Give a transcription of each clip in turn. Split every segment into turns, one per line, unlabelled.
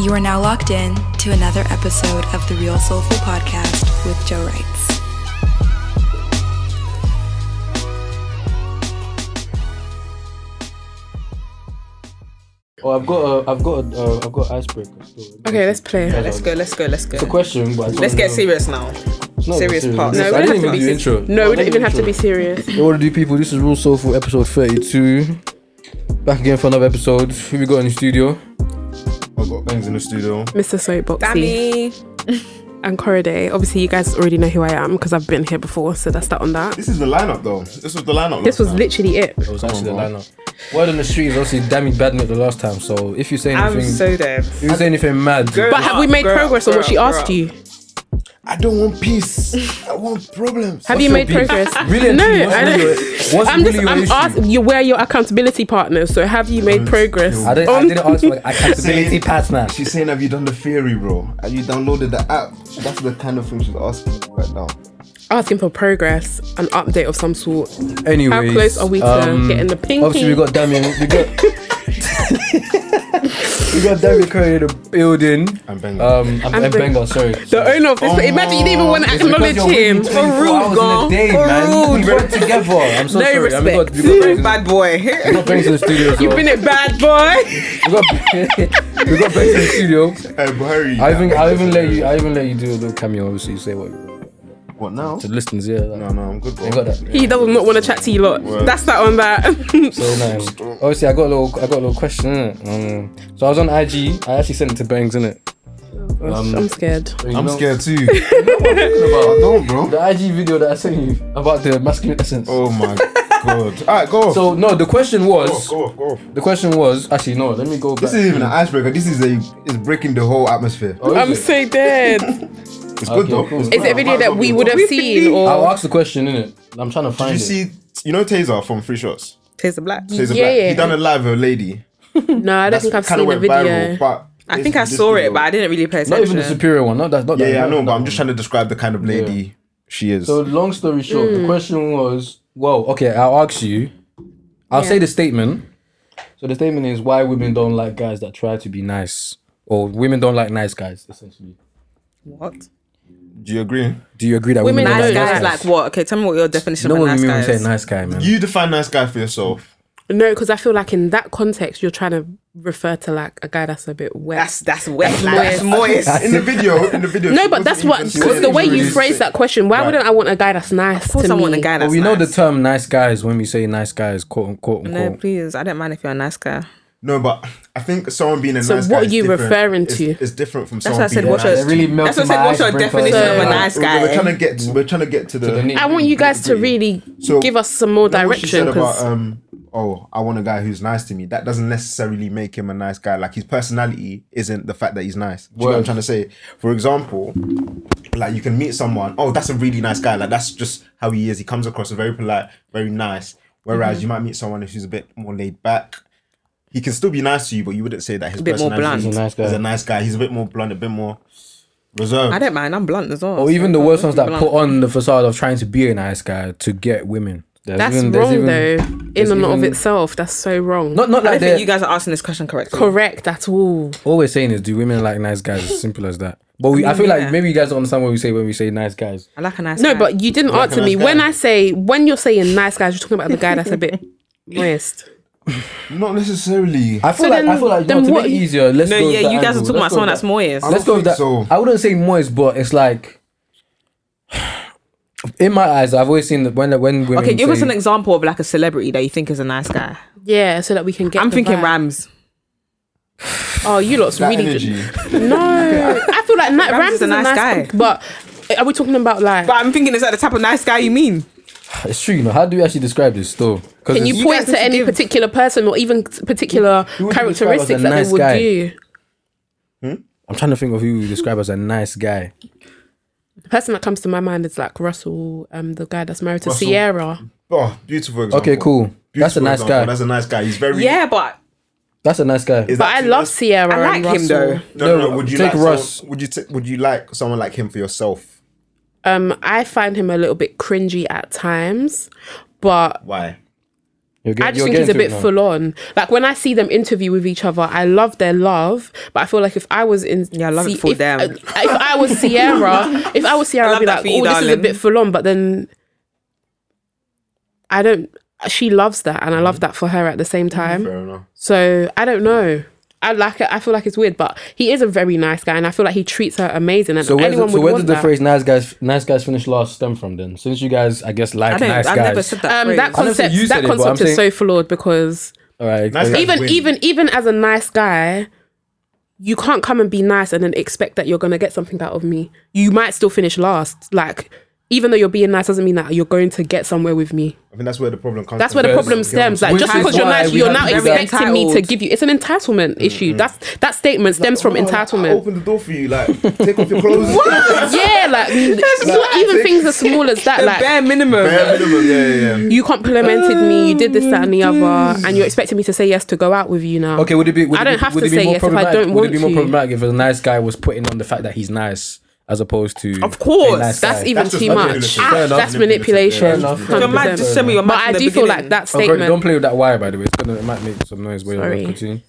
You are now locked in to another episode of the Real Soulful Podcast with Joe Wrights.
Oh, I've got a, I've got a, uh, I've got icebreaker. So-
Okay, let's play.
Yeah,
Let's go, let's go, let's go.
It's a question, but I
Let's
don't
get
know.
serious now.
It's not
serious part.
This-
we
No,
I
don't
didn't
have
even
to
do
be
intro.
No, we
Let
don't
me
even have to
intro.
be serious.
Hey, what do people? This is Real Soulful episode thirty-two. Back again for another episode. Who we got in the studio?
I've got things in the studio.
Mr. Soapboxy
Sammy.
and Corriday. Obviously, you guys already know who I am because I've been here before, so that's that on that.
This is the lineup though. This was the lineup.
This
last
was
time.
literally it.
It was actually
on,
the lineup. Word on the street is obviously Dammy Badminton the last time. So if you say
I'm
anything,
so dead.
if you say anything mad,
But have we made progress on what she asked you?
I don't want peace. I want problems.
Have you made progress?
really? and
No,
truly, what's
I don't-
really your- what's
I'm just.
really your
I'm
issue?
asking you where your accountability partners. So have you made progress?
I didn't, I
on-
didn't ask for accountability
Saying-
partner.
She's saying, "Have you done the theory, bro? Have you downloaded the app?" That's the kind of thing she's asking me right now.
asking for progress, an update of some sort. How
Anyway,
close are we to getting the
um,
pinky?
Obviously, we got Damien. We got we got Damien Curry in the building.
I'm banging.
Um, I'm,
And
and
Beng-
Bengal, sorry.
the owner of this. imagine you didn't even
Oh,
want to acknowledge him.
For rude, girl. Day, man. We work together. I'm so
No
sorry. And
respect.
We got, we got Bengs in-
Bad boy.
we got Bengs in the studio. as
You've
well.
been a bad boy.
We got we got Bengs in the studio.
Hey, Buhari.
I even I even let you I even let you do a little cameo. Obviously, say what you want.
What now?
to the listeners. Yeah.
No, no, I'm good, bro.
You got that.
He does not want to chat to you lot. That's that on that.
So no, obviously I got a little, I got a little question. innit? Um, so I was on IG. I actually sent it to Bangs, innit? Um,
I'm scared.
I'm scared too. I
about
don't, bro.
the IG video that I sent you about the masculine essence.
Oh my god. All right, go off.
So no, the question
go
was,
off, go off, go off.
the question was actually no. Let me go. Back.
This isn't even an icebreaker. This is a. It's breaking the whole atmosphere.
Oh, is
I'm
it?
so dead.
It's
Okay,
good though.
cool.
It's
Is
good.
it a video that we would have seen
I'll
or?
ask the question in it. I'm trying to
Did
find
you
it.
see? You know Taser from Free Shots.
Taste the black.
Taser
Yeah,
Black.
yeah.
He done a live with a lady.
No, I don't think I've
kinda
seen the
went
video.
but
I
it's
think I
this
saw
video.
it, but I Mm. didn't really pay attention.
Not even the superior one. Not that. Not
Yeah,
that,
yeah, I
not
know,
that
but I'm
one.
just trying to describe the kind of lady she is.
So long story short,
Mm.
the question was, well, okay, I'll ask you. I'll say the statement. So the statement is why women don't like guys that try to be nice, or women don't like nice guys. Essentially,
what?
Do you agree?
do you agree that
Women
women,
like
Nice
don't
guys
like
like what? Okay, tell me what your definition
No
of a
one
nice
women
guy
say
is.
nice guy, man.
You define nice guy for yourself.
No, because I feel like in that context, you're trying to refer to like a guy that's a bit wet.
That's that's wet. like, That's moist.
In the video, in the video.
no,
she
but
wasn't
that's
even
what
saying
because the way you
really
phrase
sick.
that question. Why
Right.
wouldn't I want a guy that's nice
Of course,
to
I
me?
want a guy
But
that's
we know
nice.
the term "nice guys" when we say "nice guys," quote unquote. unquote.
No, please. I don't mind if you're a nice guy.
Oh.
No, but I think someone being a
So
nice
what
guy.
are
is
you
different.
referring
It's-
to?
It's different from
That's
someone
why I said,
being
what's
nice.
your
it really melted
That's what I
my
said. What's your
icebreaker.
definition of a
So-
nice
We're, we're trying
guy?
to get. To, we're trying to get to the.
the nitty.
I want you guys to really
So,
give us some more
Remember what she
direction
said about,
because
um, oh, I want a guy who's nice to me. That doesn't necessarily make him a nice guy. Like his personality isn't the fact that he's nice. Do you know what I'm
Word.
trying to say? For example, like you can meet someone. Oh, that's a really nice guy. Like that's just how he is. He comes across as very polite, very nice. Whereas you might meet someone who's a bit more laid back. He can still be nice to you, but you wouldn't say that his
A bit more
personality
blunt.
is- is a nice guy. He's a bit more blunt, a bit more reserved.
I don't mind. I'm blunt as well.
Or even the worst ones that
Blunt.
put on the facade of trying to be a nice guy to get women. There's
that's
even- there's
wrong
even-
though. In
there's
and of
even-
itself, that's so wrong.
Not not like
I don't think
they're
you guys are asking this question correctly.
correct at all.
all we're saying is do women like nice guys as simple as that but we, i feel like
yeah.
maybe you guys don't understand what we say when we say nice guys
I like a nice.
No,
guy.
but you didn't
Like a
answer me.
nice
When
guy.
I say when you're saying nice guys, you're talking about the guy that's a bit moist.
Not necessarily.
i feel
So
like i
then-
feel like
then
no, to
what
make it
you-
easier let's
no,
go with
yeah,
that
you guys are
angle.
talking about
Let's go
someone
with
that's moist.
that- let's go
I don't
with that
think so.
i wouldn't say moist but it's like in my eyes i've always seen that when when women
Okay, give us
say-
an example of like a celebrity that you think is a nice guy.
Yeah, so that we can get.
I'm
the
thinking
vibe.
Rams.
Oh, you lot's
That
really
energy.
no. I feel like Nat
Rams
Rams is a nice guy, but are we talking about like?
But I'm thinking, is that the type of nice guy you mean?
it's true you know how do you actually describe this though because
Can you,
you
point
guys need
to
to
any
give-
particular person or even t- particular
Who would you describe as a
characteristics that
nice
they would
guy?
do?
i'm trying to think of who you describe as a nice guy
The person that comes to my mind is like Russell, um, the guy that's married to
Russell.
Sierra.
Oh, beautiful example.
okay cool that's a
Beautiful
nice
example.
guy
That's a nice guy. He's very.
Yeah, but
that's a nice guy
Is
But
that
I
too
love
nice?
Sierra.
I
and
like him,
Russell.
though.
No, no,
No,
Would you
take
like someone-
Russ.
would you t- would you like someone like him for yourself?
Um, I find him a little bit cringy at times, but
Why?
You'll get-
I just
you'll
think
get
he's a
into it
bit
now.
full on. Like when I see them interview with each other, I love their love, but I feel like if I was in
Yeah, I love it
See-
for
if,
them.
uh, if I was Sierra, if I was Sierra,
love
I'd be
that
like,
for you,
oh, this is a
darling."
bit full on. But then I don't. She loves that, and I
Mm-hmm.
love that for her at the same time.
Fair enough.
So I don't know. I like it. I feel like it's weird, but he is a very nice guy, and I feel like he treats her amazing. And
So where,
anyone
did,
would
so where
want
did the
that.
phrase "nice guys, nice guys finish last" stem from? Then, since you guys, I guess, like
I don't.
nice
I've
guys.
never said that.
Um,
phrase.
that
I never said
concept,
you said
that
it, but
concept
I'm
is
saying-
so flawed because
All right,
Nice
explain.
guys.
even
win.
even even as a nice guy you can't come and be nice and then expect that you're going to get something out of me you might still finish last like even though you're being nice doesn't mean that you're going to get somewhere with me
I think that's where the problem comes.
that's
from.
where the
Yes.
problem stems like
Which
just
is
because you're
why
nice
we
you're
have
now
to be Mm-hmm.
expecting me to
entitled.
give you it's an entitlement issue that's that statement stems from
Oh, I
entitlement
opened the door for you. Like, take off your clothes.
yeah like so even things as small as that
The
like
bare minimum.
Bare minimum. Yeah, yeah, yeah.
you complimented me you did this that and the other and you're expecting me to say yes to go out with you now
Mm. Okay, would it be? Would
I
it
don't
be,
have
would
to
it be
say
more
yes if I
problematic-
don't
Would it
want
be more
to.
problematic if a nice guy was putting on the fact that he's nice as opposed to?
Of course,
a nice
that's
guy?
even
That's just
too much
manipulative. Fair
Ah,
enough.
that's manipulation
Fair enough. Fair
Your man
100%.
just sent me your
but
mouth in
I
the
do feel like
beginning.
that
Oh, great,
statement.
don't play with that wire, by the way. It's gonna, it might make some noise. Wait,
Sorry.
continue.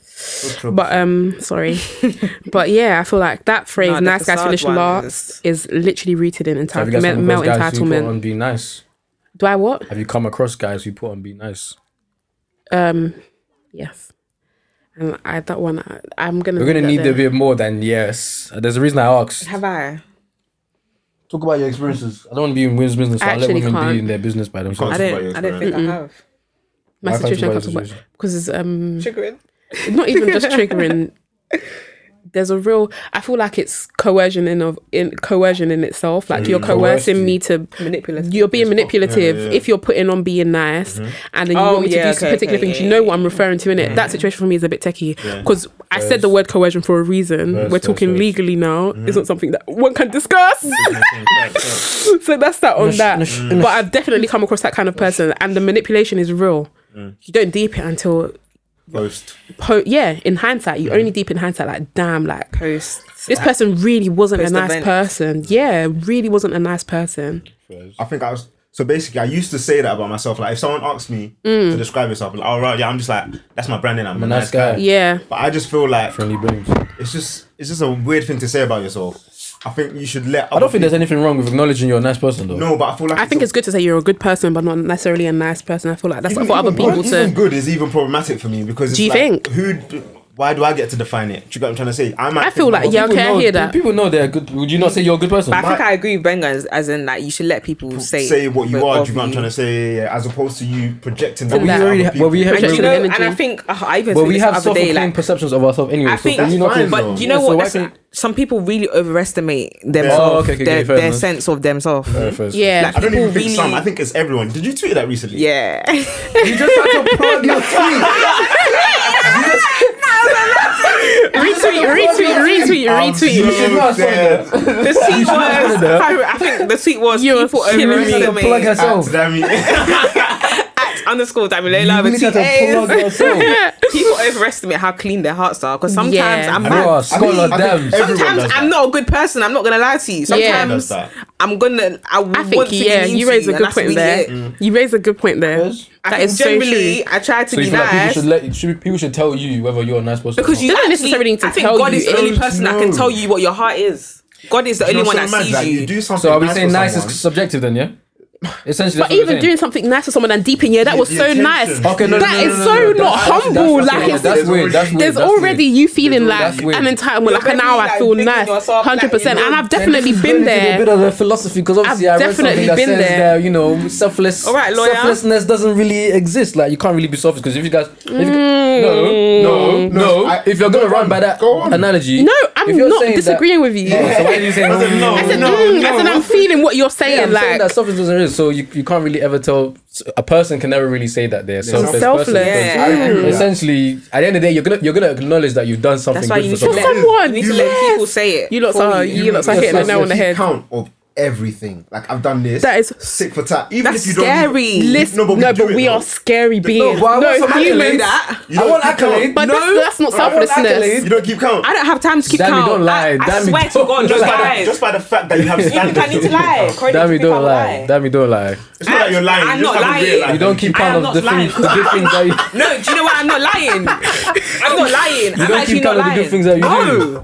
But um, sorry, but yeah, I feel like that phrase
Nah, the
"nice guys
facade
finish
one
last" is literally rooted in
Have you
entitlement,
guys come
male
across guys who put
entitlement.
on be nice?
Do I what?
Have you come across guys who put on be nice?
Um, yes. And I that one I, I'm gonna.
We're gonna need
leave that there.
a bit more than yes. There's a reason I asked.
Have I?
Talk about your experiences. I don't want to be in women's business. So
I
I let
actually
women be
can't.
in their business by themselves.
I
Talk about
don't.
your
I don't think I have.
My
Why can't you buy
situation I
your
can't talk about
situation?
because it's um
Triggering.
not even just triggering. There's a real. I feel like it's coercion in of in coercion in itself. Like you're
Mm, coerced
coercing
you.
me to
Manipulative.
You're being manipulative
Yeah, yeah, yeah.
if you're putting on being nice, and then you
Oh,
want me
yeah,
to do
okay,
particular
okay,
things.
yeah,
you know what I'm referring to in it. That situation for me is a bit techie because I said the word coercion for a reason.
Yes,
We're
yes,
talking
yes.
legally now. It's not something that one can discuss.
Mm.
so that's that on that. But I've definitely come across that kind of person, and the manipulation is real. You don't deep it until,
Ghost.
po- yeah, in hindsight, you only deep in hindsight. Like, damn, like
Post.
this person really wasn't a nice
Post-event.
person. Yeah, really wasn't a nice person.
I think I was. So basically, I used to say that about myself. Like, if someone asked me
Mm.
to describe yourself, I'm like, all right, yeah, I'm just like, that's my brand name. I'm a nice,
nice
guy.
guy.
Yeah.
But I just feel like
Friendly brains.
it's just it's just a weird thing to say about yourself. I think you should let.
I don't think there's anything wrong with acknowledging you're a nice person though.
No, but I feel like
I think
a-
it's good to say you're a good person, but not necessarily a nice person. I feel like that's
even-
for other
even
people
good- even
to.
good is even problematic for me because it's
Do you
like,
think?
who? d- Why do I get to define it? Do you get what I'm trying to say? I might.
I feel like yeah, okay, I hear that.
People know they're good. Would you not say you're a good person?
But I think I agree with Bengals as in like you should let people say
say what you
of-
are.
of
Do you know what I'm trying to say? Yeah, as opposed to you projecting that.
But we
onto
already
other
ha-
people.
but we have-
And you
Projection
know,
of energy.
and I think oh, I even
but
said
we
this
have
the other day
self-proclaimed
like
perceptions of ourselves anyway.
I
so
think
for you
that's
not to-
fine, though.
But do you know
Yeah, so
what?
why
That's-
can't-
some people really overestimate
Oh,
themselves,
okay, okay,
their,
fair
their
enough.
sense of themselves.
Fair, fair, fair.
Yeah,
I don't even
people
think some.
really-
I think it's everyone. Did you tweet that recently?
Yeah.
You just had to plug your tweet.
retweet,
Oh,
retweet, retweet,
I'm
retweet.
should not
so
say
dead.
the tweet was. I think the tweet was
You're
people
killing me.
You need to plug
overestimate
yourself.
Damn
at underscore Damilola
You
with
need to
two
plug
A's.
yourself.
People overestimate how clean their hearts are because sometimes
Yeah.
I'm
I
You are
mad.
Scott or
I
Dams.
think everyone does
Sometimes
that.
I'm not a good person. I'm not gonna lie to you.
Yeah.
Sometimes
Does that.
I'm gonna. I,
I
want
think
to
yeah,
be mean
you
to
raise a
and
good
that's
point
really
there.
it.
You raise a good point there.
Yes.
I
That
think
is so
generally,
true.
I try to
So you
be
feel like people
nice.
should let you should, people should tell you whether you're a nice person.
because you
Doesn't
actually-
necessarily need to
I think
tell
God
you.
is the only
It's-
person that can tell you what your heart is. God is the only one that sees
Like,
you.
you do something
so are we
nice
saying
for
nice
someone.
is subjective then? Yeah. Essentially,
But
that's what we're
even
saying.
doing something nice for someone and deep in yeah, that was
the
so
attention.
nice.
Okay, no, no,
That
no,
is
no, no,
so
no,
not
that's- that's-
humble.
that's-
Like
yeah,
it's
that's weird. That's weird.
there's
that's
already
weird.
you feeling like
that's weird.
an entitlement. Like
gonna
an hour,
be,
I
like,
feel
bigging
nice,
yourself, like,
hundred percent.
you
And
know,
I've
And this
definitely
is
been
going into
there.
a bit of the philosophy because obviously
I've
I read something
definitely
that
been
says
there.
that you know selfless
All right, lawyer.
selflessness doesn't really exist. Like you can't really be selfish because if you guys if you,
Mm.
no no no,
No, I-
if you're gonna
no,
run by that
go on.
analogy
No, I'm
if you're
not
saying
disagreeing with you.
that, Oh, so why are you saying
I said no.
I said,
no,
mm, I
no.
said I'm feeling what you're saying.
Yeah, I'm saying
like
that selfless doesn't exist, so you, you can't really ever tell a person can never really say that they're a selfless.
selfless.
person,
Yeah.
because
I agree with that.
Essentially, at the end of the day, you're gonna you're gonna acknowledge that you've done something
That's why
good
you need
for
to
someone.
let
someone,
You need to let
yes.
people say it.
You lots
for
are- you lots are
hitting
Yes,
the nail
yes,
on
the
yes.
head.
Count of everything. Like I've done this.
That is-
sick for tat. Even
That's
if you don't
scary.
Listen,
No,
no,
but
but
we
we,
do it, though.
are scary beings.
but I want
it's
some
I can do
humans.
that.
You don't
I want
keep count.
accolade.
But
no,
that's- that's not
I want
selflessness.
accolade.
You don't keep count.
I don't have time to keep
Damn, you
count.
don't lie.
I, I
Damn, you
swear to
don't
God,
just,
just
by the,
lie.
just by the fact that you have
You
standards.
think I
you
need to
don't keep
lie?
count.
Corey, do
Dammy
you think I
don't
will
lie. Dammy don't lie.
It's not that you're lying.
I'm
you just
not
haven't
lying.
realized
You don't keep
I
count
am
of
not
the
lying.
things, the good things that you.
No, do you know what? I'm not lying. I'm not lying. I'm
don't
actually
keep count of the
not lying.
good things that you do.
no,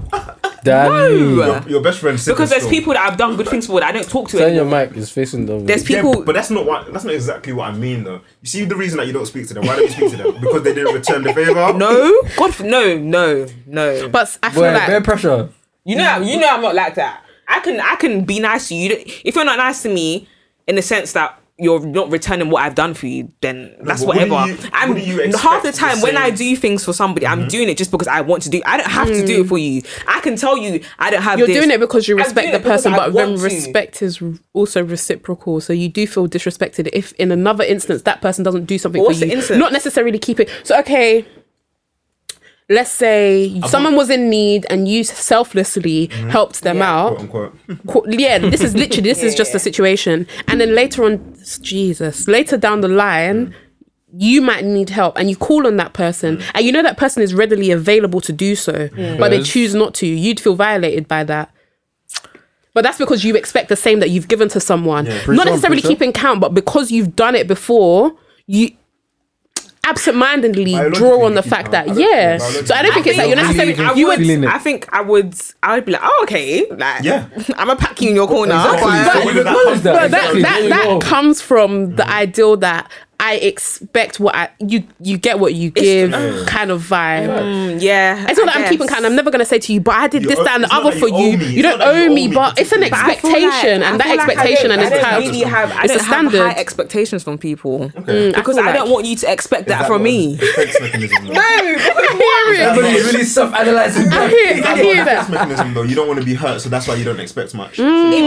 Damn.
no.
Your, your best friend said
Because
this
there's
still.
people that I've done good things for that I don't talk to
Turn your
anymore.
mic is facing the.
There's
Yeah,
people.
but that's not what. That's not exactly what I mean, though. You see the reason that you don't speak to them. Why don't you speak to them? Because they didn't return the favor.
No, God, f- no, no, no. But
But I feel
Boy,
like
bear pressure.
you know, you know, I'm not like that. I can, I can be nice to you. you. don't- If you're not nice to me, in the sense that you're not returning what I've done for you, then that's
but wouldn't
whatever.
you-
I'm
wouldn't you expect
half the
the
time when
same-
I do things for somebody,
Mm-hmm.
I'm doing it just because I want to do. I don't have to do it for you. I can tell you, I don't have.
Mm. you're
this.
doing it because you
I'm
respect
doing
the
it because
person,
I
but then
want to.
respect is r- also reciprocal. So you do feel disrespected if, in another instance, that person doesn't do something
But what's
for
the
you.
instance?
Not necessarily keep it. So okay, let's say someone was in need and you selflessly
Mm-hmm.
helped them
Quote
out.
unquote.
Qu- Yeah, this is literally this is just the situation. And then later on, Jesus, later down the line. You might need help, and you call on that person, and you know that person is readily available to do so, but they
Yes.
choose not to. You'd feel violated by that. But that's because you expect the same that you've given to someone.
Preach
Not
on,
necessarily
preacher.
keeping count, but because you've done it before, you absentmindedly
Biologically,
draw on the
you
fact
can't.
that
I don't
yeah.
think it's
So I don't think it's that
biologically.
you're
I
necessarily
think
I
even
you
would,
feeling it.
I think I would. I would be like, oh, okay, like,
Yeah.
I'm gonna pack you in your corner.
Exactly.
but-
So
But-
where did
but
that come from?
but that
Exactly, there
that,
you go.
that comes from the ideal that I expect what I you you get what you give kind of vibe.
Mm, yeah,
It's not
I
that I'm keeping
guess.
count. I'm never gonna say to you, but I did
You
this,
owe-
that, and
it's
the
not
other
that
for
you
you.
owe
You,
me. It's
don't
not that
owe
you owe
me,
me,
but
but
it's an
you- But
But I feel like-
expectation,
I
and that
feel like I
expectation
don't-
and it's
I don't
kind
really have. I
it's
don't
a standard.
have high expectations from people because
feel
I don't
like-
want you to expect that,
Is
from
what-
me.
Defense mechanism. though.
I hear it.
Everybody's really self-analyzing.
I hear it. I
Is that not a
hear
defense
that.
mechanism though. You don't want to be hurt, so that's why you don't expect much.
It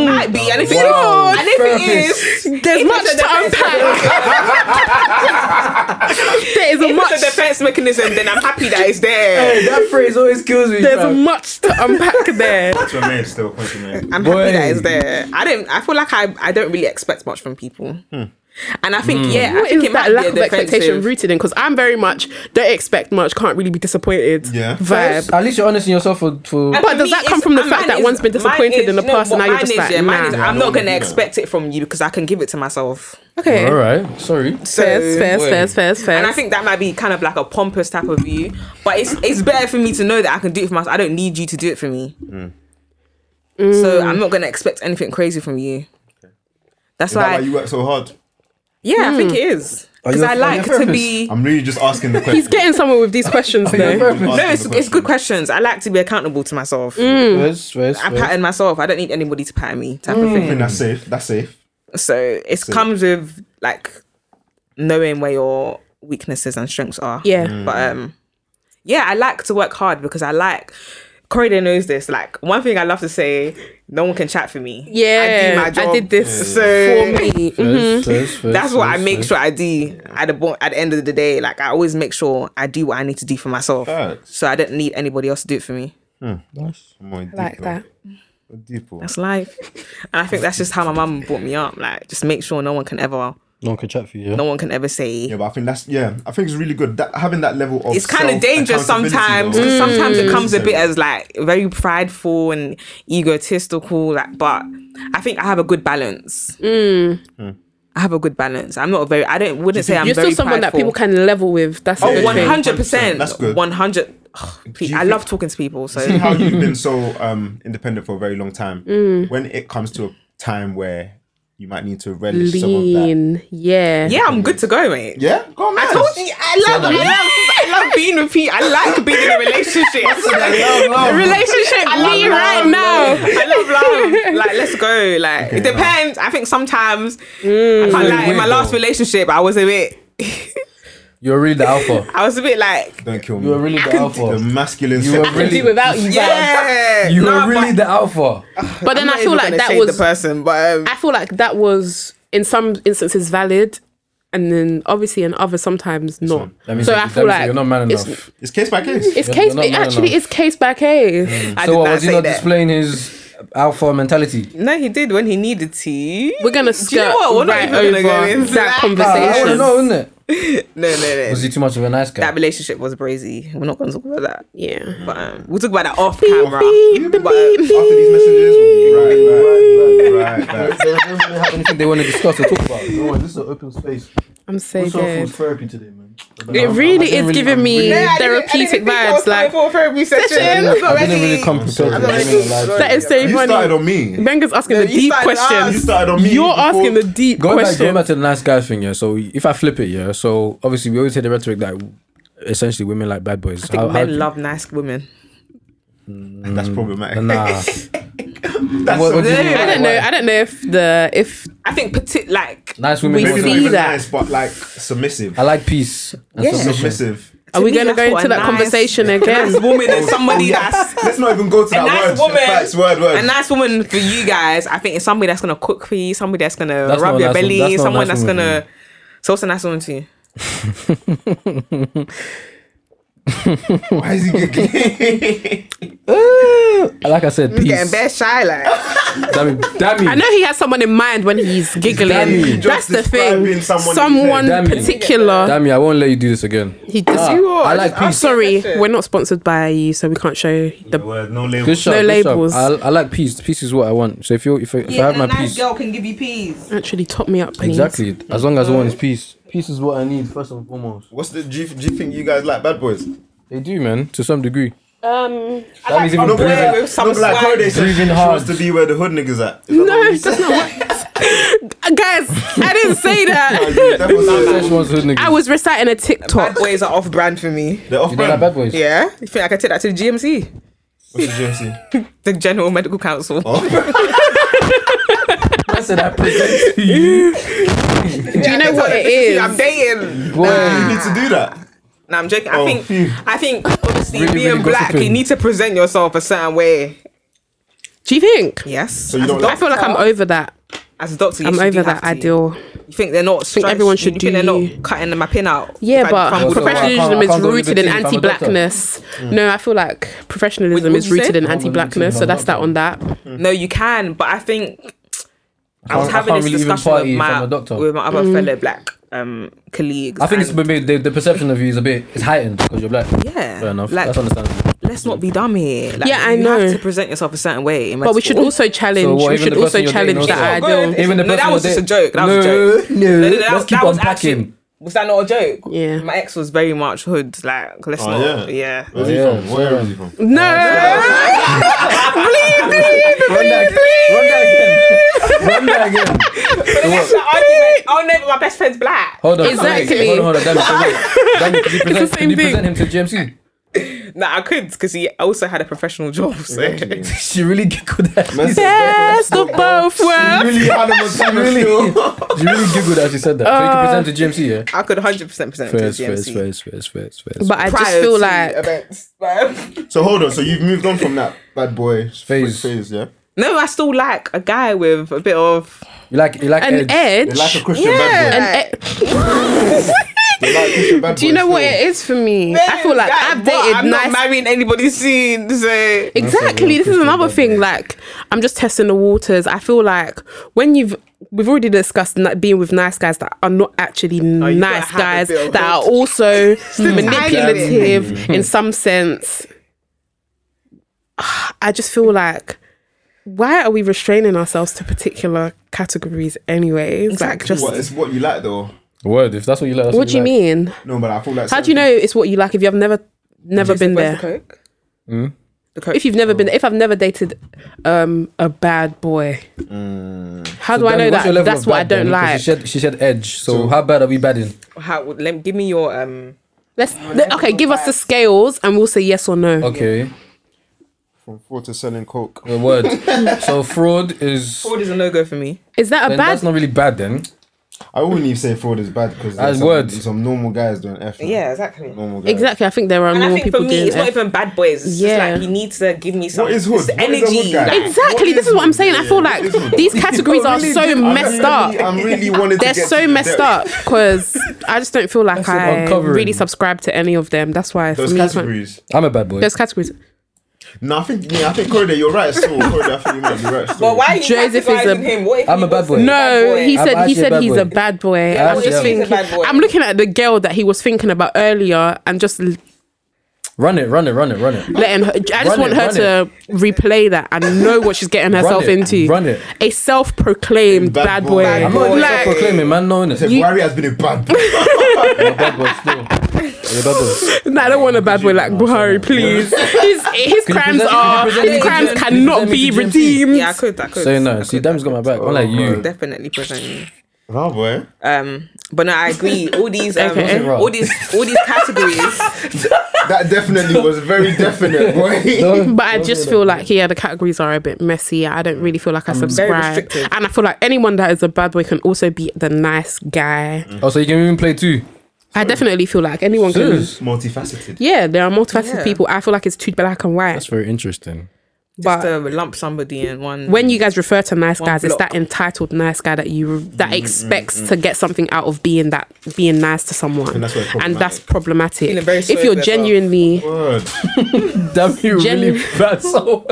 might be, and if it is,
Wow,
and if it
therapist.
is,
There's
if
much
it's a
to
defense-
unpack. there is a
If it's a
much.
defense mechanism, then I'm happy that it's there.
Hey, that phrase always kills me.
There's a
fam.
much to unpack there.
To a man, still point to a man.
I'm
Boy.
happy that it's there. I don't. I feel like I. I don't really expect much from people.
Hmm.
And I think yeah, I
What
think
is
it
that
might
lack of
be a
expectation
defensive.
rooted in? Because I'm very much don't expect much, can't really be disappointed.
Yeah.
Vibe.
At least you're honest in yourself for. for
And
But
for
does
me,
that come
it's-
from the
and
fact
mine
that
is-
one's been
mine
disappointed
is-
in the
no,
past and now
what
you're
mine
just
is,
like,
yeah, mine is,
nah.
I'm not
don't
gonna
wanna do that.
expect it from you because I can give it to myself.
Okay.
all right, sorry.
Fair,
So-
fair,
Wait.
fair, fair, fair.
And I think that might be kind of like a pompous type of view, but it's it's better for me to know that I can do it for myself. I don't need you to do it for me.
Mm.
So I'm not gonna expect anything crazy from you. That's
Is that
why,
why you work so hard?
yeah, I think
Mm.
it is because
you a-
I
are you a
like to
therapist?
be.
I'm really just asking the question.
he's getting somewhere with these questions
Fair,
though.
fair, fair.
No, it's, it's good questions. I like to be accountable to myself.
Mm.
Fair, fair,
Hmm. I
fair.
pattern myself. I don't need anybody to pattern me, type
Mm.
of
I think
thing.
that's safe. That's safe.
So it comes with like knowing where your weaknesses and strengths are.
Yeah. Mm.
But um yeah, I like to work hard because I like Corridor knows this. Like one thing I love to say, no one can chat for me. I do
Yeah,
my
I
job.
did this for
so
me.
Fair, fair, fair,
Mm-hmm. That's what I
fair,
make
fair.
sure I do at the bo- at the end of the day. Like I always make sure I do what I need to do for myself.
Facts.
So I don't need anybody else to do it for me.
More
Like that.
Deeper.
That's life. And I think that's just how my mum brought me up. Like just make sure no one can ever
No one can chat for you. yeah?
no one can ever say
Yeah, but I think that's yeah. I think it's really good that having that level of
it's kind of
self-
dangerous
accountability,
sometimes
though. Mm.
because sometimes it comes a bit as like very prideful and egotistical like but i think i have a good balance
Hmm.
i have a good balance i'm not a very i don't wouldn't say i'm
You're
very
still someone that people
prideful.
can level with. That's a
oh,
good thing.
100%
That's good.
100 Ugh, Pete,
you
i
think-
love talking to people so
See how you've been so um, independent for a very long time.
Mm.
When it comes to a time where you might need to relish some of that.
Lean. Yeah.
yeah i'm good to go mate
Yeah, go on,
I
man.
told you, I love, I love, I love being with Pete. I like being in a relationship.
Love, love.
relationship lean right now. I love love. Like, let's go. Like, it depends. I think sometimes I can't lie. In my
Weird
last
though.
relationship, I was a bit,
You're really the alpha.
I was a bit like,
Don't kill me.
You're really the
the
alpha.
masculine.
You were
sex-
Can
really,
do without you. Yeah.
yeah.
you
Nah,
were really
but-
the alpha.
But then I
I'm not
feel
even
like
gonna
that
shade
was.
the person, but um,
I feel like that was in some instances valid, and then obviously in others sometimes not.
That means
so
that-
I
that
feel
means that
like
you're not man
it's-
enough.
It's case by case.
It's
You're-
case.
you're not
It
man
actually
enough.
is case by case.
I
So
did
what
not
was he
say
not
that.
displaying his alpha mentality.
No, he did when he needed to.
We're gonna
Do
skirt
you know what? We're not
right
even gonna go
over that
into that.
Ah, I want to
conversation.
know, isn't it?
No, no, no.
Was he too much of a nice guy?
that relationship was brazy. We're not gonna talk about that.
yeah.
But um, we'll talk about that off camera.
After
But, um,
these messages, we'll be right back. Right back.
they don't really have anything they want to discuss or talk about. No, this is an open space.
I'm so
Soulful
dead.
therapy today, man.
It really is giving me
No, I didn't- I
therapeutic
didn't think I was
vibes. Like
coming for a therapy session.
session.
I'm not
I didn't
ready.
really come prepared.
I'm
to
sorry.
this, I'm not gonna lie to
Sorry.
that is so
You started
funny.
on me.
Benga's asking
No,
the
you
deep
started us.
You
questions.
started on me.
You're
before-
asking the deep
Going back, going back
questions.
to the nice guy thing, yeah. So if I flip it, yeah. So obviously we always hear the rhetoric that essentially women like bad boys.
I think men love nice women.
That's problematic.
Mm. Nah.
That's
What- what do you
something-
mean?
I don't know. I don't know if the if
I think partic- like
Nice women.
We
don't
Maybe not
like-
see
even
that.
nice, but like submissive.
I like peace. And
Yeah.
submission.
Submissive.
are we
me,
gonna
that's
go
what
into
a
that
nice-
conversation again?
nice woman
Oh,
is somebody that's
Let's not even go
a
to that
nice
word.
woman.
Facts, word, word.
A nice woman for you guys. I think it's somebody that's gonna cook for you, somebody that's gonna
That's
rub
not a
your
nice woman-
belly,
that's not a
someone
nice
that's
woman for
gonna. So what's a nice woman to you?
Why is he giggling?
Like I said, peace.
shy like.
Damn it. Damn it.
I know he has someone in mind when he's giggling.
Dammy.
That's
Just
the thing.
describing someone
Someone,
in there.
Dammy.
particular.
Damn it, I won't let you do this again.
He does.
Ah, I like
I'm
peace.
sorry, we're not sponsored by you, so we can't show the.
Word, no label.
Good shot.
No
good
labels.
Shot. I, I like peace. Peace is what I want. So if you if, I- if I have my peace,
can give you peas.
Actually, top me up, please.
exactly. As long as I
Uh,
want is peace. Peace is what I need first and foremost.
What's the? Do you, do you think you guys like bad boys?
They do, man, to some degree.
Um,
That means if you breathe,
with some
no, but like
swag.
Corey said,
Breathing
she
hard.
wants to be where the hood niggas at. Is that
no,
what you
that's
said?
not what. Guys, I didn't say that.
You definitely said
Such ones hood niggas.
I was reciting a
Bad
TikTok.
boys are off brand for me.
They're off
You don't like bad
brand.
boys.
Yeah, you think I can take that to the GMC,
What's the GMC?
the General Medical Council?
Oh,
Oh,
I said I present to you.
Do you know what it is?
I'm dating.
Boy,
You need to do that.
No, I'm joking. I
Oh,
think
phew.
I think obviously
Really,
being
really
black,
gossiping.
you need to present yourself a certain way.
Do you think?
Yes. So
you don't
I feel like I'm over that.
as a doctor. You
I'm
should
over
do
that
have to.
ideal.
You think they're not? Think
everyone should
you
do
Think they're
you.
not cutting my pin out.
Yeah,
If I-
but
if I'm
Also,
good-
I
professionalism
can't- I
is
can't go with
rooted
the
in
team if I'm a doctor.
anti-blackness. No, I feel like professionalism
Wait,
is
what'd you
rooted
say?
in
I'm
a team
anti-blackness,
if
so
I'm a
that's that
doctor.
on that.
no, you can. But I think I was
can't- I
having
can't
this
really even
discussion
party
with
if
my
I'm a doctor.
with my other
Mm.
fellow black um colleagues.
I think it's
and
maybe the, the perception of you is a bit it's heightened because you're black.
Yeah,
Fair enough.
like-
That's understandable.
let's not be dumb here. Like,
Yeah, I
you
know.
Have to present yourself a certain way. in
But we
medical.
should also challenge.
So what,
we
even
should
the person
also
you're
challenge
dating
that
also?
ideal.
Oh, Go ahead.
Even the
No, that
person
was
you're
just a
dating-
joke. That was a
No,
joke.
No,
No, no, that
let's
was-
keep
that was
unpacking.
actually- Was that not a joke?
Yeah.
My ex was very much hood. Like, let's
Oh,
not. Yeah.
yeah. Where's he
Oh, Yeah.
from? Where is he from?
No,
Run that, run that again. Run that again.
But that's the argument. Oh no, but my best friend's black.
Hold on.
Exactly.
Wait, hold on, hold on. Damn it, so wait. Damn it, could you present, could
same
you
thing.
present him to GMC?
Nah, I could because he also had a professional job. So.
She really giggled at me.
Message.
best of both worlds.
Really had him on camera still.
She really giggled as she said that. so you could present to GMC, yeah?
I could 100 percent present it to
Fair,
the
fair,
GMC.
fair, fair, fair, fair.
But I just
Prior
feel
to
like
events, but-
So hold on. So you've moved on from that bad boy
Phase.
Phase, yeah.
no, I still like a guy with a bit of
you like, you like
an
edge.
They
edge.
like a Christian bad boy.
An e-
They like Christian bad boy.
Do you know what
still.
it is for me? I feel like
Guy,
I've
but
dated
I'm
nice
not marrying anybody soon. So
Exactly. This is another thing. Like, I'm just testing the waters. I feel like when you've we've already discussed ni- being with nice guys that are not actually
Oh, you gotta
nice
have a
guys
bit of
that are
hope.
also manipulative in some sense. I just feel like why are we restraining ourselves to particular categories anyways? Like just
What, it's what you like though.
Word, if that's what you let us
what do you
like.
mean?
No, but I feel like.
How do you know it's what you like if you've never never been
where's
there?
the coke? The coke.
if you've never
Oh.
been if I've never dated um a bad boy
Mm.
how do I
Then
know
what's your
that
level
that's
of
what I
bad then?
don't
'Cause
like
She said, she said edge. So,
So-
how bad are we badding?
How, let, give me your um.
let's
Oh,
th- okay give us the scales and we'll say yes or no
Okay.
From four to selling coke.
The word. so fraud is.
Fraud is a no go for me.
is that a
Then
bad
that's not really bad then.
I wouldn't even say fraud is bad because
As
there's some,
words.
some normal guys doing F. man.
Yeah, exactly.
Normal guys.
exactly I think there are
And I
normal
think for
people
me,
doing
it's not
it
even bad boys. It's
Yeah.
just like you need to give me some
What is hood?
it's the
What is a
energy.
hood guy?
like,
exactly this is what I'm saying I feel like these categories
No,
are
really,
so
dude, I'm
messed
really-
up
I'm really wanted
they're
to get
so
to the
messed
depth.
up because I just don't feel like
That's an
I
uncovering.
really subscribe to any of them that's why for
Those
me it's not-
categories.
I'm a bad boy.
those categories
No, I think yeah, I think Corridor, you're right. So Corridor, I think you might be right. So.
But why are you
Joseph is a-
categorizing him? What if
I'm
he
a bad
was
boy.
No, he
I'm
said he
actually a
said
bad
he's
boy.
a bad boy.
Yeah,
I'm
actually,
just
I'm-
He's a
thinking.
bad boy.
I'm looking at the girl that he was thinking about earlier and just l-
Run it, run it, run it, run it.
letting her. I just
Run
want
it,
her
run
to replay that and know what she's getting herself
it,
into.
run it.
A self-proclaimed
Bad
bad, boy.
boy. Bad
I'm not even
Like-
self-proclaiming, man. No, innit?
Said Buhari has been a bad boy.
You're a bad boy still. You're a bad boy.
Nah, I don't want a bad boy like Buhari, please. His his
Can you
crimes
present- can
are
you present
his
me to
crimes
Jen- can you
cannot
present me
be
to Jen P?
redeemed.
Yeah, I could. I could.
So
I
no,
could,
see,
I
Dam's got my back. Unlike you.
Definitely present you.
Oh boy.
Um, but no, I agree. All these, um,
Okay.
Wrong.
all these, all these categories.
That definitely was very definite, boy.
Don't-
But I just feel like yeah, the categories are a bit messy. I don't really feel like I subscribe,
restrictive.
and I feel like anyone that is a bad boy can also be the nice guy.
Oh, so you can even play too.
I definitely feel like anyone can.
Serious?
Multifaceted.
Yeah, there are multifaceted
Yeah.
people. I feel like it's too black and white.
That's very interesting.
but
to lump somebody in one.
when you guys refer to nice guys, it's
um, block.
that entitled nice guy that you
Mm-hmm,
that expects to get something out of being that being nice to someone,
And that's where it's
and that's problematic.
Feeling very sorry
if you're
for yourself.
genuinely
Word.
Damn, you
Gen-
really bad. So,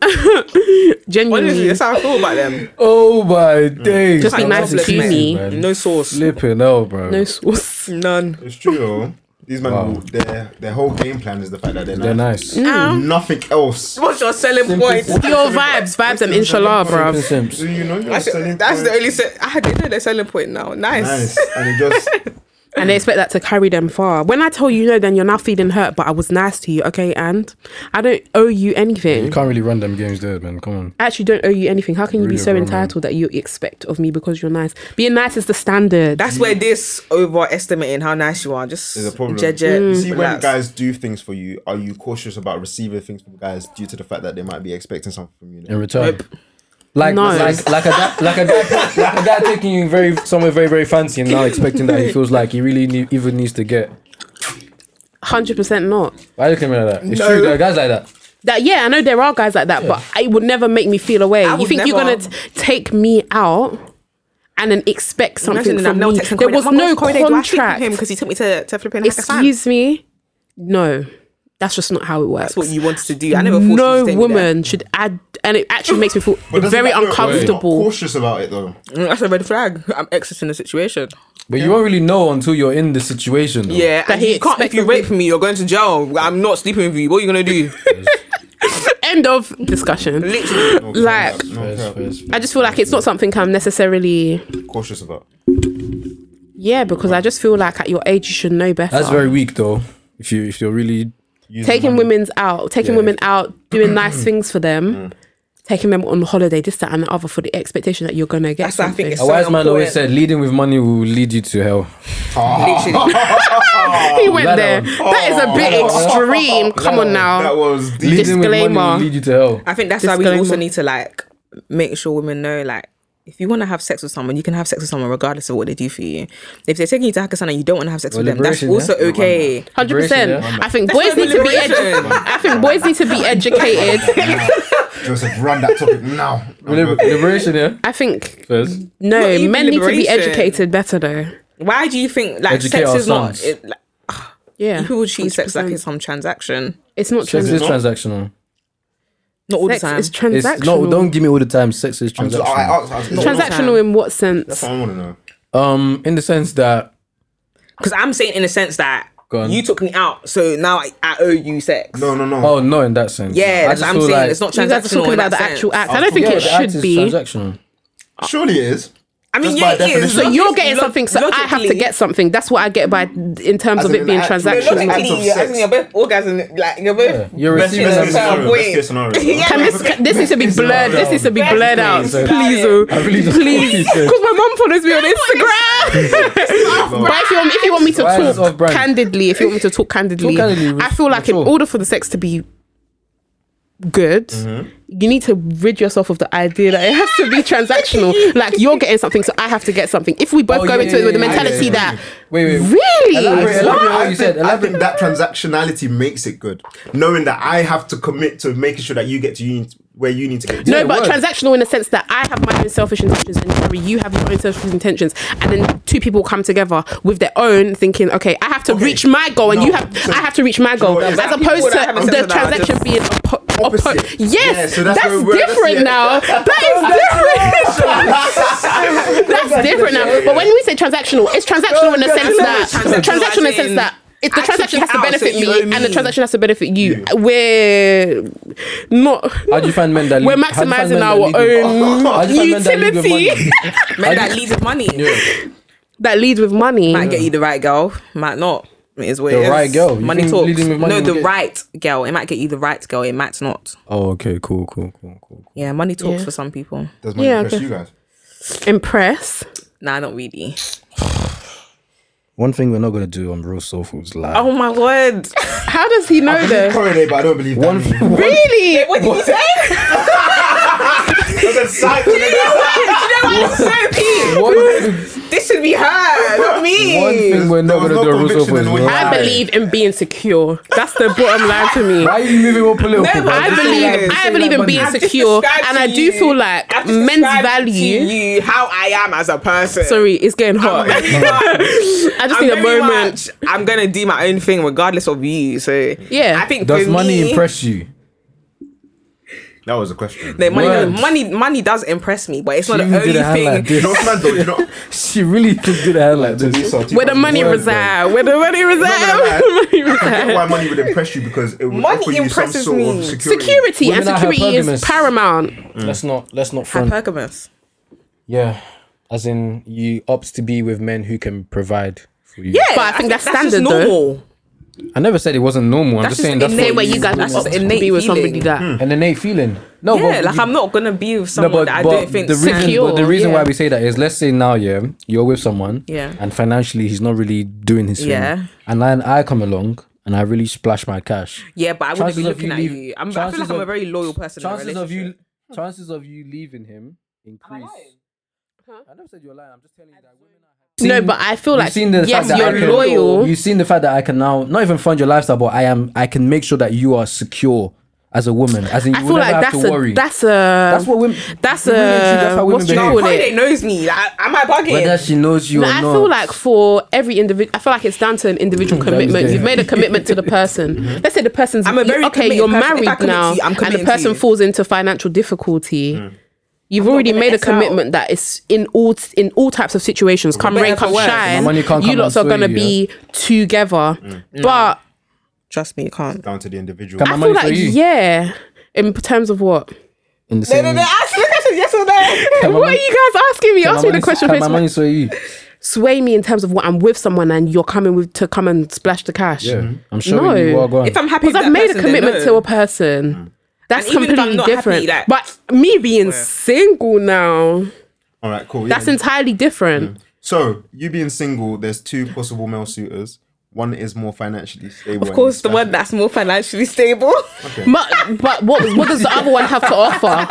Honestly,
genuinely
that's how I feel about them.
oh my days.
Just be
I'm
nice
not
to
crazy,
me.
man.
No sauce.
Flipping out, bro.
no sauce.
None.
It's true. yo. These men, will- their their whole game plan is the fact that they're,
They're
nice.
nice.
Mm.
Nothing else.
What's your selling point?
Your vibes, vibes, and inshallah,
Simple
bruv.
simps.
Do you know your
That's,
selling
that's the
point?
only. Se- I didn't know their selling point now. Nice.
Nice. And it just
And they expect that to carry them far. When I tell you no, then you're now feeling hurt. But I was nice to you, okay? And I don't owe you
You
anything.
can't really run them games there, man. Come on.
I actually don't owe you anything. How can you be
Really,
so
bro, man.
entitled that you expect of me because you're nice? Being nice is the standard.
That's where this overestimating how nice you are just
is a problem.
Jeje,
Mm.
You see, when
relax.
guys do things for you, are you cautious about receiving things from guys due to the fact that they might be expecting something from you?
In return. Like,
No.
like, like a guy, like a guy, like a guy taking you very somewhere very very fancy and now expecting that he feels like he really need, even needs to get.
Hundred percent not.
Why are you looking at me like that? It's true, there are guys like that.
That yeah, I know there are guys like that, but it would never make me feel away.
I
You
would
think you're
never.
gonna t- take me out and then expect something
Imagine
from
that, no
me?
text and
There
Corey,
was
"Oh my
no
gosh, Corey, do I sleep with him
contract.
because he took me to to flipping Hakkasan?"
Excuse me. No, that's just not how it works.
That's what you wanted to do. I never forced you
no
to stay with them.
woman should add, and it actually makes me feel very uncomfortable.
Cautious about it though.
Mm, That's a red flag. I'm exiting the situation.
But you won't really know until you're in the situation. Though.
Yeah,
That
and
he
you can't. If
expects
you
of
rape me, you're going to jail. I'm not sleeping with you. What are you gonna do?
End of discussion.
Literally.
Like,
No,
First, first,
I just feel like it's not something I'm necessarily.
cautious about.
Yeah, because I just feel like at your age you should know better.
That's very weak though. If you if you're really
Using
taking
money.
women's out, taking
Yeah. Mm.
women out, doing nice things for them, taking them on holiday, this, that, and the other for the expectation that you're gonna get.
That's what I think
something.
a
So
wise man always
important.
said, leading with money will lead you to hell.
Literally.
he went
that
there.
one.
That is a
Oh.
bit extreme. Come on
That
now.
was deep.
Leading with money
Disclaimer.
will lead you to hell.
I think that's why we
Disclaimer.
also need to like make sure women know like if you want to have sex with someone, you can have sex with someone regardless of what they do for you. If they're taking you to Hakkasan and you don't want to have sex
Well,
with them, that's
liberation, yeah?
also okay.
Hundred percent.
Liberation, yeah.
I think
That's
boys need to be.
liberation.
Edu- I think boys need to be educated.
Joseph, run that topic now.
Liber- liberation, yeah.
I think
First.
no,
Not even
men need to be
liberation.
educated better though.
Why do you think like
Educate
sex
our
is not?
sons.
It, like,
Yeah,
people treat sex like
100%.
it's some transaction.
It's not
Sex
trans-
is transactional.
Not all
sex.
the time.
It's
It's
transactional.
no, don't give me all the time. Sex is
I'm
transactional.
just- I- I- I- I-
transactional in what sense?
That's what I want to know.
Um, in the sense that
Because I'm saying in a sense that
Go on.
you took me out, so now I, I owe you sex.
No, no, no.
oh no, in that sense.
Yeah,
I
that's
just
what I'm
feel
saying.
like-
it's not
You guys are
transactional.
talking
in
about
that
the
sense.
actual act. I don't think
Yeah,
it
the act
should
is
be.
transactional.
Surely it is.
I mean,
Just
yeah,
by
it is.
definition.
So
Logically-
you're getting something, so I have to
logically-
get something. That's what I get by in terms
As
of
in
it being
an act-
No,
actual
transactional.
act
logically,
of
you're
sex.
having your both orgasm, like you're both.
You're
Best
receiving
case
them
scenario,
best case scenario.
Yeah.
Can this can- this needs to be blurred? This needs to be
Best
blurred out,
case
please.
scenario.
oh.
uh, I really just
Please, because my mum follows me on Instagram. but if you want, if you want me to
Why is this
talk
off-brand?
candidly, if you want me to talk candidly,
Talk candidly,
I feel like in
sure.
order for the sex to be good,
Mm-hmm.
you need to rid yourself of the idea that it has to be transactional. like you're getting something, so I have to get something. If we
Oh,
both go
yeah,
into
yeah,
it with the
yeah, yeah,
mentality
yeah.
that
Wait, wait. wait.
really,
Elaborate, elaborate
I
what you
think-
said.
I think
Elaborate.
that transactionality makes it good, knowing that I have to commit to making sure that you get to you need- where you need to get. To.
No, but
works.
transactional in the sense that I have my own selfish intentions and Jerry, you have your own selfish intentions, and then two people come together with their own thinking. Okay, I have to reach my goal, and
No,
you have
so-
I have to reach my goal,
what it is?
as opposed
People that
to
haven't
the
settled down are
transaction
just-
being oppo-
opposite.
oppo- yes,
Yeah, so that's
that's,
where we were, that's-
different
yeah.
now. That is different. that's different now. But when we say transactional, it's transactional in the sense that
Transactional
transactional in the
as
sense
in
that it, the
I took
transaction
you
has to
out, so
benefit me,
you owe
and the
me.
transaction has to benefit you. We're not.
How do you find men that
We're
lead- how do you find
maximizing
men that
our
lead with- How do
own
you find men that lead with
utility
money?
Men that lead with money
that leads with money.
might get you the right girl, might not. It is what
The
it is.
right girl. You
Money
think
talks.
leading with money
no,
will
the
get-
right girl. It might get you the right girl. It might not.
Oh, okay, cool, cool, cool, cool. cool.
Yeah, money talks
Yeah.
for some people.
Does money
Yeah,
impress
okay.
you guys?
Impress.
Nah, not really.
One thing we're not gonna do on Real Soulful is lie.
Oh my word.
How does he know
I
this?
correlate, but I don't believe that.
One,
means-
one
Really?
what did you say?
That's a cycle.
so deep.
one,
This should be her, not me.
one thing we're
There
not
was
gonna do
no
on Real
conviction
Soulful is
in what you
lie.
I believe in being secure. That's the bottom line to me.
Why are you moving on political?
No, but
bro?
I
Just
believe
like-
I believe in being
I've just
secure,
described
and
to
I do
you-
feel like
I've just
men's
described
value.
to you how I am as a person.
Sorry, it's getting hot.
I'm
I
very much-
just
I'm
need a
very
moment.
much- I'm gonna do my own thing regardless of you. So
Yeah.
I think
Does
for
money
me,
impress you?
That was a question.
No, money,
Word.
does, money, money does impress me, but it's not
She
the
really did a
only
hand like
thing.
You know,
this.
man, though, you know,
She really did do the hand like this.
Where the money reside? Where the money reside?
no,
Money
I get
reside.
why money would impress you because it would
Money
offer you some
impresses
sort
me.
of security.
Security and
Women are
security is
hypergamous.
paramount.
Let's not. Let's not front.
Hypergamous.
Yeah, as in you opt to be with men who can provide for you.
Yeah,
But I think that's
just
standard, though.
normal.
I never said it wasn't normal. I'm
That's
just saying
just
that's
Say
innate
what
where you
you-
guys
That's
opt
just
to
innate
be with somebody
feeling.
that.
an innate feeling. No,
Yeah,
but
like
you-
I'm not gonna be with
No,
someone
but,
that I
but
don't think
the reason,
secure,
but the reason why
yeah.
we say that is, let's say now, yeah, you're with someone,
Yeah.
and financially he's not really doing his thing,
Yeah.
and then I come along and I really splash my cash.
Yeah, but I wouldn't be
Chances of
looking
you
at
leave-
you. I'm, I feel
chances
like I'm a
of-
very loyal person.
chances
in a
of you,
relationship.
chances of you leaving him increase.
Huh?
I never said you're lying. I'm just telling you that women are.
No, but I feel
You've
like
seen the fact
yes,
that I
you're
can-
loyal.
You've seen the fact that I can now not even fund your lifestyle, but I am. I can make sure that you are secure as a woman. As in, you
I
will
feel
never
like
have
that's
to
a
worry.
that's a
That's what women.
that's
women actually- that's
a
how women
what do you
behave.
call
Holiday
it?
knows me. Like, am I bugging?
Whether she knows you
No,
or
I
not. Mm,
feel like for every individual, I feel like it's down to an individual
was
commitment.
good.
You've made a commitment to the
Mm-hmm.
person. Let's say the person's
I'm a very
okay.
committed
You're
person. If I
married
commit to
now,
you, I'm
and the
committing to
person
you.
falls into financial difficulty.
Mm.
You've already
gonna
made a
X out.
commitment that is in all in all types of situations. Come rain,
Whatever
come
works.
shine.
My money can't
you
come
lots
and
are gonna
sue you,
be together. But
Trust me, you can't.
Down to the individual.
Come
I
My
feel
money for
like
you.
yeah. In terms of what?
in the
No,
same.
no, no. Ask me the question. Yes or no?
Can my
What are
money-
you guys asking me?
can
Ask
my
me the
money-
question.
Can
first.
my money sway you?
Sway me in terms of what I'm with someone and you're coming with to come and splash the cash.
Yeah, I'm showing you
No.
what going.
If I'm happy, with
because I've
that
made
person,
a
then
commitment
no.
to a person.
Mm.
That's
And even if I'm
completely
not happy,
different.
like-
but me being single now,
All right, cool. yeah.
Mm.
that's entirely different.
So you being single, there's two possible male suitors. One is more financially stable.
Of course, the one that's more financially stable.
But but what what does the other one have to offer?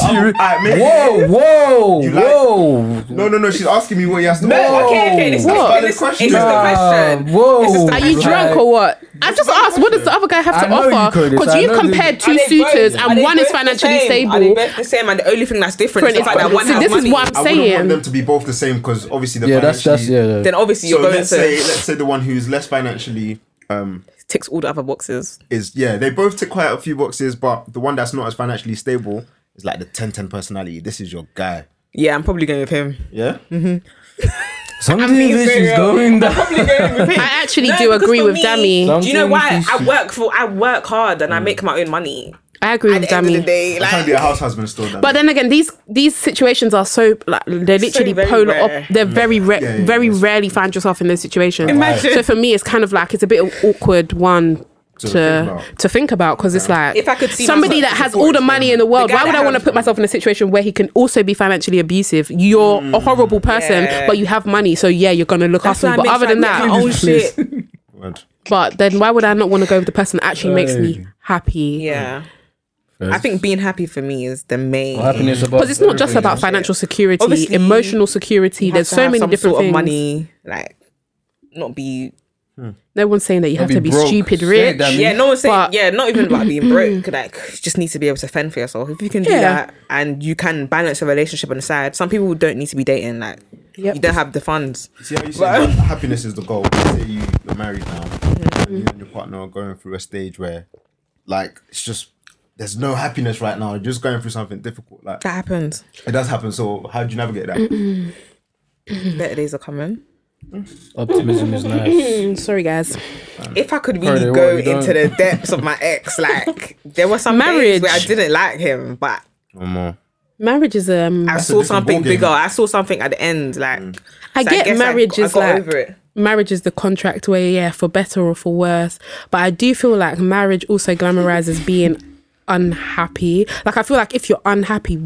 whoa, whoa,
like-
whoa!
No, no, no. She's asking me what he has to.
No,
okay, okay. This,
What?
what? this, this, this is the
Nah,
question.
Ah, whoa!
This is the-
Are you
Like,
drunk or what? I just asked, what does the other guy have
I
to
know you
offer?
could, it's-
Because
I
you've
know you-
compared two
Are they both-
suitors
are
and
they
one is
both the
financially
same? Are they
stable.
both the same, and the only thing that's different is the
Different
fact that
is-
one
See,
has
this is
money.
what I'm
I wouldn't
saying.
want them to be both the same because obviously the
Yeah, that's that's
financially-
yeah.
Then obviously
So
you're going
let's say
to
let's say the one who's less financially um
ticks all the other boxes.
is yeah they both tick quite a few boxes but the one that's not as financially stable is like the 10-10 personality. This is your guy.
Yeah, I'm probably going with him.
Yeah.
Mm-hmm.
Some of these issues
serious.
going down.
Probably going with him.
I actually
No,
do
because
agree
for
with
me,
Dami.
Some-
Do you know why?
Sometimes
I
you-
work for, I work hard, and I make my own money.
I agree
At
with
the end of the
Mm, Dami.
day,
I'm trying to
like,
be a house husband still. Then.
But then again, these these situations are so like they're literally
very
polar. Op-
rare.
they're very
Mm.
rare.
yeah, yeah,
very
yes.
rarely find yourself in those situations.
Imagine.
So for me, it's kind of like it's a bit of awkward one.
To
uh,
think
To,
about.
to think about because it's like
If I could see
somebody
myself-
that has all the money in the world
The guy
why would
that
I want to
has-
put myself in a situation where he can also be financially abusive you're a horrible person
yeah.
but you have money so yeah you're gonna look
that's
after
why
me
I
but
make
other
sure I
than
make
that
my own shit.
Word.
but then why would I not want to go with the person that actually makes me happy
Yeah. I think being happy for me is the main.
happiness about
because it's not just about financial security
Obviously,
emotional security
You have
there's
to
so
have
many
some
different
sort
things
of money, like not be.
No one's saying that you have
be
to be
broke.
stupid
Say
rich.
that,
Yeah, no one's saying.
But-
yeah, not even about being broke. Like, you just need to be able to fend for yourself. If you can do
Yeah.
that, and you can balance a relationship on the side. Some people don't need to be dating. Like,
Yep.
you don't have the funds.
See how you say that happiness is the goal. Let's say you, you're married now, and you and your partner are going through a stage where, like, it's just there's no happiness right now. You're just going through something difficult. Like
That happens.
it does happen. So how do you navigate that?
Mm.
Better days are coming.
Optimism is nice.
Mm, sorry, guys.
If I could
Cardi,
really
what
go
have you
into the depths of my ex, like there were some
Marriage.
days where I didn't like him, but
No more.
Marriage is um.
I
That's a
saw
different
something
ballgame. Mm.
bigger. I saw something at the end, like
I
so
get
guess
marriage
I,
is
I got
like-
over it.
marriage is the contract where yeah for better or for worse but i do feel like marriage also glamorizes being unhappy like i feel like if you're unhappy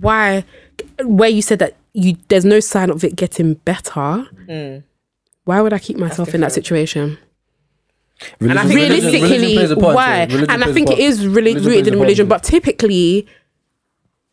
why where you said that you there's no sign of it getting better
Mm.
why would i keep myself in that situation
Religion,
I think
religion-
realistically
religion plays a part,
why
yeah. Religion
and i
plays a
think it
part.
is really
Religion
rooted
plays a
in
part.
religion but typically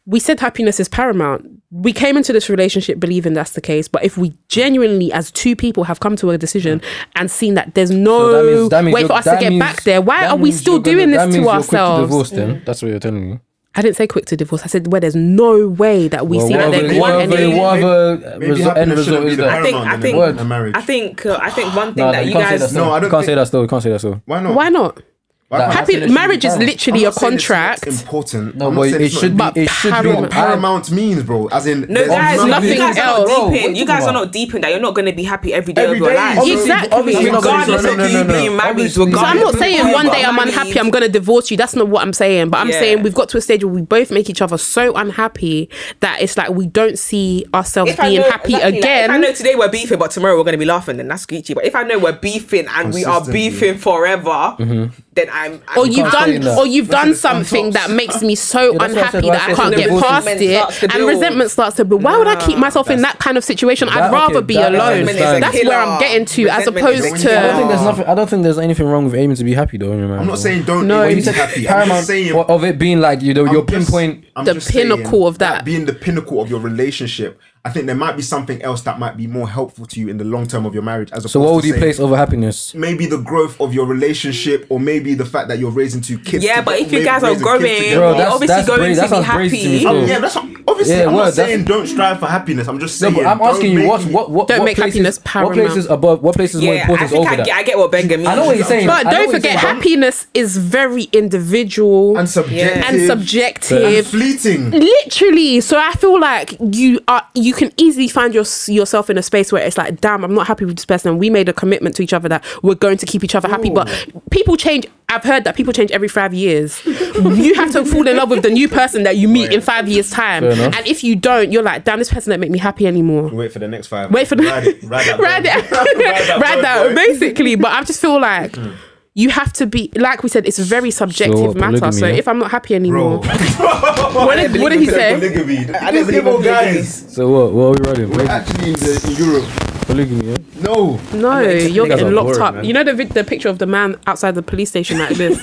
we said happiness is paramount we came into this relationship believing that's the case but if we genuinely as two people have come to a decision and seen that there's no
So that means- that means
way
you're-
for us to
that
get
means-
back there why
that
are we
means
still
you're gonna-
doing
that means
this to
you're quick
ourselves
divorce, then. That's what you're telling me.
i didn't say quick to divorce i said where there's no way that we see that
whatever,
they want
whatever,
any
whatever
Maybe
result- end
happiness
result
shouldn't be
is
the
that.
I think,
Paramount
I
in
think,
a
marriage.
I think, uh, I think one thing
No, no,
that
you
you
can't say
guys,
that.
No,
No,
I
I
don't
don't. Can't say
think-
that still. Can't say that still.
Why not?
why not
Why not?
happy
Happiness
marriage is
should be
literally a
I'm not saying it's
contract
Important.
No,
I'm not
but it
saying it's not
should be.
But
It should be.
paramount.
What paramount means, bro. As in,
no,
there's
guys,
nothing
nothing
else. Bro,
else.
what
Not
are
deep in.
you
You guys
talking
are not deep in that. You're not going to be happy every day
Every
of your
day.
life.
Obviously-
Exactly.
obviously not gonna be
regardless
so-
of
no, no,
you
no, no,
being
no.
married,
Obviously
regardless
So I'm not saying
of
one day
being
I'm unhappy, I'm gonna divorce you. That's not what I'm saying. But I'm
Yeah.
saying we've got to a stage where we both make each other so unhappy that it's like we don't see ourselves
If I
being
know-
happy
exactly, like,
again.
if I know today we're beefing, but tomorrow we're going to be laughing, then that's Gucci. But if I know we're beefing and we are
Consistently.
beefing forever, then I'm. I'm
or you've
I'm
saying
done,
that.
or you've
That's
done
it, it's on
something
top.
that makes me
that's
so
what I
unhappy
said,
that I
that's what
can't
I
get
said,
past it, and
resentment starts to build.
resentment starts to build. Why would I keep myself in that kind of situation? I'd
That-
rather
okay,
be
that-
alone.
Resentment is a
That's where I'm
killer.
getting to, as
Resentment is a
opposed
killer.
I don't think
to.
there's nothing. I don't think there's anything wrong with aiming to be happy, though.
I'm not saying don't.
No,
No,
you
you
said
happy. I'm
paramount
just saying
o- of it being like you know
I'm
your
just-
pinpoint.
I'm
the
just
pinnacle of that.
Being the pinnacle of your relationship, I think there might be something else that might be more helpful to you in the long term of your marriage. As
So what would you
place?
place over happiness?
maybe the growth of your relationship or maybe the fact that you're raising two kids.
Yeah, but
together,
if you
maybe
guys are
raising
growing,
kids
you're
together.
Bro, that's-
obviously
that's
going
brave-
to
that
be
sounds brave to me,
happy.
bro.
Um, yeah, that's what, obviously.
Yeah,
I'm
word,
not
that's-
saying don't strive for happiness. I'm just
No,
saying.
but I'm
don't
asking you
make
what
it-
what what,
Don't
what
make
places,
happiness
What
paramount.
places above? What places more
Yeah, I
important
think
over
I
that?
get, I get what Benga means.
I know what you're saying.
But
I know
don't
what you're
forget,
saying.
happiness is very individual
and subjective
and subjective.
and fleeting.
literally so i feel like you are you can easily find your, yourself in a space where it's like damn i'm not happy with this person we made a commitment to each other that we're going to keep each other happy but people change i've heard that people change every five years you have to fall in love with the new person that you meet in five years time
Fair enough.
um, and if you don't you're like damn this person don't make me happy anymore
Wait for the next five.
Wait for the
ride it, ride that,
ride
bro.
it, ride
bro,
that.
boy.
Basically, but I just feel like
Hmm.
you have to be like we said. It's a very subjective
what,
matter. So
polygamy, yeah?
if I'm not happy
Bro,
anymore, what did, what did he say?
polygamy.
don't
There's
believe
evil
in
guys.
So what? What are we running? Wait,
Actually, in, the, in Europe,
polygamy. Yeah?
no.
No, you're
niggas
getting
are
locked
boring,
up.
man.
You know the vid- the picture of the man outside the police station like this.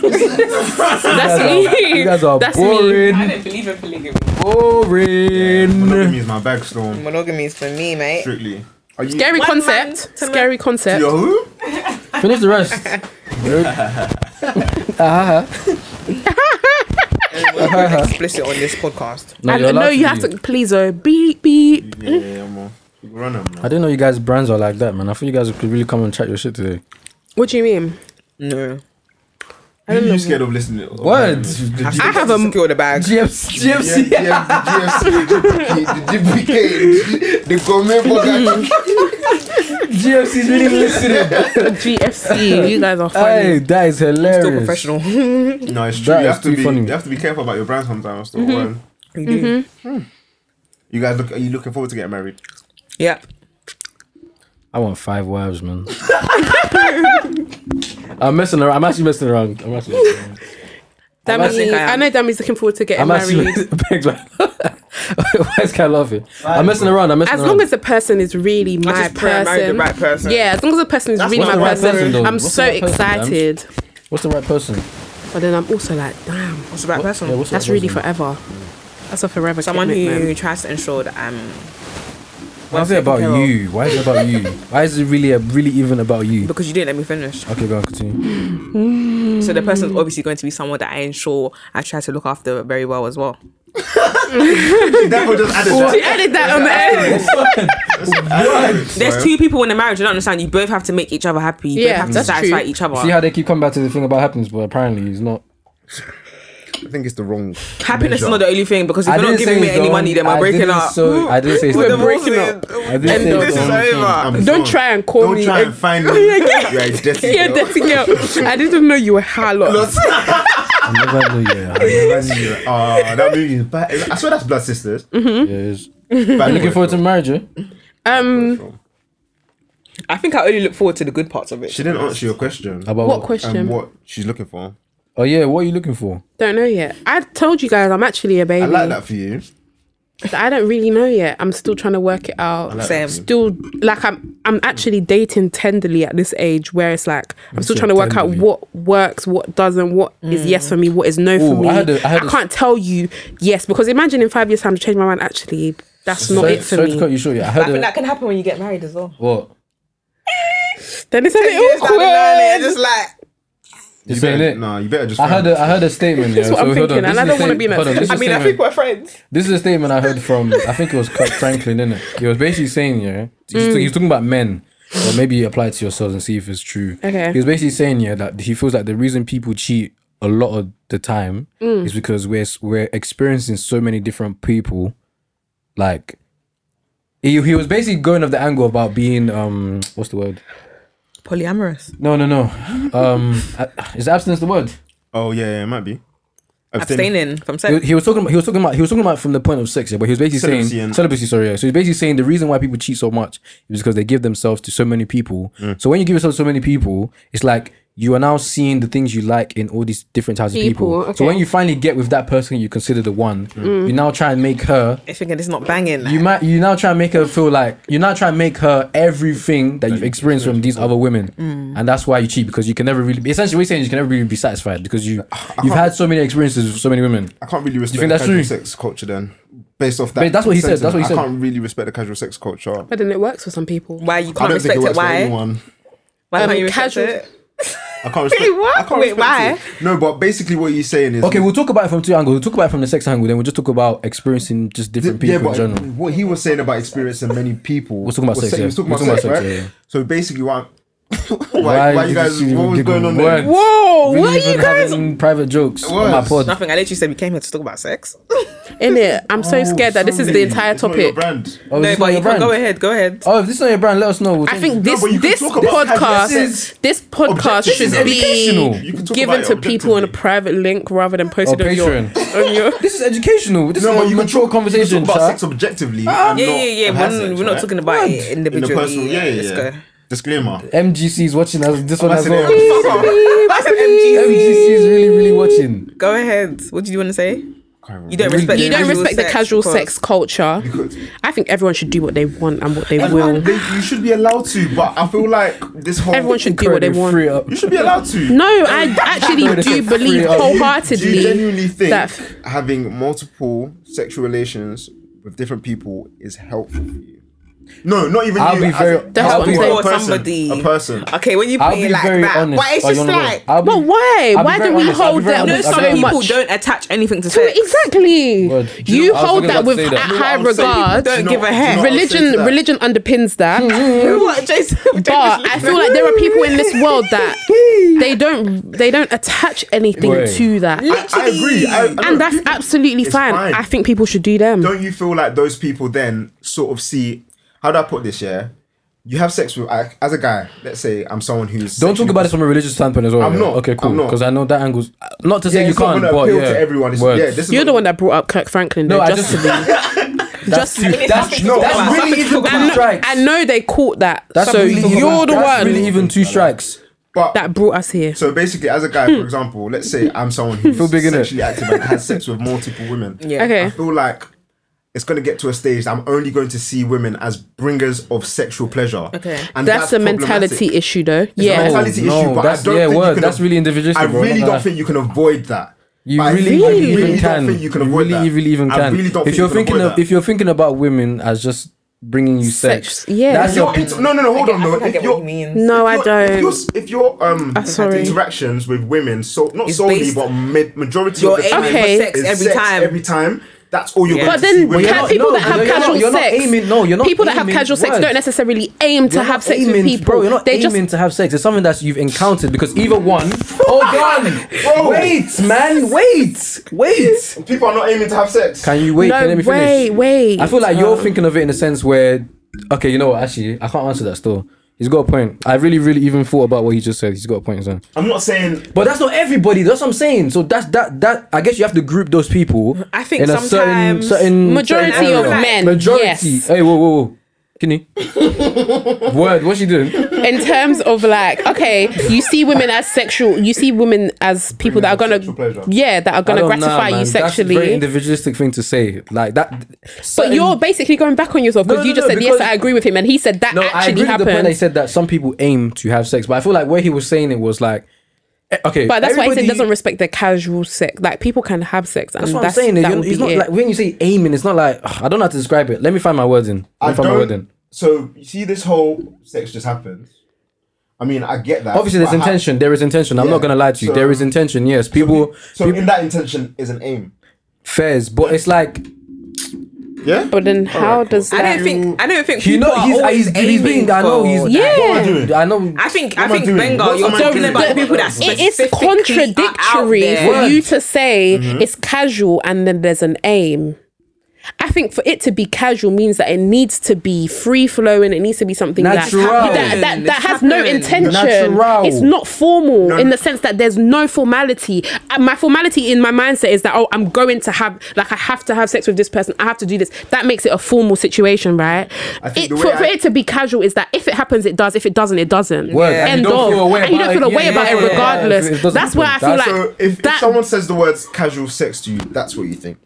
That's me.
You guys are
That's me.
boring.
I don't believe in polygamy.
Boring.
Polygamy is my backstorm.
Monogamy is for me, mate.
Strictly. Are you?
Mm. Scary Mm.
One man
concept.
to man.
Scary concept.
You're who?
Finish the rest.
Explicit on this podcast.
And
you're
no,
allowed
you have
be.
to please. Oh, beep beep.
Yeah, yeah, yeah, man. Run them,
I didn't know you guys' brands are like that, man. I thought you guys could really come and chat your shit today.
What do you mean?
No.
Who you scared of listening? of
What?
hearing this? The
I
G-
have a secure the bag.
Yeah,
GFC.
yeah, the GFC, the GPK, the GPK, the gourmet burger.
GFC is really listening.
GFC. You guys are
Hey,
funny.
that is hilarious.
Still professional.
No, it's true.
That
you
is
have to
too
be
funny.
you have to be careful about your brand sometimes. Though.
Mm-hmm.
Warren. You guys look are you looking forward to getting married?
Yeah.
I want five wives, man. I'm messing around. I'm actually messing around. I'm actually messing around.
Dami,
actually-
I know Dami's looking forward to getting
I'm
married.
actually Thanks, man. Why is Kai laughing? I'm messing around. I'm messing
As
around.
long as the person is really my
just pray I
person.
marry the right person.
Yeah, as long as the person is
That's
really
what's
my
the right
person,
person, though.
I'm
What's
so
the right person, man?
excited.
What's the right person?
but then I'm also like, damn,
What's the right person?
Yeah, what's the
that's
right
really
person?
forever. That's a forever
Someone
commitment.
who tries to ensure that um, I'm.
Why is it about
taken care of.
you? Why is it about you? Why is it really, uh, really even about you?
Because you didn't let me finish.
Okay, go on, continue.
So
Mm.
the person's obviously going to be someone that I ensure I try to look after very well as well.
She definitely just added
She
that.
added that on the end.
There's two people in a marriage, you don't understand. You both have to make each other happy. You
Yeah,
both have to
that's
satisfy
true.
each other.
See how they keep coming back to the thing about happiness, but apparently it's not.
I think it's the wrong.
Happiness is
measure.
not the only thing because if
I
you're not
didn't
giving
say
me
it's
any
wrong.
money, then we're
I
breaking
didn't
up.
so- I didn't say it's
We're
wrong.
breaking up.
I didn't
End
say
of
it's the
this
wrong
is
thing.
over.
I'm
Don't
sorry.
try and call
Don't
me
try and
ag-
find me. You're a dirty
Yeah,
girl.
dirty girl. I didn't know you were harlot.
I never knew you. I
Oh,
never knew you.
Ah, that movie is bad. I swear that's Blood Sisters.
Yes.
Bad
Looking
boy
forward to
film.
marriage, eh?
Mm.
Um,
Film.
I think I only look forward to the good parts of it.
She didn't answer your question.
About
what
And
question?
what she's looking for.
Oh yeah, what are you looking for?
Don't know yet. I told you guys I'm actually a baby.
I like that for you.
I don't really know yet. I'm still trying to work it out.
I like
Same.
that for you.
still like I'm I'm actually dating tenderly at this age where it's like I'm still
said
trying to work out
tenderly.
what works, what doesn't, what is yes for me, what is no for
Ooh,
me.
I
I,
had a- I had a-
can't tell you yes because imagine in five years time to change my mind. Actually, that's not
sorry,
it for
sorry to
me.
cut you short. Yeah, I
I
heard
think
a,
that can happen when you get married as well.
what.
Then it's a
Years
bit
down the line,
awkward.
it's Just like
You
You
saying
better,
it?
no, you better just.
I heard a, I heard a statement. Yeah.
That's what
so
I'm
hold
thinking,
on.
and I
this is
don't
a statement-
wanna be in that
hold on, this is a
I mean, I
statement.
think we're friends.
This is a statement I heard from I think it was Kirk Franklin, innit? He was basically saying, yeah, he's,
Mm.
he's talking about men, or maybe apply it to yourselves and see if it's true.
Okay.
He was basically saying, yeah, that he feels like the reason people cheat a lot of the time
Mm.
is because we're we're experiencing so many different people. Like, he he was basically going of the angle about being um what's the word?
Polyamorous.
No, no, no. Um, uh, is abstinence the word?
Oh yeah, yeah, it might be.
Abstaining from
He,
sex.
he was talking about he was talking about he was talking about from the point of sex, yeah, but he was basically
Celibacy
saying
and-
celibacy, sorry, yeah. So he's basically saying the reason why people cheat so much is because they give themselves to so many people. So when you give yourself to so many people, it's like you are now seeing the things you like in all these different types
People,
of people. Mm. So when
okay.
you finally get with that person you consider the one, you now try and make her
If thinking it's not banging.
you might you now try and make her feel like you now try and make her everything that you've experienced from these other women,
Mm.
and that's why you cheat because you can never really. Essentially, what you're saying is you can never really be satisfied because you you've had so many experiences with so many women.
I can't really respect
think
the
that's
casual
true?
sex culture then, based off that.
Babe, that's what he said, that's what he
sentiment.
said.
I can't really respect the casual sex culture. I
But then it works for some people.
why you
don't
can't
think
respect
it
it?
works for
Why?
anyone.
Why
Um,
can't you respect
casual-
it?
I can't respect.
what?
I can't
Wait,
respect it. No, but basically what you're saying is
Okay, we'll talk about it from two angles. We'll talk about it from the sex angle, then we'll just talk about experiencing just different people
yeah, but
in general.
what he was saying about experiencing many people. We're
talking about sex,
He
yeah.
was talking
We're
about
talking
sex,
about
right?
sex, yeah, yeah.
So basically, why? why, why
did
you guys?
see
What was
giggle?
going on
Words.
there?
Whoa,
Really
what are you
even
guys
having private jokes on my
Words.
pod.
Nothing. I literally said we came here to talk about sex.
in it? I'm so scared that this is the
Somebody-
entire
it's not your
topic.
brand.
Oh,
no,
this is not
but
your
you can
brand.
go ahead. Go ahead.
Oh, if this is not your brand, let us know. We'll
I
change
think
it.
this
but you can
this
talk about
podcast
this is
this podcast
objective-
should
this is
educational.
be
You can talk
given
about
to
it
people on a
objectively.
private link rather than posted
Or
on your
Oh, Patreon.
on your.
this is educational. This
No,
is
but
a
you can
mature
talk
conversation.
You can talk
sir.
about sex objectively. and
yeah,
not
yeah, yeah.
have
We're,
sex,
we're not
right?
talking about it
in the
individually.
personal. Yeah, yeah.
Let's
yeah.
go.
Disclaimer.
MGC is watching us. This one
I
as
said
well.
it.
Fuck off. I said MGC.
MGC is really, really watching.
Go ahead. What did you want to say? You don't respect.
You
the
don't
casual
respect the
sex
casual
because-
sex culture. I think everyone should do what they want and what they will.
And they- you should be allowed to, but I feel like this whole
Everyone should do what they want.
Free up.
You should be allowed to.
No, I actually do believe
Free up.
Do Oh, you
wholeheartedly.
genuinely think
that-
having multiple sexual relations with different people is helpful for you? No, not even
I'll
you.
be
as a-
very-
as
That's
a
what I'm saying.
person,
Or somebody.
A person.
Okay, when you put
I'll
it
be
like
very
that,
honest.
but it's
Oh, you
just
wanna go?
like
I'll be-
But why?
I'll be
Why
very
do we
honest. I'll be
hold
very
that
no,
honest.
with
I'll be
some
very
so
people
much?
don't attach anything to sex.
Exactly.
Word. Do you
You
know, I was
hold
thinking
that
about to
with
say that.
at
You know what
high
I was saying?
regard.
Do you
Don't
know
give
what-
a
do you know
heck.
what I was saying
Religion,
to that?
religion underpins that.
Hmm.
What, Jason?
But I feel like there are people in this world that they don't they don't attach anything
Wait.
to that.
I, I agree. I, I know.
and that's absolutely
It's
fine.
fine.
I think people should do them.
don't you feel like those people then sort of see how do I put this? Yeah, you have sex with I, as a guy. Let's say I'm someone who's
Don't talk about this from a religious standpoint as well.
I'm
yeah?
not,
Okay, cool.
I'm not.
Because I know that angle's not to say
Yeah,
you
it's not
can't,
gonna
but
appeal
yeah.
to everyone. It's,
Word.
yeah, this is
You're
not-
the one that brought up Kirk Franklin. Though,
No, I
just,
just-
just
That's, that's,
No,
that's
I-
really even
I
two
know-
strikes.
I know they caught that.
That's
so
really even-
you're the
that's
one
Really even two strikes.
But
that brought us here.
so basically, as a guy, for example, let's say I'm someone who's
Feel big, innit?
sexually active and has sex with multiple women.
Yeah.
I
okay.
feel like it's gonna get to a stage that I'm only going to see women as bringers of sexual pleasure.
Okay.
and
That's a
problematic.
mentality issue though.
It's a
yeah.
mentality
No,
issue, but
that's-
I don't
yeah,
think
word,
you can
that's really individual,
I
bro,
really
not
don't
lie.
think you can avoid that.
You
I
really,
think- I
really
even
don't
can.
think you can
You
avoid
really,
that.
really even
I
can.
really don't
if
think
you're
you can
thinking
avoid
of,
that.
if you're thinking about women as just bringing you sex,
Sex, yeah.
that's
If
your
you're into, no, no, no. Hold on,
I
no.
think I
If
get what you
you're
mean.
No, I
if you're- If
don't.
your, if your um
sorry.
interactions with women, so not
It's
solely
based-
but ma- majority
Your
of the
aim
time
Okay.
for sex
is
every
sex
time.
every time, That's all you're
Yeah. But
going to see.
then
when you're
ca-
not-
people
no,
that have
you're not-
casual
you're not
sex,
aiming- no, you're not
people that have
aiming
casual sex
words.
don't necessarily aim to
You're
have
not
sex
aiming-
with people.
Bro, you're not
they
aiming
just
to have sex. It's something that you've encountered because either one. Hold on. Bro, wait, man. Wait. Wait.
People are not aiming to have sex.
Can you wait?
no
Can you let me finish?
wait, wait.
I feel like you're thinking of it in a sense where, okay, you know what? Actually, I can't answer that. Still, he's got a point. I really, really even thought about what he just said. He's got a point, son.
I'm not saying
But that's not everybody. That's what I'm saying. So that's that. That I guess you have to group those people.
I think
in a certain,
sometimes-
certain
Majority
certain
of
area.
men,
Majority.
yes.
Hey, whoa, whoa, whoa. Kidney. Word. What's she doing?
in terms of like okay you see women as sexual you see women as people that are
them
gonna
sexual pleasure.
yeah that are
I
gonna
don't know, man.
gratify you
That's a very
sexually
individualistic thing to say. Like that.
but you're basically going back on yourself because
No,
you
no,
just
no,
said yes
because-
i agree with him and he said that
No, I agree
actually
with the point
happened
they said that some people aim to have sex, but I feel like where he was saying it was like, eh, okay,
but that's why he said
everybody-
doesn't respect the casual sex like people can have sex and
That's
that's,
what I'm saying.
that
you-
would
it's
be
not
it
like when you say aiming, it's not like ugh, I don't know how to describe it. Let me find my words in. Let
I
me find my word in.
don't. So you see, this whole sex just happens. I mean, I get that.
Obviously,
but
there's
I ha-
intention. There is intention. I'm
Yeah,
not gonna lie to you.
so-
there is intention. Yes, people,
So
people
in that intention is an aim.
fairs, but it's like
Yeah.
but
Oh,
then how does
I
that
don't think I don't think
you
people
know
are
he's uh,
always
he's, he's being.
aiming
I know
for
he's.
Yeah.
What am I doing? I know.
I think I
What am I
think
doing?
Bengal,
What
you're
am I
talking
doing?
about
The-
people that
it
specifically
is
are out
contradictory
there.
for you to say
Mm-hmm.
it's casual and then there's an aim. I think for it to be casual means that it needs to be free flowing. It needs to be something that
Natural.
that, that, that
It's
has no
happening.
intention.
Natural.
It's not formal in the sense that there's no formality. Uh, My formality in my mindset is that oh, I'm going to have like I have to have sex with this person. I have to do this. That makes it a formal situation, right?
I think
It,
the
for,
way
for
I-
it to be casual is that if it happens, it does. If it doesn't, it doesn't.
Word.
Yeah.
And
End
you don't
of.
feel a way
And you
about
don't feel
it.
a way
Yeah,
about
yeah,
it
yeah, yeah.
regardless.
If it doesn't
That's where I
happen,
feel
that's-
like
So if, if
that-
someone says the words casual sex to you, that's what you think.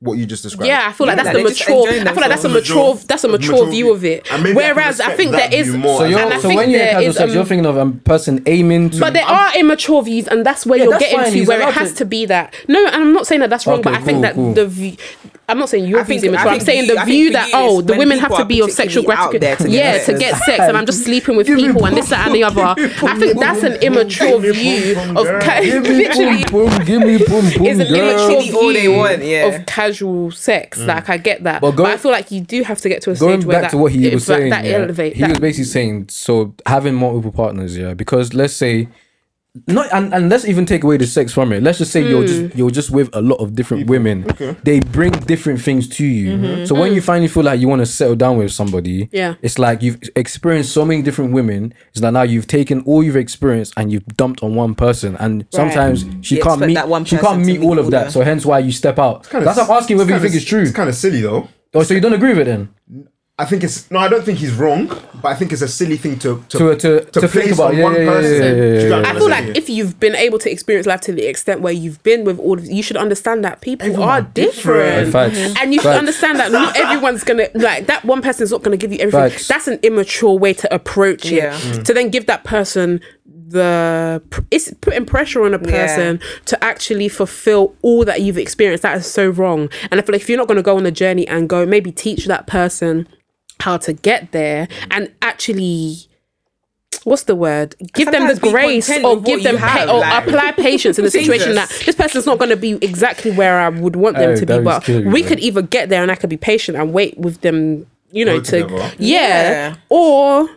What you just described.
Yeah, I feel like
Yeah,
that's
like
the
they're just
mature.
enjoying
I feel like that's a
themselves.
mature. That's a mature,
Mature
view
view.
of it.
And maybe I can
Whereas I,
respect
think
that
there is.
view more.
So
And
you're
I
so
think
when you're
there
casual
is,
sex, you're
um,
thinking of a person aiming to.
But there are immature views, and that's where
Yeah,
you're
that's
getting
fine,
to
he's
where it
allowed
has
to-
to be that. No, and I'm not saying that that's wrong,
Okay,
but I think
cool,
that
cool.
the view. I'm not saying your
I
views
think-
immature.
I
I'm
think
saying
you-
the
I think
view
for
that
you
oh,
is
the
when
women have
people
to
are
be of sexual
particularly out there
gratification.
to
Yeah,
get
to
sex.
get sex, and I'm just sleeping with people and this that and the other. I think that's an immature
Give me
view
boom, boom,
of
girl.
ca-
Give me
literally.
boom, boom, give me boom, boom,
Is an
girl.
immature
Give me all they
view
want, yeah.
of casual sex. Like I get that,
Mm. But
but,
going-
I feel like you do have to get to a
going
stage where
back
that
to what he
if
was
that,
saying,
that
yeah,
elevate.
he
that-
was basically saying so having multiple partners, yeah, because let's say. Not and, and let's even take away the sex from it. Let's just say you're just
Mm.
you're just with a lot of different women. They bring different things to you. So when you finally feel like you want to settle down with somebody,
Mm-hmm. Mm. Yeah.
it's like you've experienced so many different women. It's like now you've taken all you've experienced and you've dumped on one person. And sometimes
Mm.
she
You
can't
expect
meet
that one
she
person
can't
to
meet
meet
all of
all
that.
the-
So hence why you step out. That's I'm asking whether you think it's true.
It's kind of silly though.
oh, so you don't agree with it then?
I think it's no. I don't think he's wrong, but I think it's a silly thing to to
To- to- to think
place
about.
on
Yeah,
one
yeah, yeah, yeah,
person.
yeah,
Do you
yeah,
get what I'm
I
trying
feel
to
like
say?
if you've been able to experience life to the extent where you've been with all of you should understand that people
Everyone
are
are different.
different.
Facts.
And you should
Facts.
understand that not everyone's gonna like that one person's not gonna give you everything.
Facts. Mm.
That's an immature way to approach it.
Yeah.
To then give that person the pr- it's putting pressure on a person to actually fulfill all that you've experienced. That is so wrong. And I feel like if you're not gonna go on a journey and go maybe teach that person how to get there
Mm.
and actually what's the word give them the
Sometimes be
grace
content
or
with
give
what
them
you
pa-
have,
or
like-
apply patience in a situation that
Jesus. Oh,
this person's not going to be exactly where i would want them
Hey,
to
that
be
is
but
scary,
we
bro.
could either get there and i could be patient and wait with them you know
Go
to
together.
yeah.
Yeah.
or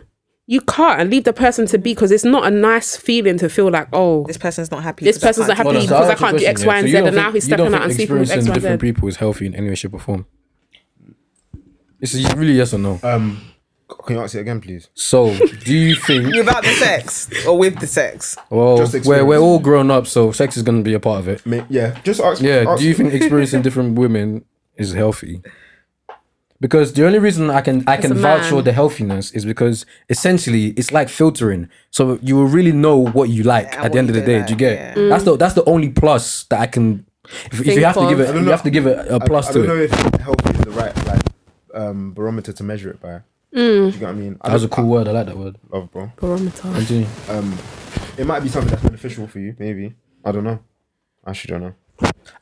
you can't and leave the person to be because it's not a nice feeling to feel like oh
This person's not happy.
This
because I
person's
can't
not
do
happy
it.
so
because I
ask you a
can't do X,
question,
Y, and
you
Z,
don't
and now he's
you don't
stepping out
think
and sleeping with X,
experiencing
Y, and Z.
different people is healthy in any way, shape, or form. It's really yes or no.
Can you ask it again, please?
so, do you think?
You about the sex or with the sex?
Well,
Just
we're, we're
experience.
all grown up, so sex is going to be a part of it.
Ma- Yeah, just ask.
Yeah.
ask-
Do you think experiencing different women is healthy? Because the only reason I can I can
a
vouch for
man.
the healthiness is because essentially it's like filtering. So you will really know what you like
Yeah,
at
what
the end of
you
the day.
don't
Do you
like,
get? it? That's the that's the only plus that I can. If, if you
Think
have to give
of.
it, you have to give it a
I-
plus
I
to
don't
it.
know if healthy is the right like um, barometer to measure it by.
Mm.
Do you get what I mean? I
That was a
don't-
cool word. I like that word.
I love, bro.
Barometer.
Continue.
It might be something that's beneficial for you, maybe. I don't know. I actually don't know.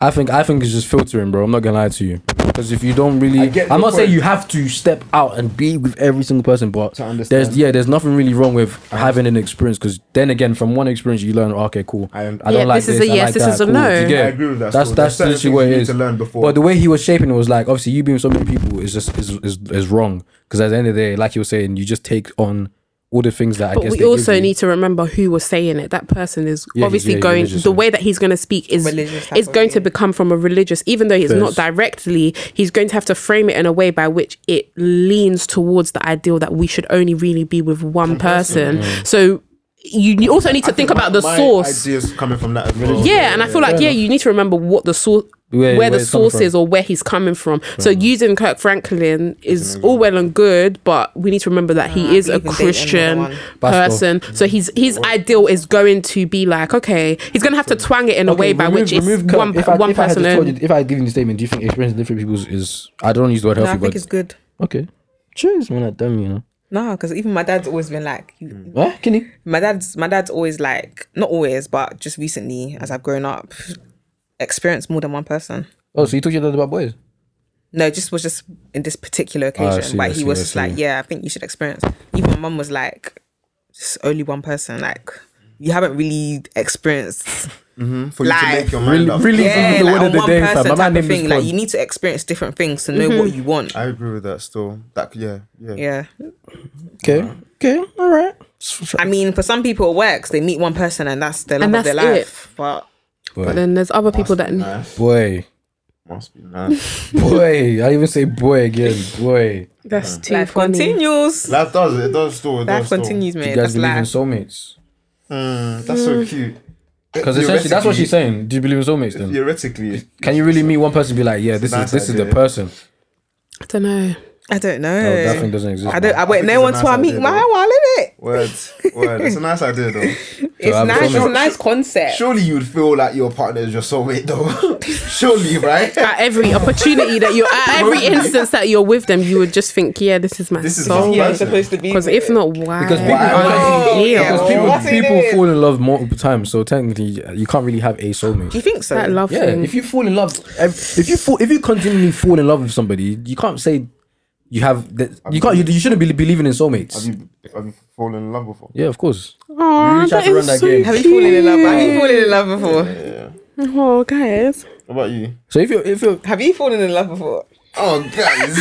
I think I think it's just filtering, bro. I'm not gonna lie to you. Because if you don't really,
I get
I'm
your
not saying
point.
you have to step out and be with every single person, but
To understand.
there's yeah, there's nothing really wrong with having an experience. Because then again, from one experience, you learn, okay, cool.
I am-
I don't
Yeah,
like
this is a
I
yes,
like
this
that,
is a
cool.
no.
You get
I
it?
agree with that
That's that's
still. There's certain
literally
things
what
you
it
need
is.
to learn before.
But the way he was shaping it was like, obviously, you being with so many people is just is is, is wrong. Because at the end of the day, like you were saying, you just take on all the things that I
But
guess.
we
they give
also
you.
need to remember who was saying it. That person is
Yeah, he's-
obviously
yeah, he's
going
religious,
the
yeah.
way that he's going to speak is
Religious type
is
of
going to
thing.
become from a religious, even though it's not
Yes.
directly. He's going to have to frame it in a way by which it leans towards the ideal that we should only really be with one person. So you you also need to think about the
my
source.
Ideas coming from that as well.
Yeah, and I feel like yeah, you need to remember what the source.
Where-
Where,
where
the
it's coming
source is
from.
or where he's coming from. So using Kirk Franklin is all well and good, but we need to remember that he is
Uh, but
a
you can date another
Christian
one.
person. So his his ideal is going to be like, okay, he's gonna have to twang it in a way by which it's
remove Kirk.
one
if I,
one
if I had
person.
just told you,
only.
if I had given you the statement, do you think experience different people's is? I don't use the word
No,
healthy,
I think
but
it's good.
okay. Cheers, man. I dumb, you know.
No, because even my dad's always been like, you,
What? Can you?
my dad's my dad's always like not always but just recently as i've grown up experienced more than one person
Oh, so you talked to your dad about boys?
no just was just in this particular occasion
see, Ah, I
like
see,
he was
I
just
see.
like yeah i think you should experience even my mum was like just only one person like you haven't really experienced
Mm-hmm. For you to
Like,
make your mind up.
yeah, like on one person
fam.
type of
is
thing. Like
Pod.
you need to experience different things to
Mm-hmm.
know what you want.
I agree with that still. That yeah, yeah.
Yeah,
Okay. Okay. All right.
I mean, for some people it works. They meet one person and that's the love
And
of their
that's it.
life. But
But then there's other people that
Nice.
Boy.
Must be nice.
Boy. I even say boy again. Boy.
that's too
life
funny.
continues.
Life does it. It does still. It
Life
does still.
continues,
Do
mate.
you guys
That's
believe in
life.
soulmates?
Mm, that's so cute.
Because essentially, that's what she's saying. Do you believe in soulmates then?
Theoretically,
Can you really meet one person and be like, yeah, this
nice
is this is the
idea.
person?
I don't know.
I don't know.
No, that thing doesn't exist.
I don't.
man.
I wait.
think
No
it's a
one
nice
till I meet
idea,
my
though.
one, innit?
word, word. It's a nice idea though.
It's
I'm
nice. It's a
promised.
nice concept.
Surely you would feel like your partner is your soulmate though. Surely, right?
At every opportunity that you're, at every instance that you're with them, you would just think, yeah, this is my
This is my
soul.
person.
Yeah, it's supposed to be.
Because
with
if
it.
not, why?
Because people-
Why?
Oh, yeah.
Because
Oh, what's
people
he
people
doing?
fall in love multiple times, so technically you can't really have a soulmate.
do you think so?
that love
Yeah,
thing.
if you fall in love, if, if you fall, if you continually fall in love with somebody, you can't say you have that. You can't. You, you shouldn't be believing in
Have
soulmates.
you have you fallen in love before?
Yeah, of course.
Aw,
really tried
that
to run
is
that
so
game.
Have you fallen in love? Have you fallen in love before?
Yeah.
Oh, guys.
What about you?
So if you if you
Have you fallen in love before?
Oh, guys.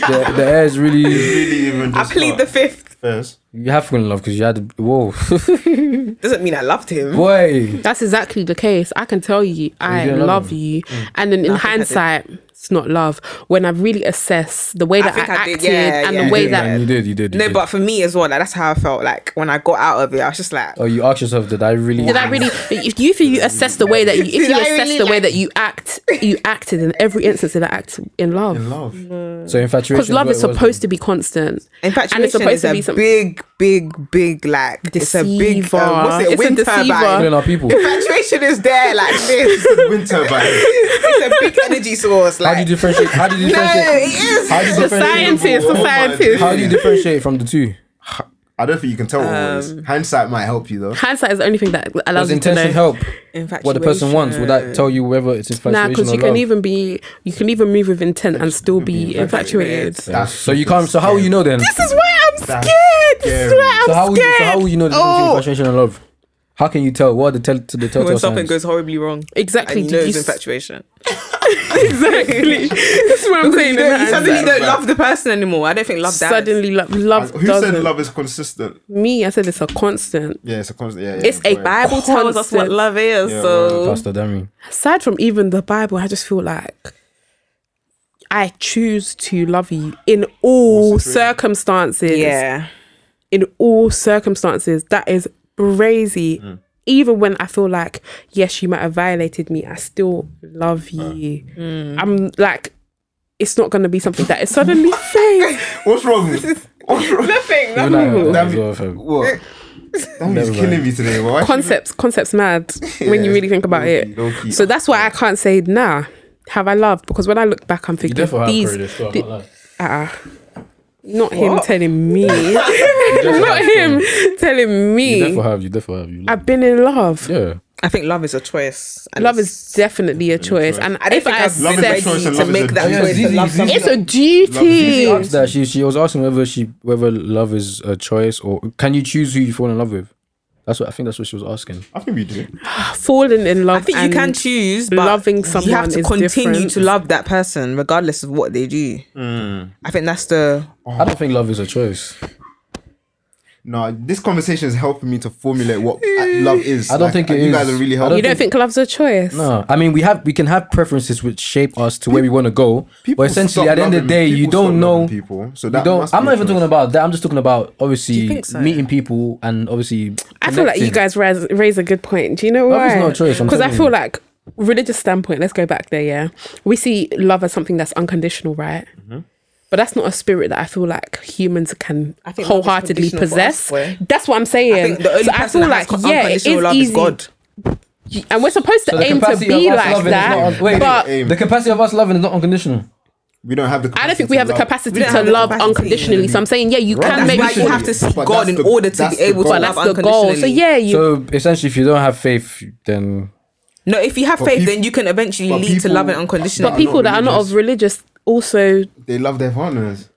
the, the air is really
really even
I
just
plead
not
the fifth.
first.
you have fallen in love because you had whoa
Doesn't mean I loved him.
boy
That's exactly the case. I can tell you, I
didn't
love,
love Mm.
you. And then in
think I did.
hindsight, it's not love. When I really assess the way that
think
I,
I did,
acted
yeah,
and
yeah.
the way
You did,
that
you did you did you
No,
did.
but for me as well, like that's how I felt. Like when I got out of it, I was just like,
oh you asked yourself did I really
did I really? If you, if you assess the way that you, if
Did
you
I
assess
really
the way
like-
that you act, you acted in every instance that I act in
In
love.
love.
so infatuation
Because love
what
is
it was
supposed to be constant.
in fact,
and it's supposed
is
to
a
be something.
big, big, big, like it's a big.
Deceiver.
Um, what's it?
It's a
wind
deceiver.
then. killing
turbine.
our people
Infatuation is there, like this.
Wind turbine.
it's a big energy source.
how do you
Like
differentiate how do you
no,
differentiate
it is.
how do you
The
differentiate
scientist, the
Oh my
scientist.
how do you differentiate from the two
I don't think you can tell always.
Um,
Hindsight might help you though.
Hindsight is the only thing that allows
does
you to know.
intention help
Infatuation.
what the person wants would that tell you whether it's
Nah,
infatuation
because
or
you can
love?
even be, you can even move with intent and still be infatuated.
That's
so you can't so how will you know then
This is why I'm
That's
scared. This is
scary.
why I'm
so how will you,
scared. Oh.
so how will you know the
Oh.
difference between infatuation and love how can you tell what are the tell to the telltale
when something
signs?
goes horribly wrong.
Exactly,
And
did
you know
you
it's
s-
infatuation.
exactly. That's what I'm saying.
You, don't- you suddenly
Suddenly,
don't love the person anymore. I don't think love dies.
suddenly, lo- love
Who
doesn't.
said love is consistent?
Me, I said it's a constant.
Yeah, it's a constant. Yeah, yeah,
It's a
right.
Bible tells us what
Constant.
love is.
Yeah,
so
Pastor Demi.
Aside from even the Bible, I just feel like I choose to love you in all circumstances.
yeah,
in all circumstances. That is crazy. Even when I feel like, yes, you might have violated me, I still love you. I'm like, it's not going to be something that is suddenly fake.
What's wrong? with- What's wrong?
nothing.
Even
nothing.
I- I
Demi-
was off him.
What? Damn, he's
Never
killing
mind.
me today. Bro. Why
Concepts, concepts mad when you really think about it.
Low-key, low-key.
So that's why I can't say, nah, have I loved? Because when I look back, I'm
You
thinking,
definitely have
these,
created this, though, I'm
the-
not lying.
uh, not him telling me, not him telling
You
me.
definitely have, you definitely have. You
I've been in love.
yeah.
I think love is a choice. and
Love
it's-
is definitely a choice, and
I don't
if
think
I
I've
love is a
said
choice and
to
love is a
make that
duty.
choice
Yeah,
to love
it's easy.
someone.
it's a
She
duty.
asked that. She she was asking whether she whether love is a choice or can you choose who you fall in love with. That's what I think. That's what she was asking.
I think we do.
Falling in love.
I think you
and
can choose, but
loving
you
someone
have to
is
continue
different.
to love that person regardless of what they do.
Mm.
I think that's the
I don't think love is a choice.
No, this conversation is helping me to formulate what uh, love is.
I don't think it
you
is.
guys are really
I
helping.
You don't think love's a choice?
No, Uh, I mean we have we can have preferences which shape us to where we want to go.
People
But essentially,
stop
at the end of the
loving-
day, you
people
don't
stop
know.
loving people, so
you
that
don't-
must
I'm
be
not
a
even
choice.
talking about that. I'm just talking about
you
obviously
think so?
meeting people and obviously.
I feel like you
connecting.
guys raise, raise a good point. Do you know
Love is
why?
not a choice, I'm
Because I
telling
feel
you.
like religious standpoint. Let's go back there. Yeah, we see love as something that's unconditional, right?
Mm-hmm.
But that's not a spirit that I feel like humans can
I think love is
wholeheartedly
conditional for
possess.
us, boy.
that's what I'm saying.
I think the only
so I
person
feel
that
like
has con-
yeah, it is
unconditional love
easy,
is God.
and we're supposed to
So the
aim to
capacity
be
of us
like
loving is
that.
not- wait,
but
wait.
the capacity of us loving is not unconditional.
We don't have the.
I don't think we have the capacity
don't
to
have the
love
capacity.
unconditionally. So I'm saying, yeah, you
Right.
can
That's
make
why you
Mission.
have to seek
But
God
that's
in
the-
order to
that's
be
the
able to
goal.
but
love
that's the goal.
unconditionally.
So yeah, you
So essentially, if you don't have faith, then
No, if you have faith,
peop-
then you can eventually
but
lead to
people-
love and unconditional.
but
not
people that are not
religious.
of religious also
They love their partners.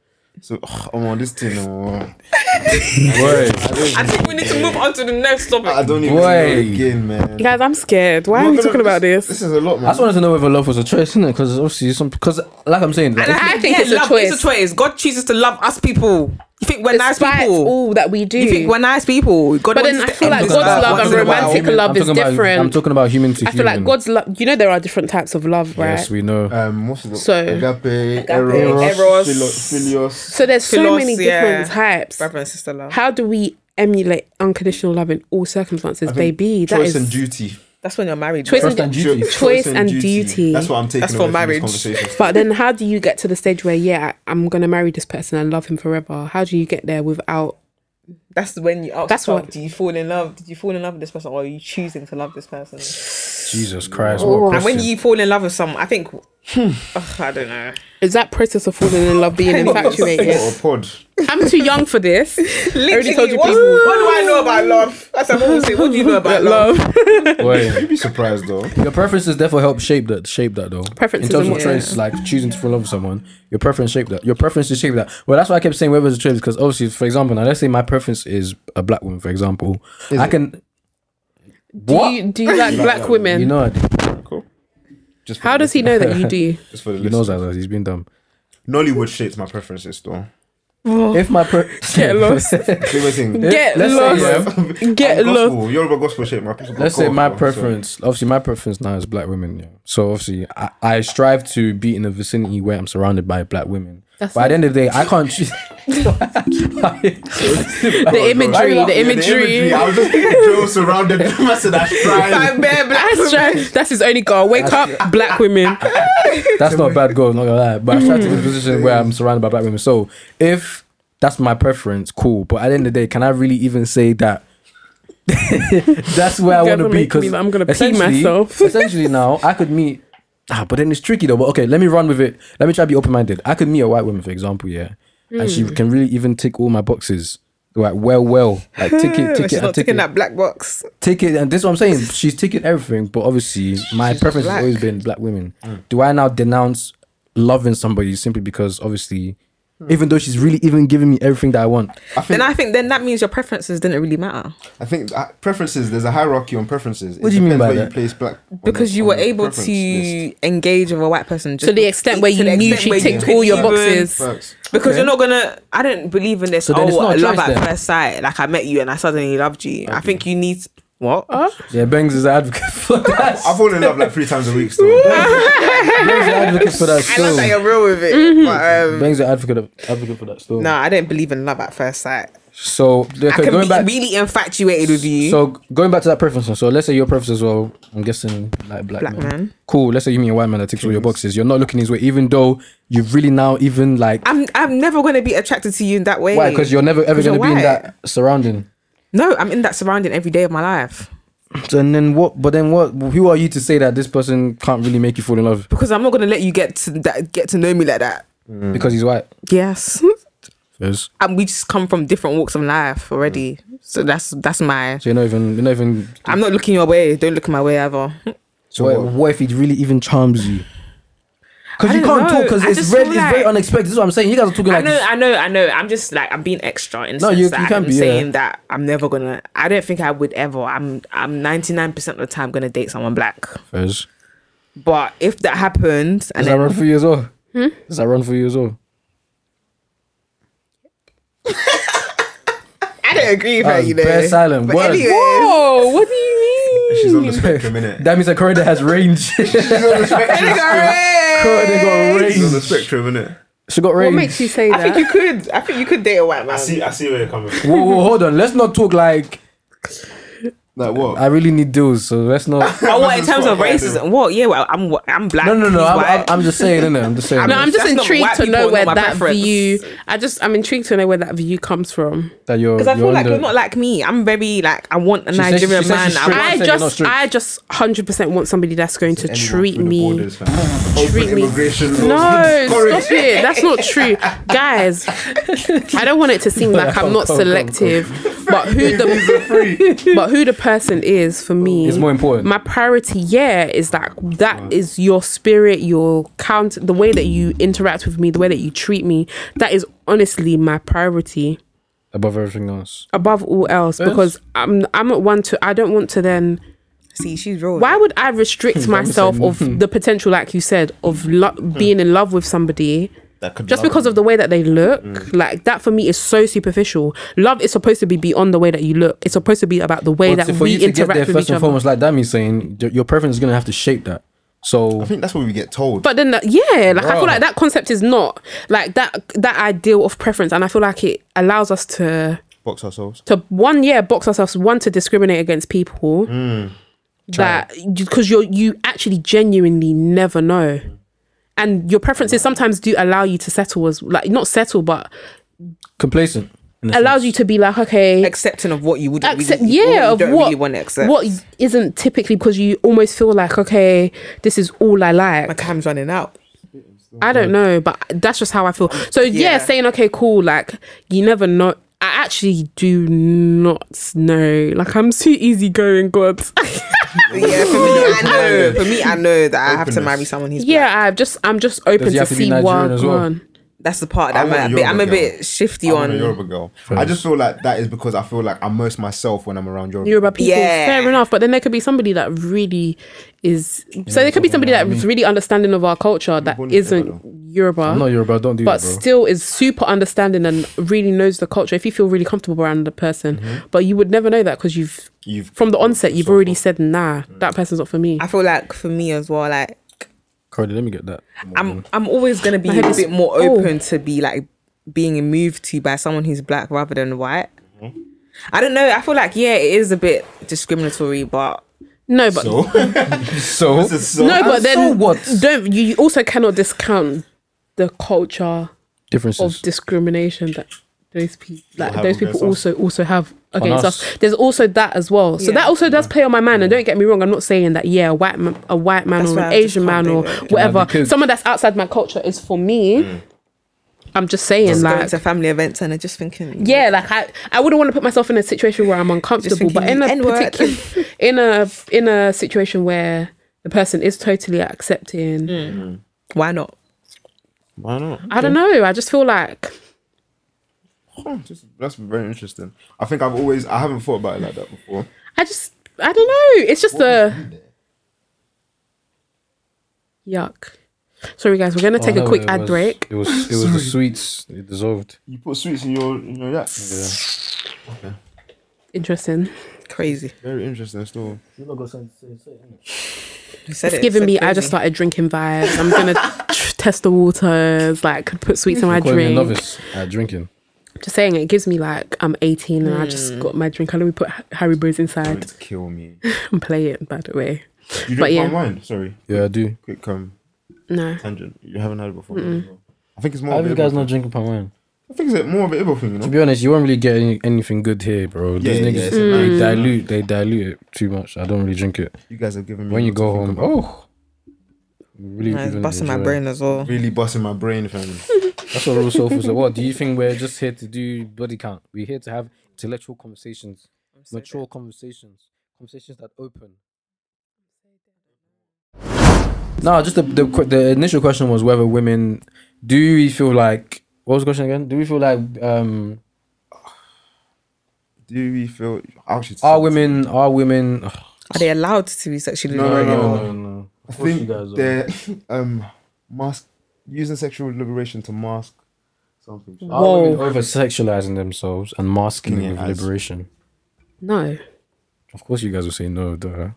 So oh, I'm on this thing. Oh,
Word.
I think we need to move on to the next
I
topic.
don't even know
Wait.
again, man.
guys i'm scared why are we
We're gonna-
talking about this
This is a lot,
I just
man.
wanted to know whether love was a choice, isn't it? Because obviously, some because like I'm saying, like,
And
I think it's a
love
choice.
is a choice. God chooses to love us people. You think we're nice
despite
people?
all that we do
You think we're nice people? God
But then
wants
I
to-
feel
I'm
like
talking
God's
about
love
once
and
in a while.
romantic
human-
love
I'm
is
talking about-
different.
I'm talking about human to
i
human.
feel like god's love you know there are different types of love right
Mm. Yes, we know.
Um, what's the
So-
agape,
Eros.
eros,
Eros.
philo- philios?
so there's so
Philos,
many
yeah.
different types
Brother and sister love.
how do we emulate unconditional love in all circumstances baby that
choice
is
and duty.
That's when you're married.
Choice
bro.
Trust and duty.
Cho-
Choice and duty.
That's what I'm taking
That's for
away from
marriage.
this conversation.
but then how do you get to the stage where yeah I- i'm gonna marry this person and love him forever how do you get there without
That's when you ask.
That's
yourself,
what-
Do you fall in love? Did you fall in love with this person, or are you choosing to love this person?
Jesus Christ,
Oh.
what a
And
question.
when you fall in love with someone, I think. Ugh, I don't know.
is that process of falling in love being infatuated
Or a Oh, pod.
i'm too young for this i already told you
what,
people
what do I know about love? That's what people say. What do you know about love?
You'd
Wait.
be surprised though.
Your preferences therefore help shape that shape that though.
Preferences
in terms
and
of
what?
choice, like choosing to fall in love with someone, your preference shape that. Your preferences shape that. Well, that's why I kept saying whether it's a choice because obviously, for example, now let's say my preference is a black woman, for example, I can. What
Do you, do you like
like
black
that?
women?
You know, I do.
Cool. Just for
How
the
does he know that you do?
Just for the
he
list.
knows that he's been dumb.
Nollywood shapes my preferences though.
If my pre-
Oh. Get lost.
Favorite thing.
Get
Let's say,
lost.
yeah,
Get
I'm
lost.
gospel. Yoruba gospel shape my preference.
let's say
Gospel,
my
so-
preference obviously my preference now is black women yeah so obviously I, I strive to be in a vicinity where i'm surrounded by black women but at the end of the day i can't choose
The
Why
imagery, the
you laughing?
imagery.
I was just thinking Joe surrounded them. I said, I tried.
Bare black
That's right. That's his only goal. Wake up, black women.
that's not a bad goal not gonna lie but i strive to be in a position where i'm surrounded by black women so if that's my preference cool but at the end of the day can i really even say that that's where i
You
want
guys
to
are
be
making
because
me- I'm gonna pee
essentially-
myself.
essentially now i could meet Ah, but then it's tricky though. But okay, let me run with it. Let me try to be open minded. I could meet a white woman, for example, yeah, and she can really even tick all my boxes. Like well, well, like tick it, tick it,
She's
and
not
tick
taking
it,
that black box.
tick it, and this is what I'm saying. She's ticking everything, but obviously my preference
black.
has always been black women. Do I now denounce loving somebody simply because obviously, even though she's really even giving me everything that I want?
I think,
Then I think then that means your preferences didn't really matter
I think uh, preferences, there's a hierarchy on preferences. It
What do you mean
depends
by
where
that?
you place black. on
because
the-
you
on
were
the
able
preference list.
to engage with a white person just
To the extent where
to
you
the
knew
extent
she
where you
ticked
could
all your
even-
boxes.
Facts.
Because
Okay.
you're not gonna. I don't believe in this.
So then it's
oh,
not a
love
choice
at
then?
first sight. Like I met you and I suddenly loved you. I think you need what?
Yeah, Bangs is an advocate for that.
I fall in love like three times a week still.
Bangs is an advocate for that
I love that
still.
you're real with it. But, um,
Bangs is an advocate of, advocate for that still.
no, I don't believe in love at first sight.
So okay,
I can
going
be
back.
really infatuated with you.
So going back to that preference, so let's say your preference as well. I'm guessing like black,
Black
men.
man.
Cool. Let's say you mean a white man that ticks all your boxes. You're not looking his way, even though you've really now even like
I'm I'm never gonna be attracted to you in that way.
why? Because you're never ever
'Cause you're
gonna be in
white.
that surrounding.
No, I'm in that surrounding every day of my life.
So, and then what? But then what? Who are you to say that this person can't really make you fall in love
Because I'm not gonna let you get to that get to know me like that.
because he's white?
Mm. Yes.
Fizz.
and we just come from different walks of life already. So that's that's my.
So you're not even, you're not even.
I'm not looking your way. Don't look my way ever.
So what, what if he really even charms you? Because
I
you
don't
can't
know.
talk. Because
I
it's
just
very,
feel
it's very
like-
unexpected. This is what I'm saying. You guys are talking
I
like.
know,
this.
I know, I know. I'm just like I'm being extra in
No,
no, sense
you-
that
you can
I'm
be, yeah.
saying that I'm never gonna. I don't think I would ever. I'm I'm 99% of the time gonna date someone black.
Fizz.
But if that happens, and
Does that
then,
run for you as well?
Hmm?
Does that run for you as well?
I don't agree with
That
her,
was
you know.
bare silent.
But
Word.
anyway,
Oh, what do you mean?
She's on the spectrum, innit?
That means a corridor has range.
She's on the spectrum.
corridor got
She's on the
range.
spectrum, innit?
She got range.
What makes you say
I think
that?
you could. I think you could date a white man.
I see, I see where you're coming from.
Whoa, whoa, hold on. Let's not talk like
Like what?
I really need deals. So let's not.
Oh, what, in terms of
What I do.
racism? What? Yeah, well, I'm wh- I'm black.
No, no,
he's
no. I'm,
white.
I'm, I'm just saying, innit? I'm just saying.
No, I'm just
That's not
intrigued
white
to know
people,
where
not my
that
preference.
view. I just, I'm intrigued to know where that view comes from.
that you're.
Because I
you're
feel like
under-
you're not like me. I'm very like I want a
says- she
Nigerian
says
man.
she's
I
straight.
want-
I
saying you're not
just,
strict.
I just hundred percent want somebody that's going to
Anyone
treat
through the
me.
borders, fam. Open
Treat me.
immigration laws.
No,
Sorry.
stop it. That's not true, guys. I don't want it to seem like I'm not
Come, come, come.
selective, but who
These
the
are free.
but who the person is for me
It's more important.
My priority, yeah, is that that is your spirit, your count, the way that you interact with me, the way that you treat me. That is honestly my priority
above everything else.
above all else because I'm I'm not one to I don't want to then
see, she's real.
why would I restrict myself of the potential, like you said, of lo-
Hmm.
being in love with somebody
That could
just
love
because of the way that they look?
Hmm.
Like that for me is so superficial. Love is supposed to be beyond the way that you look. It's supposed to be about the way
But
that
for
we
you to get there,
interact with
first
each
and
other.
foremost, like Dami's saying, your- your preference is gonna have to shape that. So
I think that's what we get told.
But then, that, yeah, like I
Bruh.
feel like that concept is not like that that ideal of preference, and I feel like it allows us to
box ourselves.
to one yeah box ourselves one to discriminate against people
Hmm.
that because you you actually genuinely never know and your preferences sometimes do allow you to settle as like not settle but
complacent. in a
allows
sense.
you to be like okay
accepting of what you would
accept
really,
yeah
what you
of
don't
what
really want to accept.
what isn't typically because you almost feel like okay this is all i
my
like
time's running out.
i don't know but that's just how i feel so yeah,
Yeah.
saying okay cool like you never know i actually do not know like i'm too easygoing god
yeah, for me, I know. For me, I know that I have to
Openness.
marry someone who's black.
Yeah, I've just I'm just
Does he
open to
have to be
see
Nigerian
one.
as well?
one.
That's the part
I
that I'm
want
a
a
bit. I'm a
Yoruba girl.
bit shifty
I want a
on.
Yoruba girl. I just feel like that is because I feel like I'm most myself when I'm around Yoruba.
Yoruba people,
Yeah.
fair enough. But then there could be somebody that really is. so there could be somebody that's really understanding of our culture that
born in
isn't Yoruba,
I'm not Yoruba. Don't do
but
that, bro.
still is super understanding and really knows the culture. If you feel really comfortable around the person,
Mm-hmm.
but you would never know that because you've
You've
from the onset you've
So-
already said nah,
Mm.
that person's not for me.
I feel like for me as well, like
Corey, let me get that.
I'm I'm always gonna be
head
a
is-
bit more
oh.
open to be like being moved to by someone who's black rather than white. I don't know. I feel like yeah, it is a bit discriminatory, but
No, but
So,
So
this is so
no,
And
but
so
then
what?
Don't you you also cannot discount the culture
differences.
of discrimination that those people that
have
those people
against
also also have against
us.
us. There's also that as well. So
Yeah.
that also does play on my mind. And don't get me wrong, I'm not saying that yeah, a white man, a white man
That's
or
why
an
I just
Asian
can't
man or
do it.
whatever,
because-
someone that's outside my culture is for me. I'm just saying
just going
like
to family events and I'm just thinking,
yeah, like I, I wouldn't want to put myself in a situation where I'm uncomfortable, but in
thinking
a
the N-word.
particular, in a in a situation where the person is totally accepting,
why not?
why not?
I don't know. I just feel like
Huh, just- Oh, that's very interesting. I think I've always I haven't thought about it like that before.
I just, I don't know. It's just a yuck. Sorry, guys, we're gonna Oh, take a quick ad break.
It was it was the sweets. It dissolved.
You put sweets in your in your yak. Yeah.
Interesting.
Crazy.
Very interesting still.
You said
It's
it,
giving
so
me. I
crazy.
just started drinking vibes. I'm gonna tr- test the waters. Like, could put sweets in my
Calling me a
drink.
novice at drinking.
Just saying, it gives me like I'm 18 and I just got my drink. I let me put Ha- Harry Bros inside
Meant to kill me.
and play it. By the way, But
You drink
yeah.
palm wine. Sorry,
Yeah, I do.
quick um
no.
tangent. You haven't had it before. I think it's more.
How
of
have
a
you guys
Igbo-
not drinking palm wine?
I think it's a- more of an Igbo thing, you know.
To be honest, you won't really get any, anything good here, bro. These
Yeah, yeah,
niggas
it's a
Mm.
they
nice-
dilute they dilute it too much. I don't really drink it.
You guys have given me.
When you
lots to
go
think
home,
about.
oh, really
Nah, it's
even
busting my
enjoy.
brain as well.
really busting my brain, fam.
That's what real soulful is. What do you think we're just here to do? Bloody count. We're here to have intellectual conversations, mature conversations, conversations that open. No, just the, the que- the initial question was whether women do we feel like what was the question again? Do we feel like um
Do we feel? I should
are women are women?
Are they allowed to be sexually
No, no,
liberated?
no.
no.
I
Of course you
think
guys are.
they're um mask using sexual liberation to mask something.
Are
Whoa.
women over sexualizing themselves and masking
Yeah,
it with
as-
liberation?
No.
Of course, you guys will say no, duh.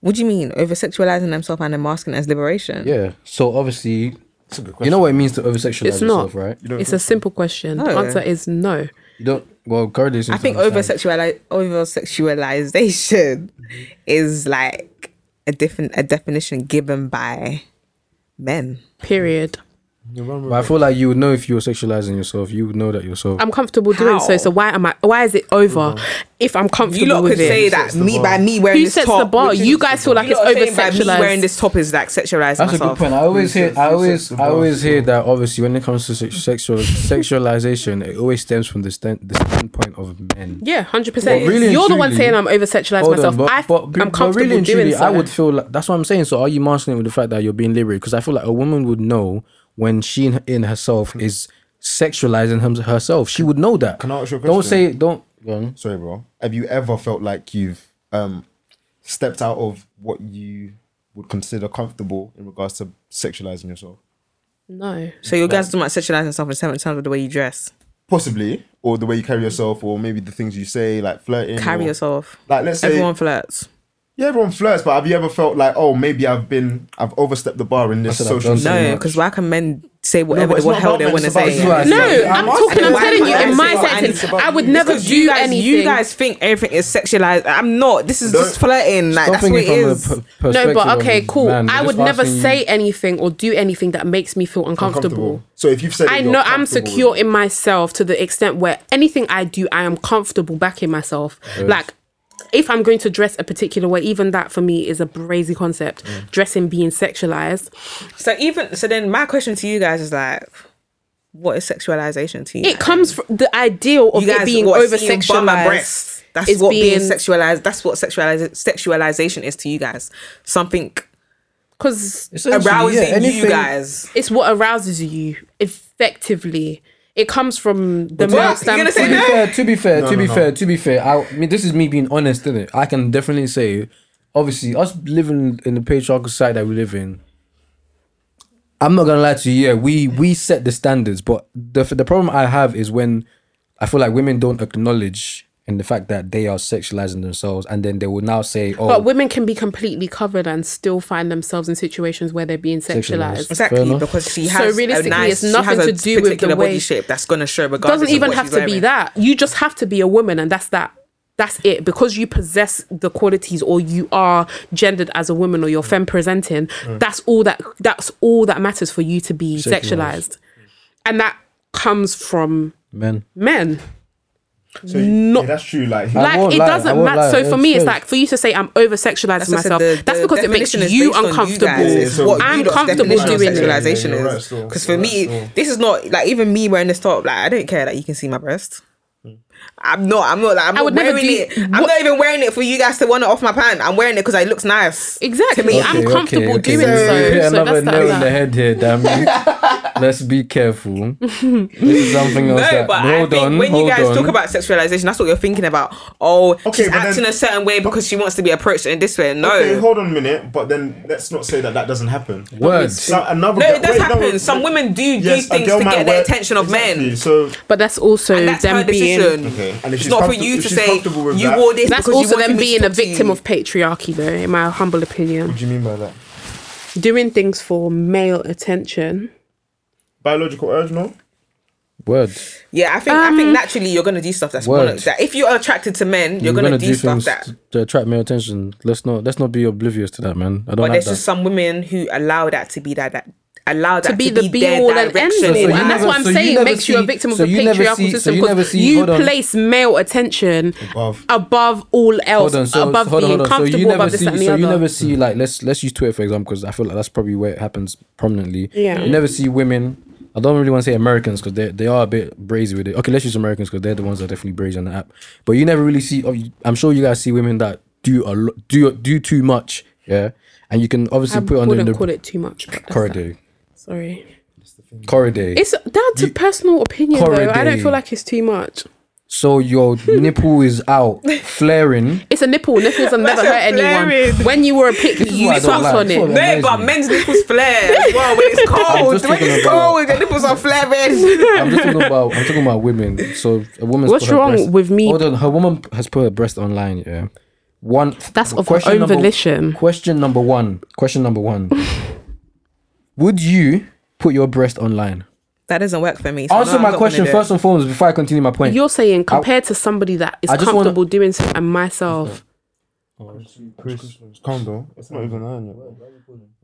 What do you mean? Over sexualizing themselves and masking as liberation?
Yeah. So obviously,
That's a good
you know what it means to over sexualize
It's not.
yourself, right?
You don't
It's a
think
simple question. The
No.
answer is no.
You don't. Well, currently,
I think over sexuali- over sexualization is like a different a definition given by men.
Period.
you run with
But I feel like you would know if you were sexualizing yourself. You would know that yourself.
I'm comfortable doing so.
How?
So why am I? Why is it
Mm-hmm.
over? If I'm
You
comfortable
lot
with
could
it,
say that me by me wearing
Who
this
sets
top.
the bar?
which is-
You guys feel like
you
it's
lot are saying by me
over-sexualized.
Wearing this top is like sexualizing
That's a good
myself.
point. I always
Who
hear,
sets-
I
who
always,
sets the
I always
bar?
hear that obviously when it comes to se- sexual sexualization, it always stems from the stand, the standpoint of men.
Yeah, hundred percent.
But really and
You're the one
truly-
saying I'm over sexualized
Hold
myself.
on, but,
I,
but,
am
but
comfortable
really and
doing
truly,
so.
I would feel like that's what I'm saying. So are you masking it with the fact that you're being liberated? Because I feel like a woman would know when she in, in herself is sexualizing him, herself. She would know that.
Can I ask you a
Don't
question?
say don't. go on.
Sorry, bro. Have you ever felt like you've um stepped out of what you would consider comfortable in regards to sexualizing yourself?
no.
So you guys are talking about sexualizing yourself in terms of the way you dress,
Possibly, or the way you carry yourself, or maybe the things you say, like flirting.
carry
or-
yourself.
Like, let's say
Everyone flirts.
yeah, everyone flirts, but have you ever felt like, oh, maybe I've been, I've overstepped the bar in this
That's what I've
social?
done. So
No,
much.
because why can men say whatever
but it's
the what
not
hell
about
they
men,
want to
it's about-
say?
this is what I
No,
Like,
I'm
I'm
talking.
asking
I'm
why
telling
can't
you
I
in
say
my
what I
sentence.
need to
I would
do?
never
Because you
do
guys,
anything.
you guys think everything is sexualized. I'm not. This is
Don't-
just flirting. Like
Stop
that's what it
thinking
is.
from a p-
No,
perspective
but
of
okay, cool.
man.
I
Just
would never
asking you-
say anything or do anything that makes me feel uncomfortable.
comfortable. So if you've said,
I
that you're
know I'm
comfortable
secure
with it,
in myself to the extent where anything I do, I am comfortable backing myself. Like, if I'm going to dress a particular way, even that for me is a brazy concept.
Mm.
Dressing being sexualized,
So even so, then my question to you guys is like, what is sexualization to you?
it comes from the ideal of
you guys
it being
what,
over
seeing bum and
sexualized.
breasts. That's what being, sexualized. That's what sexualiz- sexualization is to you guys. Something
because
Essentially,
arousing
yeah, anything-
you guys.
it's what arouses you effectively. It comes from
to-
the male
What?
You're gonna say
standpoint.
no?
To be fair, to be fair, to
no,
be
no.
fair, to be fair. I, I mean, this is me being honest, isn't it? I can definitely say, obviously, us living in the patriarchal society that we live in. I'm not gonna lie to you. Yeah, we we set the standards, but the the problem I have is when I feel like women don't acknowledge and the fact that they are sexualizing themselves, and then they will now say, "Oh,
But women can be completely covered and still find themselves in situations where they're being sexualized.
Sexualized. Fair
Exactly,
enough.
because she
So
has
realistically,
a nice,
it's
she
nothing
has
to
a
do with the
particular
way-
body shape that's gonna show regardless.
doesn't
of
even
what
have
she's
to be
wearing.
that. You just have to be a woman, and that's that. That's it. Because you possess the qualities, or you are gendered as a woman, or you're femme presenting. That's all that. That's all that matters for you to be sexualized, and that comes from
men."
men.
so you-
no-
yeah, that's true. Like,
I
Like
won't
it
lie, I
doesn't
won't
matter.
lie,
So for
it's
me, it's
true.
like for you to say I'm over sexualizing
That's
myself.
what I said, the-
that's
the
because it makes
definition is
you
based on
uncomfortable.
guys. It's what
I'm
you lot's
comfortable
definition of
doing it.
Sexualization
Yeah, yeah, you're
is
right, so-
because for
you're
me,
right, so-
this is not like even me wearing this top. Like I don't care that you can see my breast. I'm not. I'm not. Like, I'm
I
not
would never
wearing
do-
it. I'm
what-
not even wearing it for you guys to want it off my pant. I'm wearing it because it looks nice.
Exactly.
To me,
I'm
Okay, okay,
comfortable
okay.
doing
We hit
so. So
another
that's that.
nail in the head here, damn you. Let's be careful. This is something else.
No,
that,
but I
hold
think
on,
when you
hold
guys
on.
talk about sexualization, that's what you're thinking about. Oh,
Okay,
she's
but then-
acting a certain way because she wants to be approached in this way. No,
okay, hold on a minute, but then let's not say that that doesn't happen.
words.
So another
no,
girl-
it does
wait, no,
happen.
wait.
Some women do
Yes,
do
a
things
girl
to
might
get the
wear-
attention of
Exactly,
men.
So
But that's also
And that's her
them being.
decision.
Okay, and if
It's
she's
not for
comfortable-
you
if
to
she's
say
comfortable with
you
that-
wore this.
That's
because you
also
wanted
them
me to
being a
talk to
victim
you."
of patriarchy, though, in my humble opinion.
what do you mean by that?
Doing things for male attention.
Biological urge, no?
Words.
Yeah, I think I think naturally you're gonna do stuff that's
Word.
mono- that if you are attracted to men, you're,
We're
gonna, do, stuff
things
that.
t- to attract male attention. Let's not let's not be oblivious to that, man. I don't
But
like
there's
that.
just some women who allow that to be that that allow that
To be the be
their
all and end
direction
all.
in
you
And
life.
that's
never-
what I'm
so you
saying
never
makes you a
see-
victim of
so
the
you never
patriarchal
see- so
system
you never
because
see-
you,
hold on.
place male attention above,
Above.
all else,
Hold on, so,
above
hold on,
being
hold on. So
comfortable,
you never
above this
see,
that, and the
so
other.
you never see like let's let's use Twitter for example because I feel like that's probably where it happens prominently.
Yeah.
you never see women I don't really want to say Americans because they they are a bit brazy with it. Okay, let's use Americans because they're the ones that are definitely brazy on the app. But you never really see. oh, you- I'm sure you guys see women that do a lo- do do too much. Yeah, and you can obviously
I
put it under
wouldn't
the
call it too much. but that's that.
corridor.
Sorry.
Corridor.
It's down to personal opinion though. I don't
Corridor.
feel like it's too much.
So your nipple is out, flaring.
It's a nipple. Nipples have never
That's
hurt
so
anyone.
flaring.
When you were a pick,
is
you
what I don't
sucked
like.
on
It's all
it.
that-
No,
Amazing.
but men's nipples flare as well when it's
Oh,
cold.
just
When
thinking
it's
about-
cold, your nipples are flaring.
I'm just talking about I'm talking about women. So a woman's
What's
put her
wrong
breast-
with me?
Hold on, her woman has put her breast online. Yeah, one.
That's of her
question
own
number-
volition.
Question number one. Question number one. Would you put your breast online?
That doesn't work for me. so
Answer
no, I'm not
my
gonna
question
do it.
first and foremost before I continue my point.
You're saying compared to somebody that is
I just wanna-
comfortable doing so, and myself,
Chris, calm down. It's not even on yet.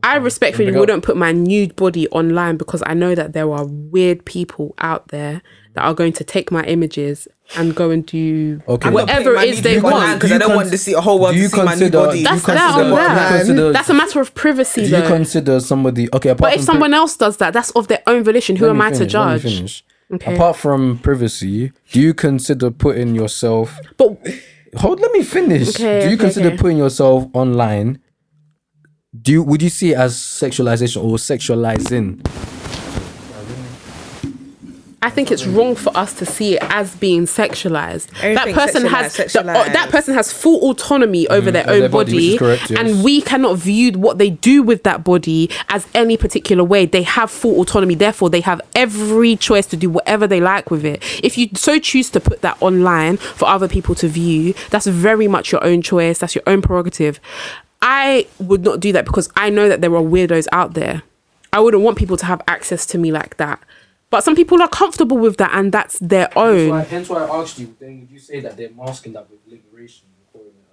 I respectfully
Big up.
wouldn't put my nude body online because I know that there are weird people out there that are going to take my images and go and do
Okay.
I'm not putting
whatever
my
it is
nude
they
body
con-
online
want.
'cause I
you
don't
con-
want to see a whole world
do you
to see my nude
consider-
body.
do you
That's
consider-
that on
do you consider-
that. That's a matter of privacy,
do you
though.
consider somebody okay? Apart
but if
from
someone else does that, that's of their own volition. Who
Let
am
me
I to
finish, let me
judge?
finish. Apart from privacy, do you consider putting yourself
But
Hold, let me finish.
Okay,
do you
okay,
consider
okay.
putting yourself online? Do you, would you see it as sexualization or sexualizing?
I think it's wrong for us to see it as being sexualized. that
Everything
person has
sexualized,
the- uh, that
sexualized.
person has full autonomy over their
over
own
Mm-hmm. their body, which
body,
is correct, yes.
and we cannot view what they do with that body as any particular way. They have full autonomy, therefore they have every choice to do whatever they like with it. If you so choose to put that online for other people to view, that's very much your own choice. That's your own prerogative. I would not do that because I know that there are weirdos out there. I wouldn't want people to have access to me like that. But some people are comfortable with that, and that's their own.
hence why I asked you. Then would you say that they're masking that with liberation?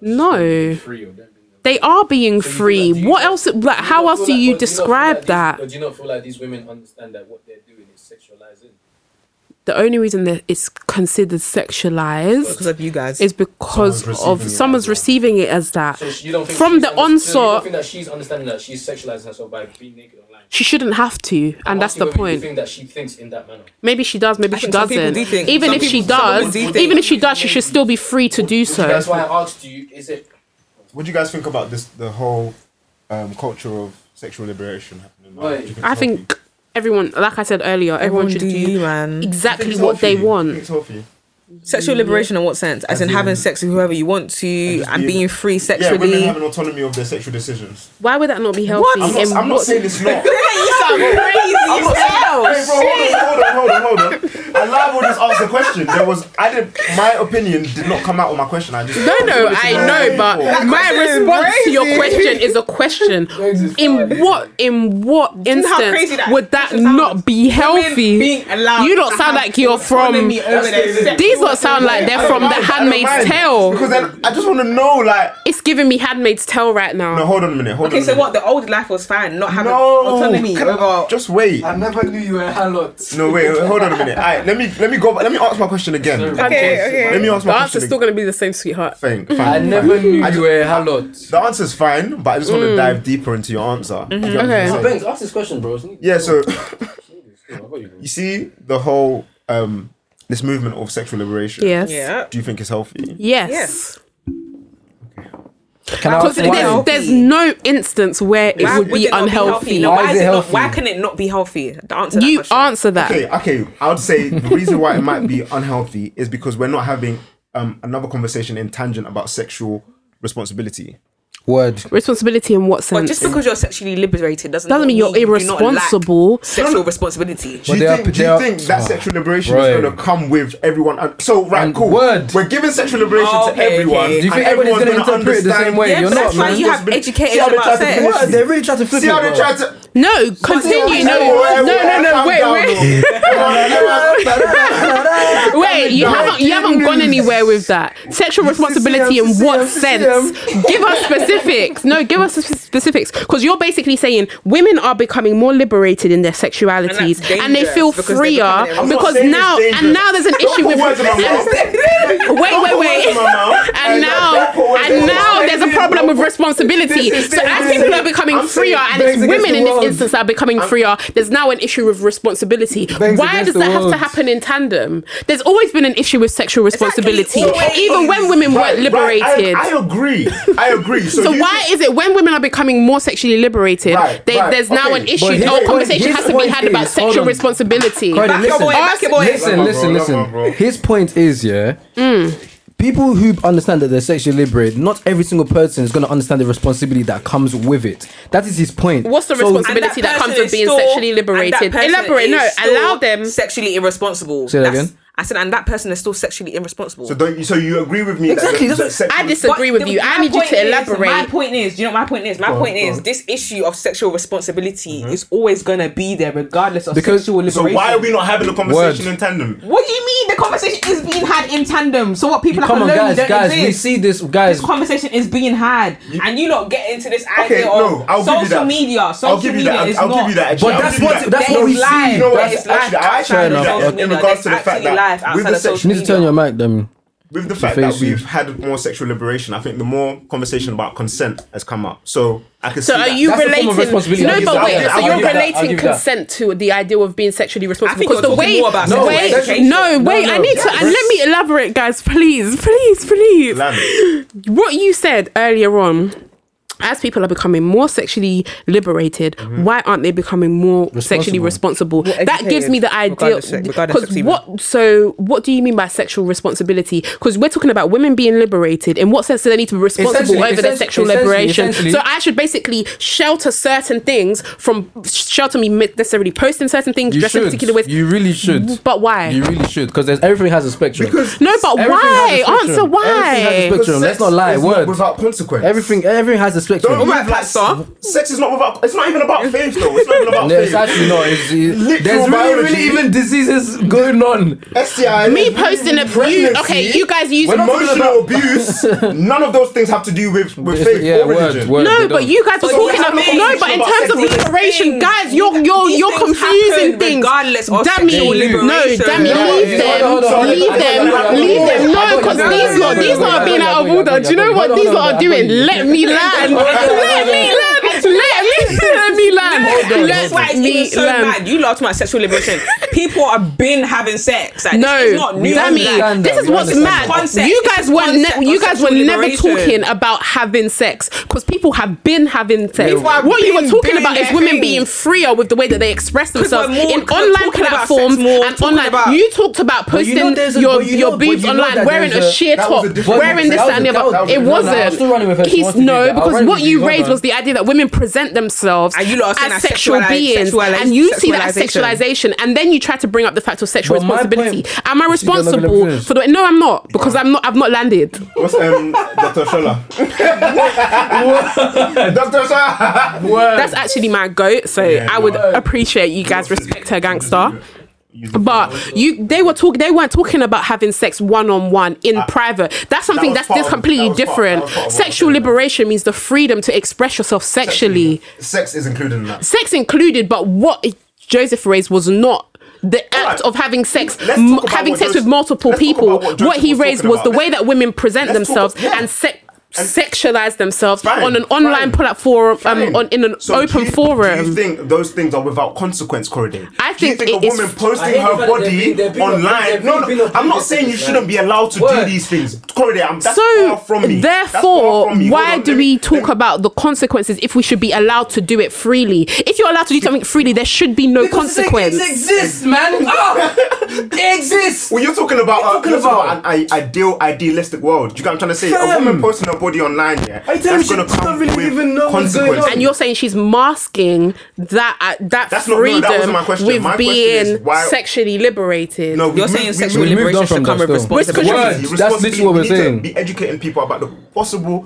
No.
free or them
They are being
feel
free.
like- do you
What
feel-
else? Like, how else do you describe that?
do you not feel like these women understand that what they're doing is sexualizing?
The only reason that it's considered sexualized
because of you guys.
is because
Someone's receiving it
of
as
someone's
well.
receiving it as that.
you don't think
From the onset,
that she's understanding that she's sexualizing herself by being naked online.
she shouldn't have to, and that's the point.
that she thinks in that manner.
Maybe she does, maybe
I
she
think some people
doesn't.
do think-
Even
some
if she
people- some people
does,
do think-
even if she does, she should still be free to do so.
why I asked you. Is it
What do you guys think about this? The whole um, culture of sexual liberation happening. now?
Right.
Do you
I
it's healthy?
think everyone, like I said earlier, everyone, should do
you, man.
Think
exactly
it's
what
healthy?
they
Do you
want.
think It's healthy.
Sexual liberation in what sense? As, in,
in-
having sex with whoever you want to
just
and
being-
being free
Yeah,
sexually.
women have an autonomy of their sexual decisions.
Why would that not be healthy?
What?
I'm not,
In
I'm not
what-
saying it's not.
you sound crazy.
I'm not Hey, bro, hold on, hold on, hold on, hold on. Allow will just ask the question. There was, I did my opinion did not come out of my question. I just
No, no, I know, but my
question is
response to your
crazy.
question is a question. in what, in what
know how
instance
crazy that
would that
question sounds?
not be healthy?
being allowed
You don't
to
sound
have
like you're from.
autonomy over their sexual
These don't sound like they're from The
I don't
Handmaid's
mind,
Tale.
Because then I just want to know, like,
It's giving me Handmaid's Tale right
no,
now.
hold on a minute. Hold
Okay,
on a
so
minute.
what? The old life was fine, not having
No,
autonomy
can I-
over.
just wait.
I never knew you were a harlot.
No, wait, wait, hold on a minute. All right, let me let me go. back- Let me ask my question again. Let me ask my
The
question.
answer's still going to be the same, sweetheart.
again. Fine,
I
fine,
never
fine.
knew
I
you
ju-
were a harlot.
The answer's fine, but I just want to dive deeper into your answer. You get what I'm
Okay.
saying?
Banks, ask this question, bro.
Yeah, so
I got you, bro.
you see the whole um this movement of sexual liberation.
Yes.
Yeah.
Do you think it's healthy?
Yes.
Can I
Because
ask why?
there's, there's no instance where it
Why
would
wouldn't
be
it not healthy?
unhealthy.
No,
Why
why,
is
is
it
it not-
healthy?
why can it not be healthy? The answer.
You
that question.
answer that.
Okay, okay. I would say the reason why it might be unhealthy is because we're not having um another conversation in tangent about sexual responsibility.
Word.
Responsibility in what sense?
But just because you're sexually liberated doesn't
Doesn't mean you're
you do not lack
irresponsible.
Sexual responsibility.
Do you,
they are-
think, do
they
you
are- Ah,
think that sexual liberation
right.
is going to come with everyone? un- so right,
And
cool.
word.
We're giving sexual liberation
Oh,
to
Okay,
everyone.
okay. Do
you think
and
everybody's
everyone's
gonna
gonna
interpret it the
understand-
same way? Yeah, You're
but not, that's why man. you have
Responsibility.
educated
See how they
about
tried to
sex.
finish
What?
it.
They really tried to flip
See how
it.
they
bro.
tried to.
No, continue. No, no, no, no. Wait, wait, wait. You
No,
haven't, you
give
haven't
me
gone
this.
anywhere with that. Sexual responsibility in what sense? Give us specifics. No, give us sp- specifics. Because you're basically saying women are becoming more liberated in their sexualities and, they
dangerous
feel
because they're
freer
becoming their own-
I'm not
because
saying it's
now and
dangerous.
now there's an
Don't
issue
put
with
words in my mouth.
wait, wait, wait. And now, and now world, there's a problem with responsibility.
This is-
So as
this
people
is-
are becoming
I'm
freer,
saying
and it's
bangs against
women
the
in this
world.
instance that are becoming freer, there's now an issue with responsibility.
Bangs
Why
against
does
the
that have
world.
to happen in tandem? There's always been an issue with sexual responsibility,
always.
even when women
Right,
weren't
right, I-
liberated.
I, agree. I agree. So,
so
you
why
think-
is it when women are becoming more sexually liberated,
Right,
they,
right,
there's now
okay.
an issue
But his
or a
point-
conversation
his
has to be
point
had about
is- hold
sexual
on.
responsibility?
Cardi,
Back your
listen.
boy, back your boy.
Listen,
Come on,
listen,
bro,
listen.
come on, bro.
His point is, yeah, people who understand that they're sexually liberated, not every single person is going to understand the responsibility that comes with it. That is his point.
What's the
So-
responsibility that, comes
person
with
is
being
still-
sexually
and that
liberated?
person
Elaborate.
is
No,
still
allow them.
Sexually irresponsible.
Say that
That's-
again?
I said, and that person is still sexually irresponsible.
So don't you? So you agree with me?
Exactly,
That,
that's
that
what-
sex-
I disagree
But
with
the-
you. I
my
need you
point
to
is- My
elaborate.
point is, you know, what my point is, my point
go
is,
on.
this issue of sexual responsibility is always gonna be there, regardless of
Mm-hmm. Because-
sexual
So
liberation.
why are we not having a conversation
Word.
in tandem?
What do you mean? The conversation is being had in tandem. So what? People like
Come on,
Aloni
guys,
don't
guys,
exist.
we see this, guys.
This conversation is being had, and you not get into this
Okay,
idea
no,
of
I'll give
social
you that.
media. Social
I'll give you
media
that.
is
I'll,
not.
I'll give you that. Actually.
But
I'll
that's
give you
what-
that.
that's
There
what we
is
see.
live.
You
know what?
There is
It's
live
actually- I actually
outside of
agree
social
with
that. In
media.
regards to
There's
the
actually live
fact that
outside
with
of
the
social
section-
You need to turn
media.
your mic, then.
with the fact
face
that
you.
we've had more sexual liberation, I think the more conversation about consent has come up. So I can
So
see
are
that.
you
That's a form
relating?
of responsibility.
No,
I'll
but
give
wait.
that.
so
I'll
you're
give that. I'll
relating
give that.
consent to the idea of being sexually responsible
think
because
you're
the
talking
way,
more about
the
sexual
way,
education.
no, wait.
No,
I
no,
need to,
yeah,
and let me elaborate, guys. Please, please, please.
Elaborate.
What you said earlier on. As people are becoming more sexually liberated,
Mm-hmm.
why aren't they becoming more sexually responsible? that gives
educated,
me the idea.
regardless of- regardless of
Because
sex even.
what? So what do you mean by sexual responsibility? Because we're talking about women being liberated. In what sense do they need to be responsible
Essentially-
over their
essentially-
sexual
essentially-
liberation?
essentially-
So I should basically shelter certain things from shelter me necessarily posting certain things,
You
dressed in
should.
particular ways.
You really should.
But why?
You really should, because everything has a spectrum.
Because
no, but
Everything has a
why?
spectrum.
Answer
Everything has a
why?
spectrum. Let's
sex
not lie,
is
word.
without consequence.
everything, everything has a spectrum.
Don't
Alright,
live like
Pastor.
Sex is not without. It's not even about faith though. It's not even about
No,
faith.
it's actually not. It's, it,
Literal
there's really,
biology.
really even diseases going on.
STI.
Me posting a you, okay, you guys use
We're not talking
Emotional abuse. None of those things have to do with with faith
yeah,
or religion.
word, word.
No,
they
but
don't.
you guys were
But
talking
you
about
have
no,
mentioned
but in
about
terms of
sexual
liberation,
things.
guys, you're you're
These
you're
things
confusing
happen
things.
regardless of
Damn
sexual
you. No,
liberation.
damn you.
Yeah,
Leave
yeah, yeah.
them.
Hold on, hold on,
Leave
hold on,
them.
hold on, hold on,
Leave
hold on,
them.
hold
No,
on,
because
hold on,
these
hold on,
lot, these
hold on,
lot are being
hold on,
out of
hold on,
order. Do you know
hold
what
on,
these
hold
lot are
on,
doing?
hold on.
Let me land. Let me land. Let me let me land.
That's why
Let
it's
me
even so
land.
mad. You lot about sexual liberation. People have been having sex. Like,
No,
it's not new.
Dami,
Dammy,
understand
this
that.
is
We
what's
understand
mad.
that.
Concept.
You
It's
guys
a
were
concept
ne- you
of
guys were
sexual
never
liberation.
talking about having sex because people have been having sex.
People have
What you were
been
talking
doing
about is
their
women
thing.
being freer with the way that they express themselves
we're more-
in
'cause we're
online
talking about
platforms
sex more,
and
talking
online.
about-
you talked about
But you
posting
know there's a-
your
but you
your
know- but
boobs
you know
online,
that
wearing a,
there's a-
sheer
that was
top,
a different-
wearing this
that was
and the
a- that
other.
was a
It
different- no, no,
I'm still running with her.
wasn't.
She
He's
wants to do
no
that. I'll
because
run
what
with
you
you.
raised
Hold
was the idea that women present themselves
And you lot are saying
as
that
sexual
sexuali-
beings,
sexuali-
and you see that as
sexualization.
sexualization, and then you try to bring up the fact of sexual
But my
responsibility.
point- She's
Am I
gonna let me
responsible
finish.
for the? No, I'm not because I'm not. I've not landed.
What's um, Dr. Shola? Dr. Shola.
That's actually my goat. So
Yeah,
I would
no.
appreciate you guys respect her gangster. But you, they were talk. They weren't talking about having sex one on one in private. That's something
Ah. was
that's
part
just
of-
completely
that was part-
different.
that was part of what I
Sexual
was saying.
liberation means the freedom to express yourself sexually,
sex is included in that.
sex included. But what Joseph raised was not. The act of having sex,
Let's talk
m-
about
having
what
sex
Joseph-
with multiple
let's talk
people,
about what
what,
Joseph
he
was
raised
talking
was the
about.
way that women present
let's talk-
themselves
yeah.
and sex.
And-
sexualize themselves
Fine,
on an online
fine,
platform, um,
Fine.
on in an
So do
open
you-
forum.
Do you think those things are without consequence, Corriday?
I
do you
think
think
it
a
is-
woman
I
posting
hate the fact
her
that they're being-
body
they're being
online?
obliged-
No,
they're being
no, I'm not
obliged to
saying you
this,
shouldn't
man.
be allowed to do
Word.
these things, Corriday. I'm that's far
So,
from me. That's far
therefore,
from me. Hold
why
on,
do
let me-
we
let
talk
me-
about the consequences if we should be allowed to do it freely? If you're allowed to do something freely, there should be no consequence.
It exists, man. Oh,
Ah,
it exists.
Well, you're talking about
You're
uh,
talking
you're talking
about-
about an i- ideal, idealistic world. Do you get what I'm trying to say? A
Fam.
woman posting her body online, yeah,
Are you telling me she
gonna
doesn't
come
really
with
even know what's going
consequences.
on?
and you're saying she's masking that uh, that
That's not- no, that
freedom
wasn't my question.
with
My question
being
is why-
sexually liberated.
No, we
You're
moved-
saying
we
sexual
moved-
liberation
from
should
that
come with
still.
responsibility.
Word.
responsibility.
That's literally what we're
We need to
saying.
Be educating people about the possible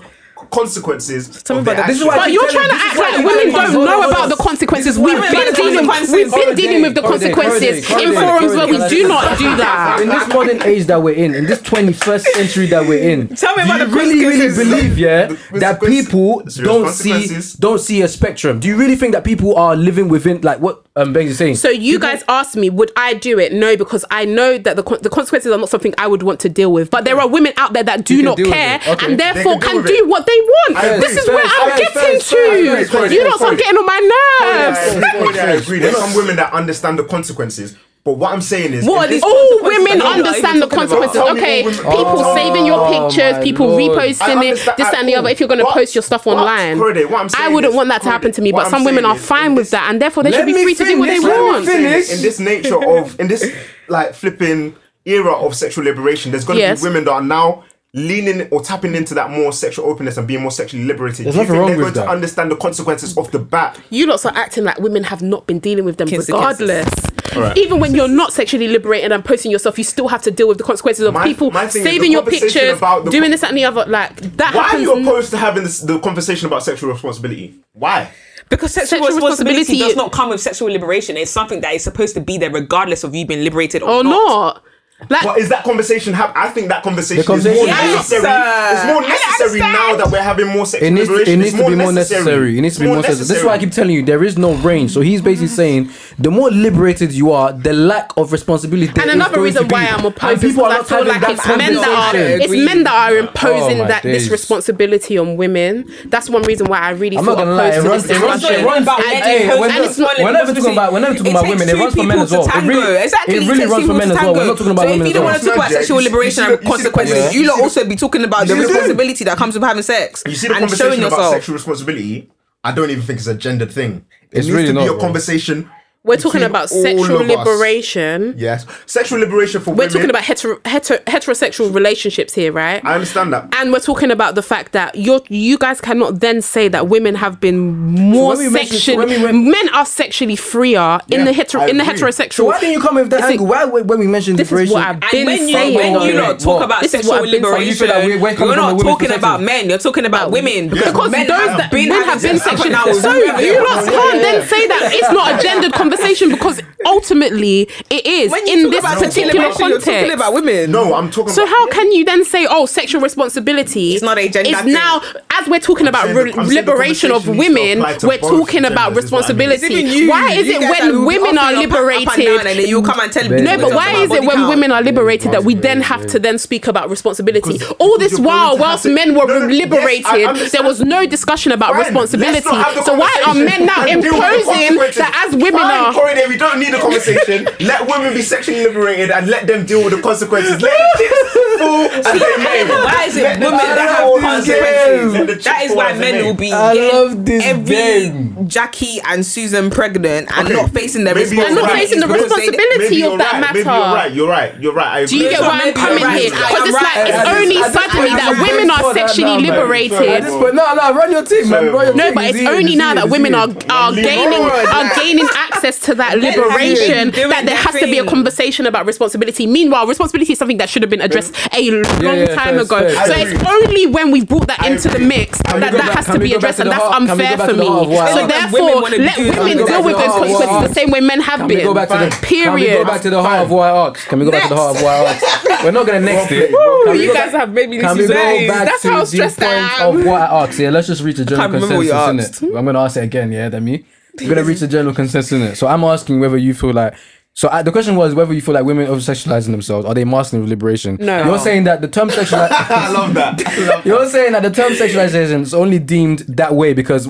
consequences.
Tell me
of
about that.
their
This is
actions.
why I
But
keep
you're
telling
trying
you,
to
this
act
is
like
why
women
you
don't
can't
know
vote.
about the consequences. We've
why
been
women
dealing,
don't know
we've been
consequences.
dealing with the
Corridor,
consequences
corridor,
in
corridor,
forums where we
corridor.
do not do
In
that.
this modern age that we're in, in this 21st century that we're in,
Tell me
do
about
you
the
really, really
consequences.
believe, yeah,
The
that
consequences.
people
Serious
don't see
consequences.
don't see a spectrum? Do you really think that people are living within like what? um, Benji's saying.
So you guys asked me, would I do it? No, because I know that the con- the consequences are not something I would want to deal with. But there are women out there that do
can
not
deal with
care
it. Okay.
and
They
therefore can
can deal with
do
it.
what they want.
I
this
agree.
is where
Fair,
I'm
fair,
getting
fair, fair, fair, fair,
to. You
fair,
lot are
fair.
getting on my nerves.
I agree. There's some women that understand the consequences, but what I'm saying is,
What are
if
these
this-
All
consequences
women
that you're not
understand the
even talking about?
consequences.
Tell me
Okay,
all women-
people
Oh,
saving your pictures,
my
people
lord.
I
reposting it, this
understand- I-
and the other. If you're going to
what-
post your stuff
what-
online,
Corrade, what I'm
I
saying
wouldn't
is-
want that to
Corrade,
happen to me.
what
But
I'm
some women
saying
are
is,
fine
in
with
this-
that, and therefore they
Let
should be
me
free to do what they
finish, let me
want.
finish.
is in this nature of in this like flipping era of sexual liberation, there's gonna
Yes.
be women that are now leaning or tapping into that more sexual openness and being more sexually liberated.
There's
Do you
nothing
think
wrong
they're
with that.
going to understand the consequences off the bat?
you lots are acting like women have not been dealing with them
Kiss the
regardless.
Alright.
Even when you're not sexually liberated and posting yourself, you still have to deal with the consequences of
My-
people
my thing is
saving
the
your
conversation
pictures,
about the-
doing this that, and the other. Like that
Why are
happens.
you opposed to having this, the conversation about sexual responsibility? Why?
Because sexual,
Sexual
responsibility,
responsibility-
does not come with sexual liberation. It's something that is supposed to be there regardless of you being liberated or,
or not? Like
But is that conversation hap- I think that conversation,
The conversation-
is more
Yes,
necessary.
sir.
It's more
I
necessary now
understand.
that we're having more sexual
It needs,
liberation.
it
It's
needs to be more necessary. It needs to be more necessary. This is why I keep telling you there is no range. So he's basically
Mm.
saying the more liberated you are, the lack of responsibility.
And
is
another
going
reason
to be.
why I'm
And
opposed is
people are
because I
not
feel
having
like
that
it's men that are
conversation.
it's men that are imposing
Oh my
that this
days.
responsibility on women. That's one reason why I really
I'm
feel
not gonna lie,
opposed
it
to
runs,
this
it runs, it
discussion.
discussion.
runs.
About
I
men
Hey,
do.
opposed
we're
to
and it's not
women.
we're never talking about, we're never talking
It
about
takes
women. It
two
runs for men
people
as well.
to
It really,
tango. Exactly,
it
it
really
takes
runs
two
for men
to
as well. We're
tango.
not talking about
so
women
if
as
you don't
well.
want to talk about
Yeah,
sexual
you see- you
liberation
see
and
the- you see the-
consequences,
yeah.
you
You
lot
see
also be talking about the
you see the-
responsibility that comes with having sex
You see the
and showing
conversation about
yourself.
sexual responsibility. I don't even think it's a gendered thing. It
It's
needs
really
to
not,
be a
bro.
conversation.
We're talking
between
about
all
sexual
of us.
liberation.
Yes, sexual liberation for
We're
women.
talking about hetero, hetero, heterosexual relationships here, right?
I understand that.
and we're talking about the fact that you you guys cannot then say that women have been more
when we mentioned- so
sexually
when we went-
men are sexually freer in
Yeah,
the hetero
I
in the
agree.
heterosexual.
So why didn't you come with that
It's a-
angle? Why when we mentioned
This is
liberation?
what I've been
And when you,
saying.
when you
Whoa,
lot
whoa,
talk
whoa.
about
This is
sexual
what I've been saying.
You
liberation,
feel like we're- we're
you're,
coming from
not
the women's
talking about
perspective.
men. You're talking about women because,
because
men
those
have
that
been
men have
having
been
sex
sexually
and I was
so
really-
you lot can't then say that it's not a gendered conversation because ultimately it is
When you
in
talk
this
about sexual
particular
liberation,
context.
You're talking about women.
No, I'm talking.
So
about,
how can you then say, oh, sexual responsibility?
It's not a gender
It's
thing.
now as we're talking about
saying the-
re-
I'm saying the
liberation of
conversation needs to
women,
apply to
we're
both
talking about
genders, is what I mean.
responsibility.
It's even you.
why is
You
it
guys that
when
will
women are
offer your pa-
liberated?
up and down and then you come and tell me
no, but why is it when women are liberated that we
Yeah,
then
yeah,
have
yeah.
to then speak about responsibility?
Because-
All this
because you're going
while,
to have
whilst
to-
men were
No, no,
liberated,
yes, I understand.
there was no discussion about
Fine,
responsibility.
let's not have the
So why are men
conversation
now
and deal with the
imposing
consequences.
that as women
Fine,
are?
Corey, then we don't need a conversation. let women be sexually liberated and let them deal with the consequences. Let the chips fall as they may.
Why is it
Let the
women
chips
that have
fall
consequences?
as they may. Let the
That
chips
is
fall
why
as they
men
may.
will be.
I
getting
love this
every
game.
Jackie and Susan pregnant and
Okay,
not facing their
maybe you're
responsibility.
And not
right.
facing the
Maybe-
responsibility
maybe
of
you're
that
right. Maybe
matter.
you're right. You're right. You're right. I
Do
agree.
you get
So
why I'm
maybe
coming
you're right.
here?
I
Because
am
it's like
right.
it's only
I just- I just-
suddenly
I
that
just-
women are
for that now,
sexually
man. At
liberated.
this point, no, no, run your team, man. Run your
No,
No,
team.
but
You
it's
see it,
only
you see
now
it,
that
you
women
see
are
it.
are
Leave
gaining
her alone.
are gaining access to that liberation.
doing
That there
their
has to be a
thing.
conversation about responsibility. Meanwhile, responsibility is something that should have been addressed a long
yeah,
time
fair,
ago.
fair.
So
I
it's
agree.
only when we've brought that
I
into the
agree.
mix
Can
we
that
go
that
back-
has
can
to
we
be
go back
addressed,
to the
and that's
heart? Can we go
unfair
back to
for
the
me.
heart of why?
So
Can we
therefore,
go back to
let
the heart?
women deal with those
Can we go
consequences the
back-
same way men have
Can we go
been.
back to the Can we go
Period.
back to the heart of why I asked? Can we go back to the heart of why I asked? We're not gonna next it. Can we
You
go
guys
back-
have made me
Can we
lose
go
days.
back
That's
to
how
the
stressed I
point of
am.
what I asked? Yeah, let's just reach the general
can't remember what
consensus
you
in
asked.
it. I'm gonna ask it again. Yeah, that me. We're gonna reach the general consensus in it. So I'm asking whether you feel like. So uh, the question was whether you feel like women over sexualizing themselves are they masking liberation?
No.
you're saying that the term sexualization.
I love that. I love that.
You're saying that the term sexualization is only deemed that way because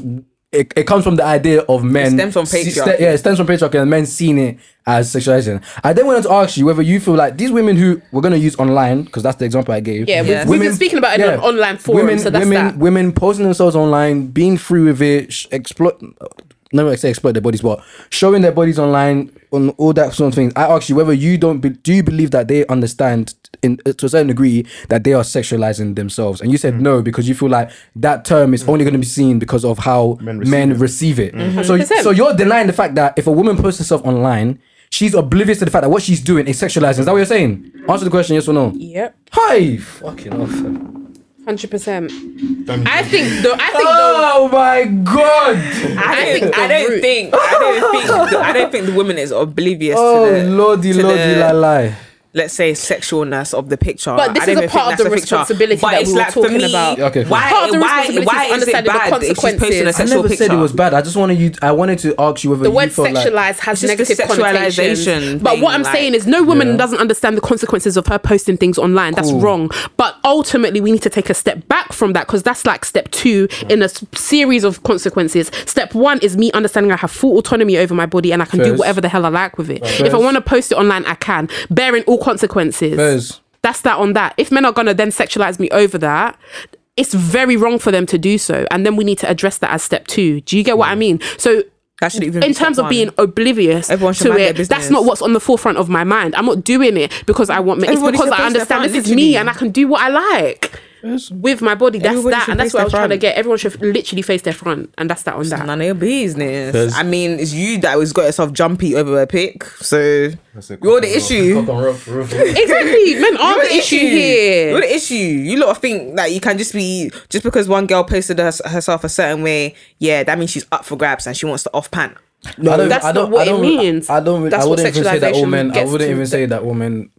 it, it comes from the idea of men.
stems from
see-
patriarchy.
yeah, it stems from patriarchy and men seeing it as sexualization. I then wanted to ask you whether you feel like these women who we're going to use online, because that's the example I gave.
Yeah, we've- Yes. we've been speaking about it on online forums,
Women,
so that's
women,
that.
women posting themselves online, being free with it, sh- exploit. Not really say exploit their bodies, but showing their bodies online on all that sort of things. I ask you whether you don't be, do you believe that they understand in uh, to a certain degree that they are sexualizing themselves, and you said no because you feel like that term is only going to be seen because of how men receive it. Mm-hmm. So,
100%.
so you're denying the fact that if a woman posts herself online, she's oblivious to the fact that what she's doing is sexualizing. Is that what you're saying? Answer the question, yes or no.
Yep,
Hi, fucking off.
hundred percent.
Damn you.
I think though. I think though.
Oh my god!
I
I think
don't, I
the
don't
root-
think I don't think the, I don't think the woman is oblivious
Oh
to the
lordy
to
lordy la
the-
la.
let's say sexualness of the picture.
But this
I don't
is a
even
part
think
of
that's
the
a picture.
responsibility
But
that
it's
we were
like, for
talking
me,
about.
Okay, fine.
Why,
Part of the
why,
responsibility is
why is it
understanding the
bad if she's posting a
consequences. I
I
sexual
never
picture?
said it was bad. I just wanted you. I wanted to ask you whether
The
you
word
felt
sexualized
like
has
It's
negative
just the
connotations.
sexualization
But what
thing,
I'm
like-
saying is, no woman
Yeah.
doesn't understand the consequences of her posting things online. That's
Cool.
wrong. But ultimately, we need to take a step back from that because that's like step two in a s- series of consequences. Step one is me understanding I have full autonomy over my body and I can do
Fairs.
whatever the hell I like with it. If I
Fairs.
want to post it online, I can, bearing all consequences.
Fairs.
That's that on that. If men are gonna then sexualize me over that, it's very wrong for them to do so. And then we need to address that as step two. Do you get what I mean? So
That should even
in
be
terms
step
of being
one.
oblivious
Everyone should
to
mind
it,
their
that's
business.
not what's on the forefront of my mind. I'm not doing it because I want men. It's
Everybody
because
should
I
face their
understand
front,
this is
literally.
me and I can do what I like with my body. That's
Everybody
that,
should
and that's
face
what I
their
was trying to
front.
get. Everyone should literally face their front, and that's that on that.
none of your business.
There's-
I mean, it's you that always got yourself jumpy over a pic. So
a
you're
cock
the
and
issue.
Exactly, men are
You're
the issue here.
You're the issue. You lot think that you can just be just because one girl posted her, herself a certain way. Yeah, that means she's up for grabs and she wants to off pan.
No, I don't,
that's
I don't,
not what
I don't,
it means.
I don't.
That's
I
what
wouldn't even say that
sexualization
woman. I
gets
wouldn't
to.
even say that woman.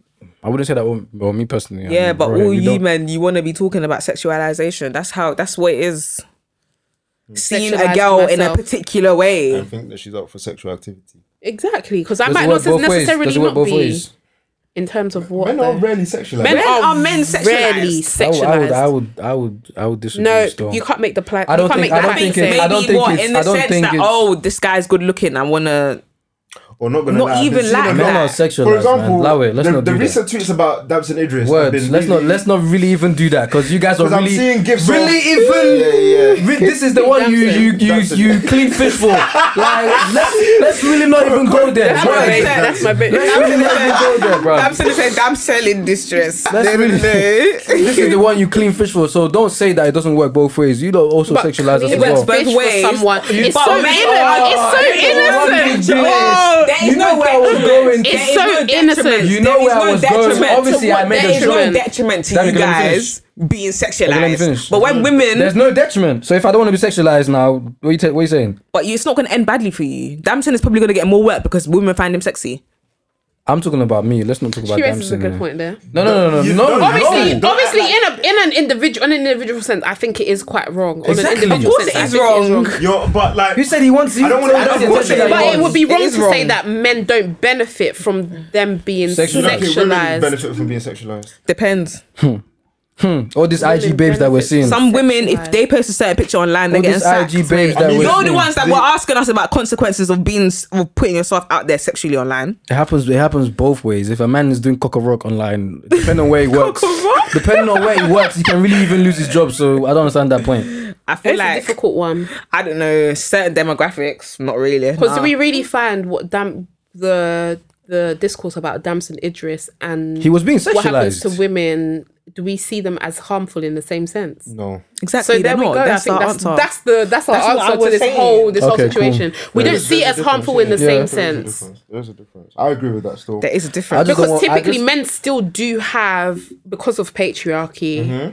I wouldn't say that woman. Well, me personally. I
Yeah,
mean,
but
Mm, bro,
all
we
you
don't-
men, you want to be talking about sexualization. That's how. That's what it is.
Mm.
Seeing a
Sexualizing
girl in a
myself.
particular
I
way.
think that she's up for sexual activity.
Exactly, because I
Does
might
it
not
work both ways?
necessarily
Does it work
not
both
be
ways?
in terms of what.
Men
though.
are rarely sexual.
Men
When
are
are men sexualized?
Rarely
I would, I would,
sexualized.
I would, I would, I would disagree.
no,
still.
you can't make the plan.
I don't
you
think-
can't
I don't
Make
think
the
it-
fact
I don't think it's-
in the
I don't
sense
think
that
it's-
oh, this guy's good looking. I wanna.
Or not gonna
Not
lie, I've
even
been seeing
like
a lot
Men
that.
are
of-
sexualized.
For example,
man. Lawe, let's
the,
not
the
do that.
recent tweets about Dabs and Idris. have
Words.
been
Let's not
really-
let's not really even do that because you guys are
'Cause I'm
really
seeing gifs
really
of-
even.
Yeah, yeah.
Re- this is the one you you you
Dancing.
you clean fish for. Like let's let's really not even go there.
That's my
Right.
bit. That's my bit.
Let's really not even go there, bro.
saying I'm selling distress.
Let's Um, really. this is the one you clean fish for. So don't say that it doesn't work both ways. You don't also sexualize us as
It
well.
works both
Bitch for
ways.
someone.
You-
It's
but
so
men
innocent.
are-
It's
Oh,
so innocent.
you
There is
know
no
where I was
detriment.
going.
There
It's
is
so
no
innocent.
detriment.
You know
There is
where I
no
was going.
detriment.
Obviously,
To
I
what-
made a
There is no
joke.
detriment to
Danny,
you
can I finish?
guys
let
being
me
sexualized.
finish. Mm.
But
Mm.
when
There's
women,
no detriment. So if I don't want to be sexualized now, what you ta- what you saying?
but it's not going to end badly for you. Damson is probably going to get more work because women find him sexy.
I'm talking about me. Let's not talk about
She raises a
Damson.
good
here.
point there.
No, no, no, no,
You
no.
don't-
no.
Obviously,
don't
obviously,
act
in a in an individual on an individual sense, I think it is quite wrong. On
Exactly.
an
Of
individual
course
sense,
it
I
is
think
wrong.
You're, but like
You said he wants you.
I don't wanna- I don't
That's the
wanna-
thing that he
But
But it
wants.
would be
It
wrong to
is
say
wrong.
that men don't benefit from them being
Sexualized.
you don't think women
sexualized.
benefit from being sexualized.
Depends.
all these IG babes that we're seeing.
Some women, if they post a certain picture online, they
Hmm. all
get
these
sacked.
IG babes
I
that
mean,
we're
no,
You're the
seeing.
ones that
They-
were asking us about consequences of being of putting yourself out there sexually online.
It happens. It happens both ways. If a man is doing cock a rock online, depending on where he works, depending on where he works, he can really even lose his job. So I don't understand that point.
I feel
It's a
like
difficult one
I don't know certain demographics. Not really.
because
Nah.
do we really find what damn the the discourse about Damson Idris and
He was being
what happens to
sexualized.
women? Do we see them as harmful in the same sense?
No.
exactly?
So there
they're
we
not.
go. I
That's
think
our
that's,
answer.
that's the that's our
That's what I
answer to
was
this
saying.
whole this whole
Okay, cool.
situation. We don't
There's-
see it
there's
as
a
harmful in
difference,
the
yeah.
same
There's a
sense
difference. There's a difference. I agree with that still.
there is a
I
difference.
just-
Because
because
want- I
typically
just-
men still do have because of patriarchy.
Mm-hmm.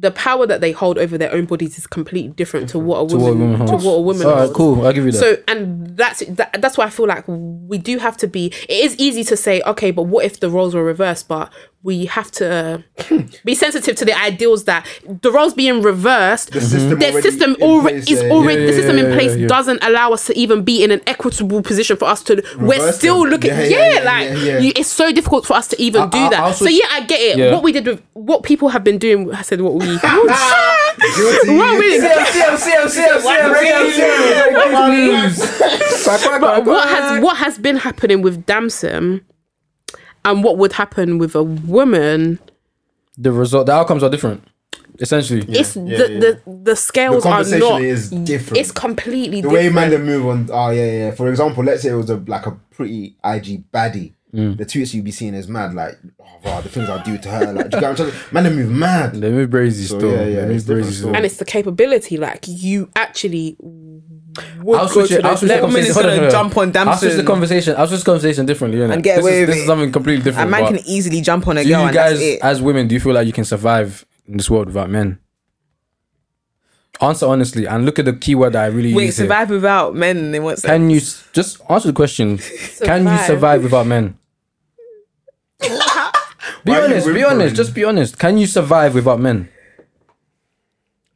The power that they hold over their own bodies is completely different to what a
Mm-hmm. what a
woman
woman
to
holds.
what a woman.
All right,
holds.
cool. I'll give you that.
So, and that's that, that's why I feel like we do have to be. It is easy to say, okay, but what if the roles were reversed? But we have to uh, be sensitive to the ideals that the roles being reversed.
system
Their
already
system
in
already
place,
is
yeah, yeah,
already
yeah,
the system in
yeah,
place
yeah, yeah.
doesn't allow us to even be in an equitable position for us to. we're
Reverse
still
them.
looking, yeah,
Yeah, yeah, yeah,
like
yeah, yeah.
You, it's so difficult for us to even
I-
do
I-
that.
I also-
so yeah, I get it.
Yeah.
What we did with what people have been doing, I said what we. what we but what has what has been happening with Damson and what would happen with a woman?
The result, the outcomes are different, essentially.
It's
yeah,
the,
yeah.
the the scales
The
are
conversation
not.
is different.
It's completely
the way
different.
man then move on. Oh yeah, yeah. For example, let's say it was a like a pretty IG baddie.
Mm.
The tweets you'd be seeing is mad. Like, oh, wow, the things I do to her. Like, do you get what I'm trying to Man, they move mad.
Let me brazy still.
yeah, yeah,
Let me
it's
brazy
different still.
still.
and it's the capability. Like you actually would
I'll
go
switch
to
it. I'll
those
switch the
levels.
Women
conversation.
is
hold
gonna
hold
jump on
I'll switch the
Damson.
conversation. I'll switch the conversation differently. innit?
And get
this
away
is,
with
This is
it.
something completely different.
a man
but
can easily jump on a
do
girl.
you
and
guys,
that's it.
as women, do you feel like you can survive in this world without men? Answer honestly, and look at the keyword that I really
Wait,
use here.
survive without men. They want sex.
Can you s- just answer the question? Can you
Survive.
survive without men? Be
Why are you
honest. Be
whimpering?
honest. Just be honest. Can you survive without men?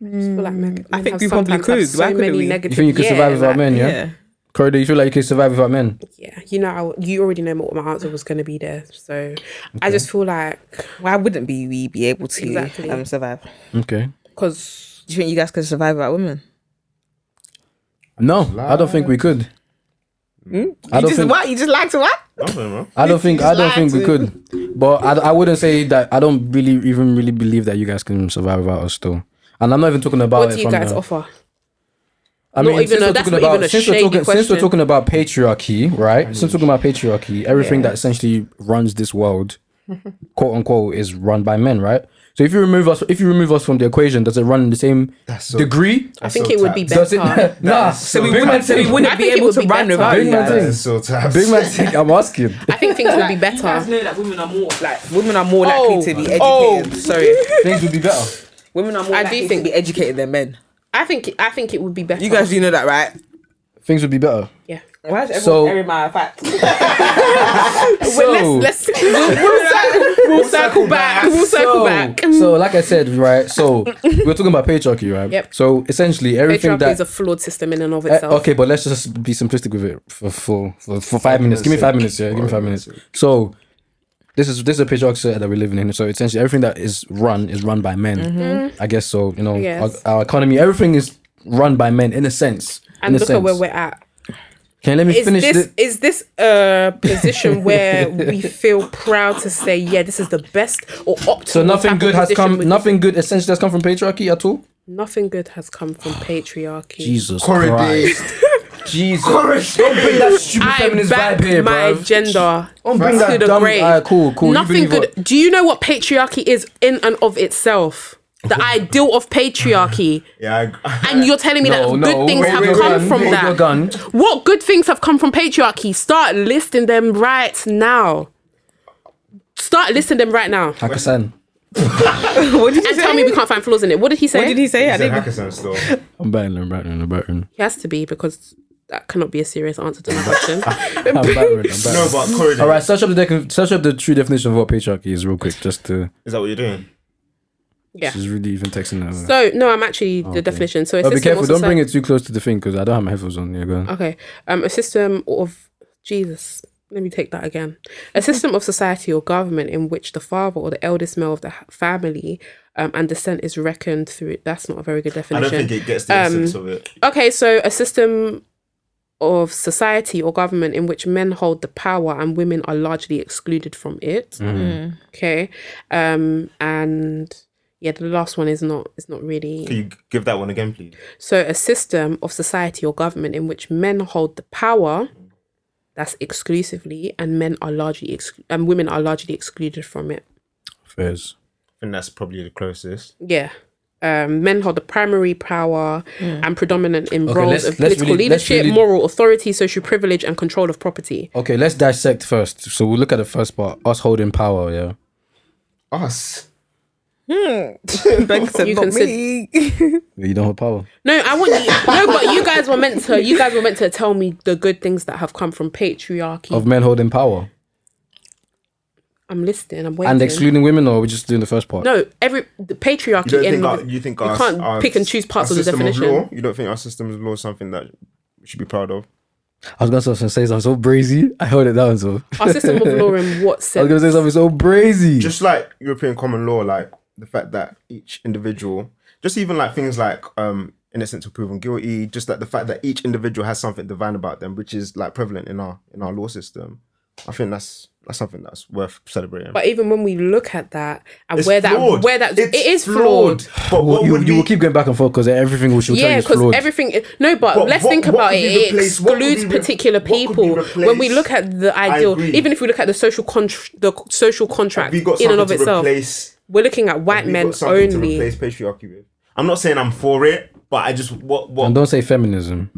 feel like men
I think
have
we probably
sometimes have
could.
So
Why couldn't
many
we? You
You
negative.
think you could
yeah,
survive without
like-
men? Yeah.
yeah.
Corridor, you feel like you can survive without men?
Yeah, you know, I w you already know what my answer was going to be there. So I just feel like
Why wouldn't be we be able to
Exactly.
um, survive? Do
Okay.
because
you think you guys could survive without women?
No, I don't think we could. I
Hmm? You
don't
just
think.
what? You just like to what?
Nothing, bro.
I don't think. I don't
lied
think we
to-
could. But I, I wouldn't say that. I don't really even really believe that you guys can survive without us still. And I'm not even talking about
what
it
do you
from
guys
the-
offer?
I
Not
mean,
even
since
a-
we're
that's
talking
not
about
even a
since we're
shady
talking since we're
question.
talking about patriarchy, right? Since we're talking about patriarchy, everything that essentially runs this world, quote unquote, is run by men, right? So if you remove us, if you remove us from the equation, does it run in the same
so-
degree?
I think
so
it would be
tight.
Does it?
better.
nah.
is so
big
tight.
man thing.
We
Wouldn't
I
be
think it
able
would
to
be
run
better.
without
Big
you
man
guys.
thing.
That is so tough.
Big man thing. I'm asking.
I think things would be
You guys
better.
know that women are more like women are more
Oh.
likely to be educated.
Oh.
Sorry,
Things would be better.
women are more
I do
likely
think-
to be educated than men.
I think I think it would be better.
You guys do know that, right?
Things would be better.
yeah.
Why is everyone
So-
airing my fact?
So-
well, let's let's we'll, we'll, circle, we'll circle back. We'll circle
so,
back.
so, like I said, right? So, we're talking about patriarchy, right?
Yep.
So, essentially, everything
Patriarchy
that
is a flawed system in and of
Uh,
itself.
okay, but let's just be simplistic with it for for for, for five minutes. Give me five minutes. Yeah, give me five minutes. So this is this is a patriarchal society that we're living in. So essentially, everything that is run is run by men. Mm-hmm. I guess so. You know, our,
Mm-hmm. Yes.
our economy, everything is run by men in a sense.
And
in a
look
sense.
at where we're at.
Can you let me
Is
finish
this
this?
is this a position where we feel proud to say, yeah, this is the best or optimal?
So nothing
type
good
of
has
position
come.
we-
Nothing good essentially has come from patriarchy at all.
Nothing good has come from patriarchy.
Jesus
Corridor.
Christ. Jesus. Don't bring that stupid
I
feminist
back
vibe here,
my
bruv.
gender
Don't bring
to
that
the
dumb-
grave.
Alright, cool, cool. You
Nothing
believe
good.
what-
Do you know what patriarchy is in and of itself? The ideal of patriarchy.
Yeah, I,
And you're telling me that good things
wait,
have
wait,
come
wait,
from
hold
that.
your gun.
What good things have come from patriarchy? Start listing them right now. Start listing them right now.
Pakistan.
what did you
And
say?
tell me we can't find flaws in it. What did he say?
What did he say? I
it's a
didn't.
Hackerson store.
I'm battling, I'm battling, I'm battling.
He has to be because that cannot be a serious answer to my question.
I'm battling, I'm battling.
No, but corridor.
All right, search up the dec- search up the true definition of what patriarchy is, real quick, just to
Is that what you're doing?
yeah.
just really even texting that. So,
So no, I'm actually the definition. So it's
oh, be careful! Don't bring it too close to the thing because I don't have my headphones on. Yeah, go on.
Okay. Um, a system of Jesus. Let me take that again. A system of society or government in which the father or the eldest male of the h- family um, and descent is reckoned through. That's not a very good
I
definition.
don't think it gets
Um,
the essence of it.
Okay, so a system of society or government in which men hold the power and women are largely excluded from it.
Mm.
Okay, um, and yeah, the last one is not is not
Can
really.
you give that one again, please?
So a system of society or government in which men hold the power. That's exclusively, and men are largely exclu- and women are largely excluded from it.
Fairs.
I think that's probably the closest.
Yeah. Um, men hold the primary power and predominant in roles
let's-
of
let's
political
really- let's
leadership,
really-
moral authority, social privilege, and control of property.
Okay, let's dissect first. So we'll look at the first part, us holding power. Yeah.
Us.
Bank said,
You
not
can
me.
You don't hold power.
No, I want you. no, but you guys were meant to. You guys were meant to tell me the good things that have come from patriarchy.
Of men holding power
I'm listening. I'm waiting.
and excluding women, or we're just doing the first part.
No, every the patriarchy.
You don't think
and
our, you think
you
our,
can't
our-
pick and choose parts
our
of the
system
definition.
law, you don't think our system of law is something that we should be proud of?
I was gonna say something. Say something so brazy. I held it down. So
Our system of law in what
I was
sense?
gonna say something so brazy.
Just like European common law, like the fact that each individual, just even like things like um, innocent to proven guilty, just like the fact that each individual has something divine about them, which is like prevalent in our in our law system. I think that's that's something that's worth celebrating.
But even when we look at that and
It's
where that
flawed.
where that
It's
it is flawed.
But
Well,
what
you,
would
you
we-
will keep going back and forth because everything we should tell you
Yeah,
is
because
flawed.
everything. No, but,
But
let's
what-
think
what
about
could
it.
be
It
replaced? What could
excludes
be re-
particular
what could be
people. When we
replaced?
look at the
I
ideal,
agree.
even if we look at the social contr the c- social contract
we got
in and
something
of
to
itself,
replace
we're looking at white
We've
men
got something
only.
to replace patriarchy with. I'm not saying I'm for it, but I just what what
and don't say feminism.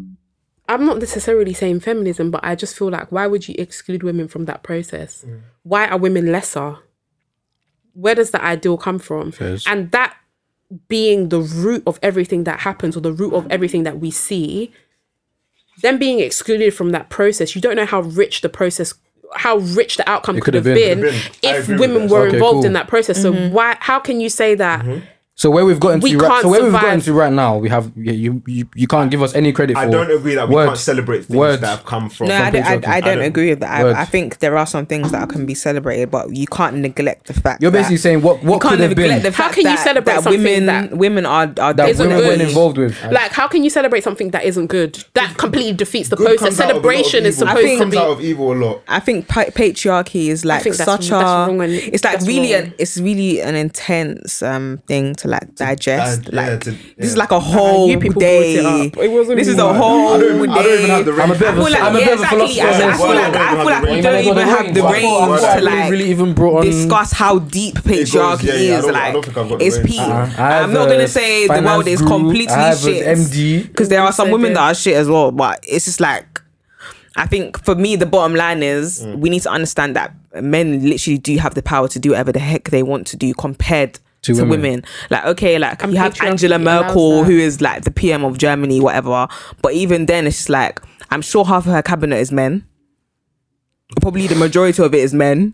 I'm not necessarily saying feminism, but I just feel like why would you exclude women from that process?
Mm.
Why are women lesser? Where does the ideal come from?
Fairs.
And that being the root of everything that happens or the root of everything that we see, them being excluded from that process, you don't know how rich the process how rich the outcome could have
could've
been,
been.
Could've been. I
if
agree with
women
this.
were
Okay,
involved
cool.
in that process. So why? How can you say that?
Mm-hmm.
So where we've gotten
We
to, right,
can't
so where we've gotten
survive.
to right now, we have yeah, you, you you can't give us any credit.
I
for
don't agree that we
words,
can't celebrate things
words.
that have come from.
No, I don't, I, I don't agree with that.
Word.
I, I think there are some things that can be celebrated, but you can't neglect the fact.
You're basically
that
saying what
you
what
can't
could have
neglect
been
the
that
How
fact
can you
that,
celebrate
that
something
women
that-
women are are
Isn't
women
good.
weren't involved with.
Like, how can you celebrate something that isn't good? That completely defeats the
Good
process.
comes out of a lot of
Celebration is
evil.
I
supposed
think-
Good
to
comes
be.
out of evil a lot.
I think pa- patriarchy is like
think that's-
such
that's
a.
wrong and
it's like
that's
really
wrong.
an it's really an intense um thing to like digest.
di- yeah,
like
to-
this is
yeah.
like a whole
you people
day.
brought it up. It wasn't
this is
me.
a
I
whole
I don't even,
day.
I don't even have the range.
I'm a bit of a-
I feel like,
I'm a
yeah,
bit of a
exactly. I
philosopher.
feel I feel
Why
like,
don't
I
we
feel like we
have
don't
the
even
range?
have the
Why- why-
range
why
to
don't we
like
really even brought on-
discuss how deep
goes, yeah,
patriarchy
yeah, I
is.
don't- I
Like
don't think I've got the
it's
range.
peak.
Uh-uh.
Uh-huh. I have
I'm not
a
gonna say the
Uh, finance
world is
guru,
completely
I have an
shit
MD.
because there are some
So
women
good.
that are shit as well. But it's just like I think for me, the bottom line is
Mm.
we need to understand that men literally do have the power to do whatever the heck they want to do compared to,
To
women.
women.
Like, okay, like
And
you have
patriarchy
Angela
allows
Merkel,
that.
who is like the PM of Germany, whatever. But even then, it's just like I'm sure half of her cabinet is men. Probably the majority of it is men.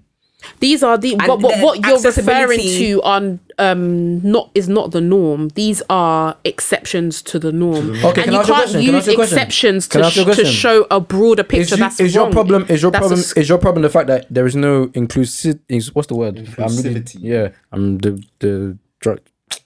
These are the what, what,
the
what you're referring
accessibility-
to on um not is not the norm. These are exceptions to the norm.
Okay,
and
can I
you
ask you a
can't
question? Can I
use
ask you a question?
exceptions
Can I
to,
ask you a
sh- to
question?
show a broader
Is,
picture.
you,
that's
is your
wrong.
problem? Is your
That's a
problem?
s-
Is your problem the fact that there is no inclusive? Is, what's the word? I'm really-
Inclusivity.
yeah, I'm the the drug.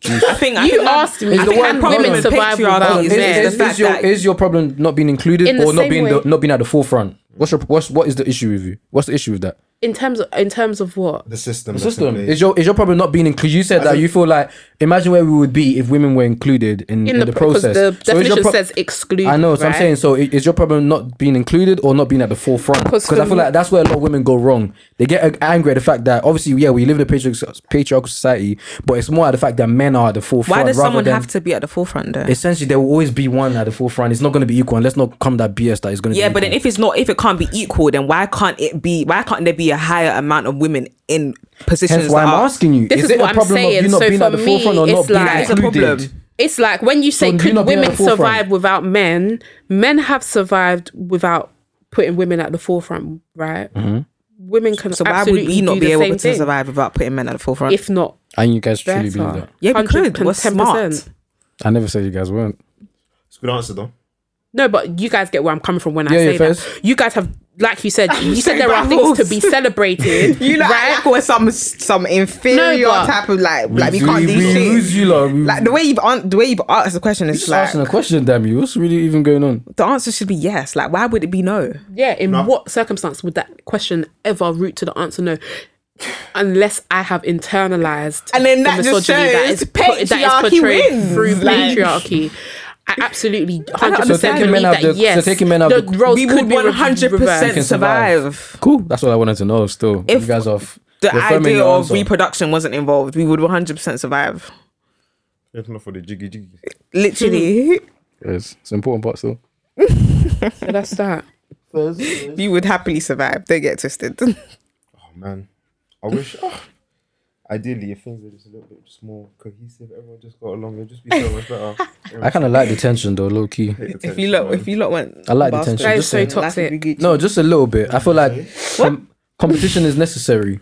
I think I
You
think my-
asked me,
I
can
think my
women
problem with
survive
patriarchy
without
is
Is,
men?
the
is,
fact
is your
that-
is your problem not being included
In the
or not
same
being the,
way-
not being at the forefront? What's your what's what is the issue with you? What's the issue with that?
in terms of in terms of what
The system.
The system is your is your problem not being included. You said that you feel like imagine where we would be if women were included in, in,
in,
the,
the, pro- 'cause
process.
The
So is your
definition
pro-
says exclude.
I know, so I'm
right?
saying, so i- is your problem not being included or not being at the forefront?
'Cause
Because
for
I feel
me-
like that's where a lot of women go wrong. They get a- angry at the fact that obviously, yeah, we live in a patriarchal, patriarchal society, but it's more at the fact that men are at the forefront.
Why does
rather
someone
than-
have to be at the forefront though?
Essentially, there will always be one at the forefront. It's not going to be equal, and let's not come that BS that is going to.
Yeah,
be
but then
equal.
if it's not, if it can't be equal, then why can't it be? Why can't there be a higher amount of women in positions?
Hence why
that
I'm
are-
asking you:
This
Is
is
it
what
a
I'm
problem
saying.
of you not
So
being at
for
the forefront
me,
or not
it's
being
like- It's
a problem.
included?
It's like when you say
So do
could
not be at
women
the forefront.
survive without men, men have survived without putting women at the forefront, right? Women can
So why
absolutely
would we not
do
be
the
able
same
to
thing,
survive without putting men at the forefront?
if not
And you guys truly believe
better.
that?
Yeah, we could. We're smart.
110%.
I never said you guys weren't.
It's a good answer though.
No, but you guys get where I'm coming from when I
Yeah,
say
yeah,
that.
first.
You guys have, like you said, you said
saying
there are things
battles.
to be celebrated.
you know,
right?
like we're some some inferior
No, but-
type of like like we, can't do shit.
lose you, lot. We-
Like the way you've an- the way you've asked the question is
Just
like
asking a question, damn you. What's really even going on?
the answer should be yes. Like why would it be no?
Yeah, in what circumstance would that question ever root to the answer no? Unless I have internalized
And then that
the
just
misogyny that
shows
is, put- that is
patriarchy
portrayed
wins,
through
like-
patriarchy. I absolutely
don't
100%
understand. So
believe
taking
men
that
out of the-
yes,
so taking men out
the
of the-
roles
We
could
would
be re-
one hundred percent
can
reversed.
survive.
survive.
Cool. That's what I wanted to know. Still,
If
you guys are f-
The
confirming
idea
your
of
answer.
reproduction wasn't involved. We would one hundred percent survive.
It's not for the jiggy jiggy.
Hmm.
Literally,
Yes, it's an important part still.
So that's that.
you would happily survive. Don't get twisted.
Oh man, I wish. oh, ideally, if things were just a little bit just more cohesive, everyone just got along, it'd just be so much better.
I kind of like the tension though, low key.
if you look, if you look, went.
I like the
bastard,
tension,
That is so
life would
toxic.
be good.
No, just a little bit. I feel like com- competition is necessary.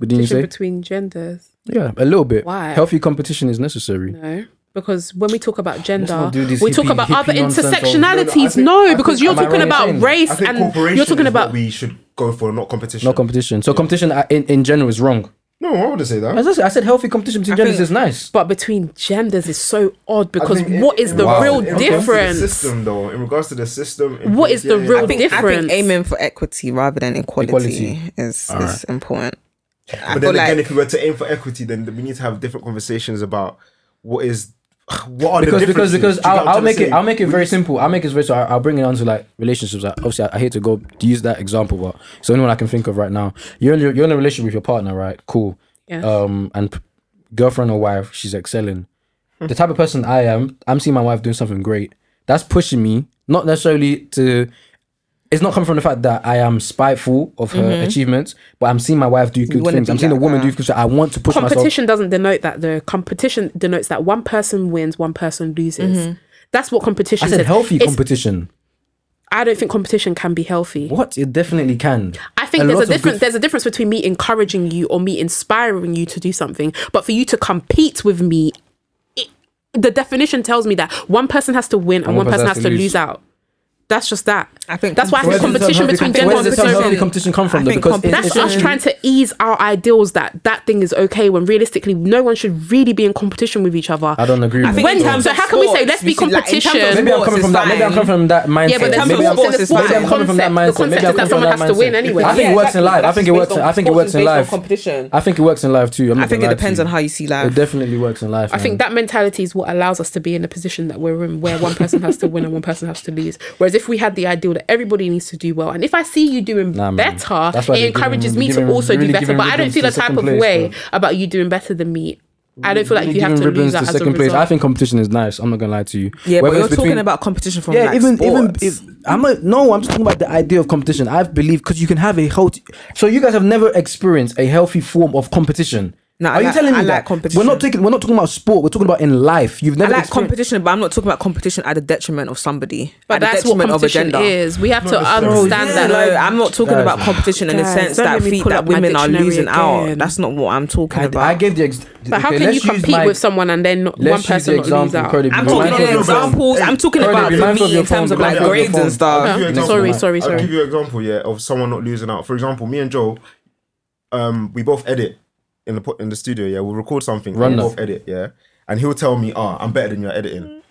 But didn't you
Competition
say?
between genders.
Yeah, a little bit.
Why?
Healthy competition is necessary.
No. Because when we talk about gender,
not do this
we talk
hippie-
about
hippie
other
nonsense of-
intersectionalities.
No, no, I
No,
think- I
because
think-
you're
am I
talking
wrong in saying
about
that?
I
race
think
and
cooperation
you're talking
is
about
what we should go for, not competition.
No competition. So competition uh, in, in general is wrong.
No, I wouldn't say that.
As I said, I said healthy competition between genders is nice.
But between genders is so odd because
I think
what
in-
is
in
the
regards-
real
in regards to the
difference?
system, though, in regards to the system, in-
What is the
yeah,
real
I think-
I think
difference?
aiming for equity rather than equality,
Equality.
is is important. I
But
feel
then
like
again, if we were to aim for equity, then we need to have different conversations about what is what
because
are the
because
differences.
because
Do you get what
I'll,
I'm
I'll
trying
make
to
it
say?
I'll make it very simple. I'll make it very so I'll, I'll bring it on to like relationships. Like, obviously, I, I hate to go to use that example, but it's the only one I can think of right now. You're in, you're in a relationship with your partner, right? Cool.
Yes.
Um, and p- girlfriend or wife, she's excelling. the type of person I am, I'm seeing my wife doing something great. That's pushing me, not necessarily to. It's not coming from the fact that I am spiteful of her achievements, but I'm seeing my wife do good
wanna
things.
be
I'm seeing a
like
woman
her.
do good. things. I want to push myself.
Competition doesn't denote that though. Competition denotes that one person wins, one person loses. That's what competition
Mm-hmm. I said
says.
healthy
It's-
competition.
I don't think competition can be healthy.
What? It definitely can.
I think
lot
there's
of
a difference.
good-
there's a difference between me encouraging you or me inspiring you to do something. But for you to compete with me, it, the definition tells me that one person has to win and, one person has, to lose. out. That's just that.
I think-
that's why I
Where
think
does
competition between
competition-
gender
Where does
and
competition-
this unhealthy competition
competition.
come
I
from? Though?
think
Because it-
competition-
That's
it's
us trying to ease our ideals that that thing is okay when realistically no one should really be in competition with each other.
I don't agree with
I think
that.
When-
in terms
so
of
how can we say,
sports,
let's be
you see, like, in terms of
competition?
Maybe I'm coming from that. Maybe I'm coming from that mindset.
Yeah, but
terms
then
of
maybe I'm,
sports is
maybe
fine.
I'm coming from that
The
mindset.
concept
maybe
is
I'm coming
that
from
someone
that
has to win
mindset.
anyway.
I think
Yeah,
it works
exactly,
in life.
but
I think it
that's
works.
based
I
on-
think it
sports
works
is
in
based on
life.
competition.
I think it works in life too. I'm not
I think
gonna
it
lie to
depends on how you see life.
It definitely works in life.
I think
man.
that mentality is what allows us to be in the position that we're in, where one person has to win and one person has to lose. Whereas if we had the ideal that everybody needs to do well, and if I see you doing
Nah, man.
better,
That's why
it
they're giving-
encourages me
giving-
to also
really
do better.
giving
But I don't
ribbons
feel
to
the type
second
of
place,
way
bro.
about you doing better than me. I don't feel like
Really
you have
giving
to lose
ribbons
that as a
second place.
result.
I think competition is nice. I'm not gonna lie to you.
Yeah,
Whether
but you're
it's between-
talking about competition from
yeah,
like
even
sports.
even if I'm not no, I'm just talking about the idea of competition. I believe because you can have a healthy. So you guys have never experienced a healthy form of competition.
Nah, I
Are you
like-
telling me
I
that?
like competition.
We're not taking. We're not talking about sport. We're talking about in life. You've
I
never
like
experienced-
competition, but I'm not talking about competition at the detriment of somebody.
but
at the
that's what
detriment of a
competition
gender.
is. We have to
necessarily.
understand
Yeah,
that.
no, I'm not talking
Oh, Guys,
about competition in the
Guys,
sense
don't
that
let me
feet
pull
that
up my
women are
dictionary
losing out.
again.
That's not what I'm talking
I,
about.
I gave the. Ex-
But how
okay,
can
let's
you
use
compete
my-
with someone and then not, one
let's use the
person not lose
example,
out?
Cody,
I'm
be
talking
mindful of
in
your phone.
examples. I'm talking
Cody,
about
be
for
mindful of
me
your
in
phone,
terms
be
of like
mindful of your
grades and
phone.
stuff.
I'll give you an
Okay.
example.
Sorry, sorry,
I'll
sorry.
give you an example, yeah, of someone not losing out. For example, me and Joe, um, we both edit in the po- in the studio, yeah. We'll record something,
Run
we
that.
both edit, yeah. And he'll tell me, oh, I'm better than you at editing.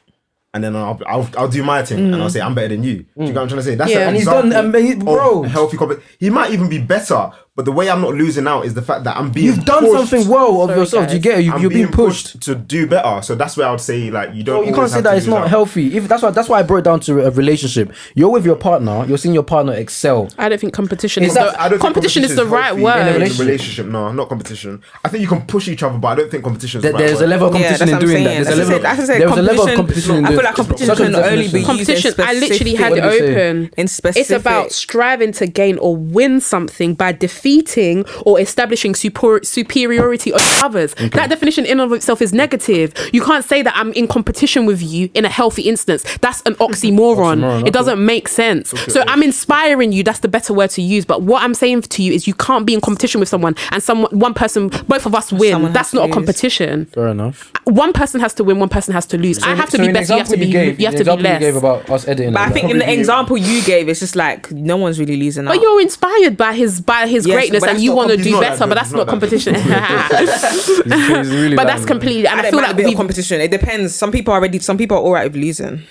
And then I'll, I'll, I'll do my thing and I'll say, I'm better than you. Do you get what I'm trying to say? That's
Yeah.
an
And
he's
example
done ama-
of
bro.
a healthy comp- He might even be better, but the way I'm not losing out is the fact that I'm being
You've done
pushed.
something well of yourself. You get it. You,
I'm
you're being pushed.
to do better. So that's where I would say, like, you don't.
Bro, you can't
always
say
have
that
to
it's
lose
not
out.
healthy. If that's why that's why I brought it down to a relationship. You're with your partner. You're seeing your partner excel.
I don't think competition is
that-
the
I don't think
competition is the right
healthy in a
word.
relationship. No, not competition. I think you can push each other, but I don't think competition is
There-
the right
there's a
word.
level of competition in doing that. There's a level.
That's said,
there was a level of competition. in
competition. I feel
doing-
like competition
Such a
can only be
definition.
used in
competition. I literally
specific-
had it
What did you say?
open.
In
It's about
specific.
striving to gain or win something by defeating or establishing super- superiority over others. That definition in and of itself is negative. You can't say that I'm in competition with you in a healthy instance. That's an oxymoron.
Oxymoron, okay.
It doesn't make sense. So I'm inspiring you. That's the better word to use. But what I'm saying to you is you can't be in competition with someone and some one person, both of us win.
Someone has
that's
to
not a
lose.
competition.
Fair enough.
One person has to win. One person has to lose. I have to
So
be
in
better. You have
example
to be.
gave-
you have
in
to be
example you
less.
gave about us editing.
But
like
I think in the
Probably-
example you gave, it's just like no one's really losing out.
But you're inspired by his by his
Yes,
greatness,
but
and
that's
you
not
want to
comp-
do
not
better,
that
but
good,
that's
not
not
that
competition. but
that. It's really bad,
that's
man.
completely, and
I
I
feel
feel
might
like
be a
we.
competition. It depends. Some people are ready. Some people are all right with losing.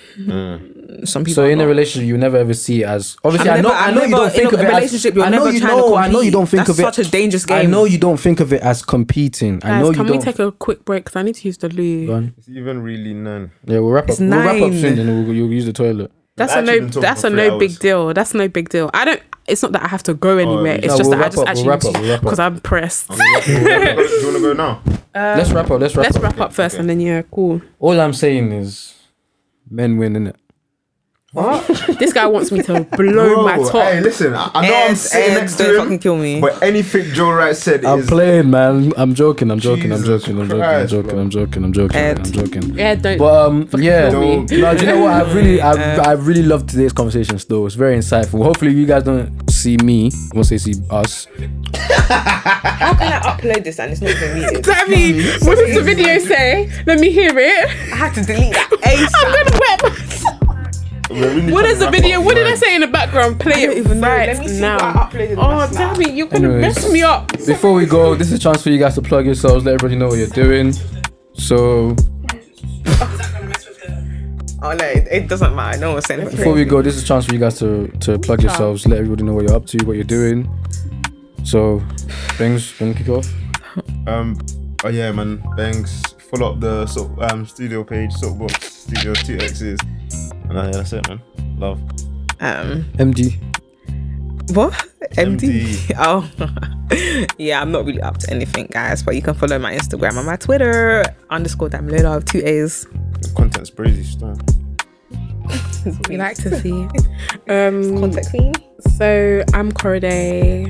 Some people.
Mm. So
are
in a
not.
relationship, you never ever see it as obviously.
I'm
I know,
never-
I
I'm
know you
never-
don't think
in a
of it
relationship,
as.
you're
I know
never
you
trying to
know. I know you
compete.
don't think
That's
of it.
such a dangerous
I
game.
know you don't think of it as competing. I know
Guys,
you
can
don't.
we take a quick break? Because I need to use the
Go
loo.
on.
It's even really none.
Yeah, we'll wrap up.
It's
We'll wrap up
nine.
soon, and we'll, you'll use the toilet.
That's a
Actually,
no.
been talking
That's
for
a
three
no big
hours.
deal. That's no big deal. I don't. It's not that I have to go anywhere. it's
No,
just
we'll
that I
wrap
just
up, we'll
actually
wrap up, we'll wrap up.
because I'm pressed.
Do you want to go now?
let's
Um,
wrap up. Let's wrap
Let's
up.
wrap up first, and then yeah, cool.
All I'm saying is, men win, innit?
This guy wants me to blow my
Bro,
top.
Hey, listen, I, I know I'm
Eds,
sitting
Eds,
next to
don't
him.
fucking kill me.
But anything Joe Wright said
I'm
is.
playing, man. I'm joking. I'm joking. I'm
Jesus
joking. I'm
Christ,
joking.
bro.
I'm joking. I'm joking. I'm
Ed.
joking. I'm joking.
yeah, don't.
But um, yeah, no,
Don't
do you know what? I really, I, I really loved today's conversations. Though it's very insightful. Hopefully, you guys don't see me. I won't say see us.
How can I upload this and it's not even me?
Sammy, what does the video say? Let me hear
I
it.
had to delete that.
I'm gonna wet.
We're really
What
trying
is
to
the
wrap
video?
up,
What did I
man.
say in the background? Play it
even know.
right
Let me see
now.
what I uploaded
oh,
last
damn
night.
it! You're gonna
Anyways.
mess me up.
Before we go, this is a chance for you guys to plug yourselves. Let everybody know what you're doing. So
Oh no, it, it doesn't matter. No one's saying anything.
before we go, this is a chance for you guys to to plug yourselves. Let everybody know what you're up to, what you're doing. So things gonna kick off.
Um, oh yeah, man. Thanks. Follow up the so, um studio page, Soapbox Studio Two X's. And uh, yeah, that's it, man. Love.
Um,
MD.
what? MD.
MD.
Oh, yeah. I'm not really up to anything, guys. But you can follow my Instagram and my Twitter underscore Damlola with two A's.
Content's crazy stuff.
We like to see. Um,
Contact queen.
so I'm Corriday.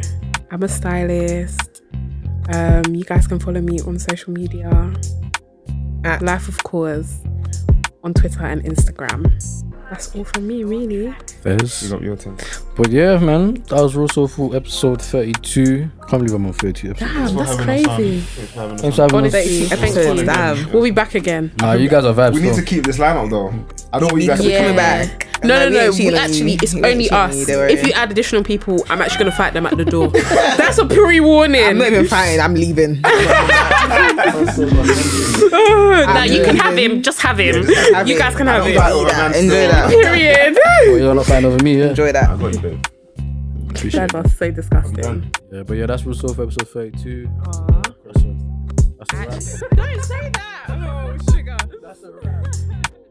I'm a stylist. Um, you guys can follow me on social media at Life of Cause on Twitter and Instagram. That's all from me, really.
Fez.
Big up your team.
But yeah, man, that was Real Soulful episode 32. Can't believe I'm on 32 episodes.
Damn, that's
Having us on.
crazy.
Thanks for having us
Thanks
on.
for having us.
Honestly, I think
Thanks for having us on.
Damn.
we'll be back again.
Nah, you guys are vibes.
We need
though.
to keep this lineup though. I don't want you guys
We're
to
coming
come back.
back.
No, no,
we
no.
ain't cheating
We'll
on you.
actually, it's
We ain't
only
cheating on
us.
you, don't worry.
If you add additional people, I'm actually gonna fight them at the door. That's a pre-warning.
I'm not even fighting. I'm leaving.
Nah, you can have him. Just have him.
have
you
it.
guys can
I
have
don't
him.
fight over man's
Enjoy
stuff.
that.
Period.
Well, you're not fighting over me, yeah?
Enjoy that.
I got you, babe.
Appreciate
That
it.
was so disgusting.
Done.
Yeah, but yeah, that's Real Soulful episode 32. That's a wrap.
Don't say that. Oh, sugar.
That's a wrap.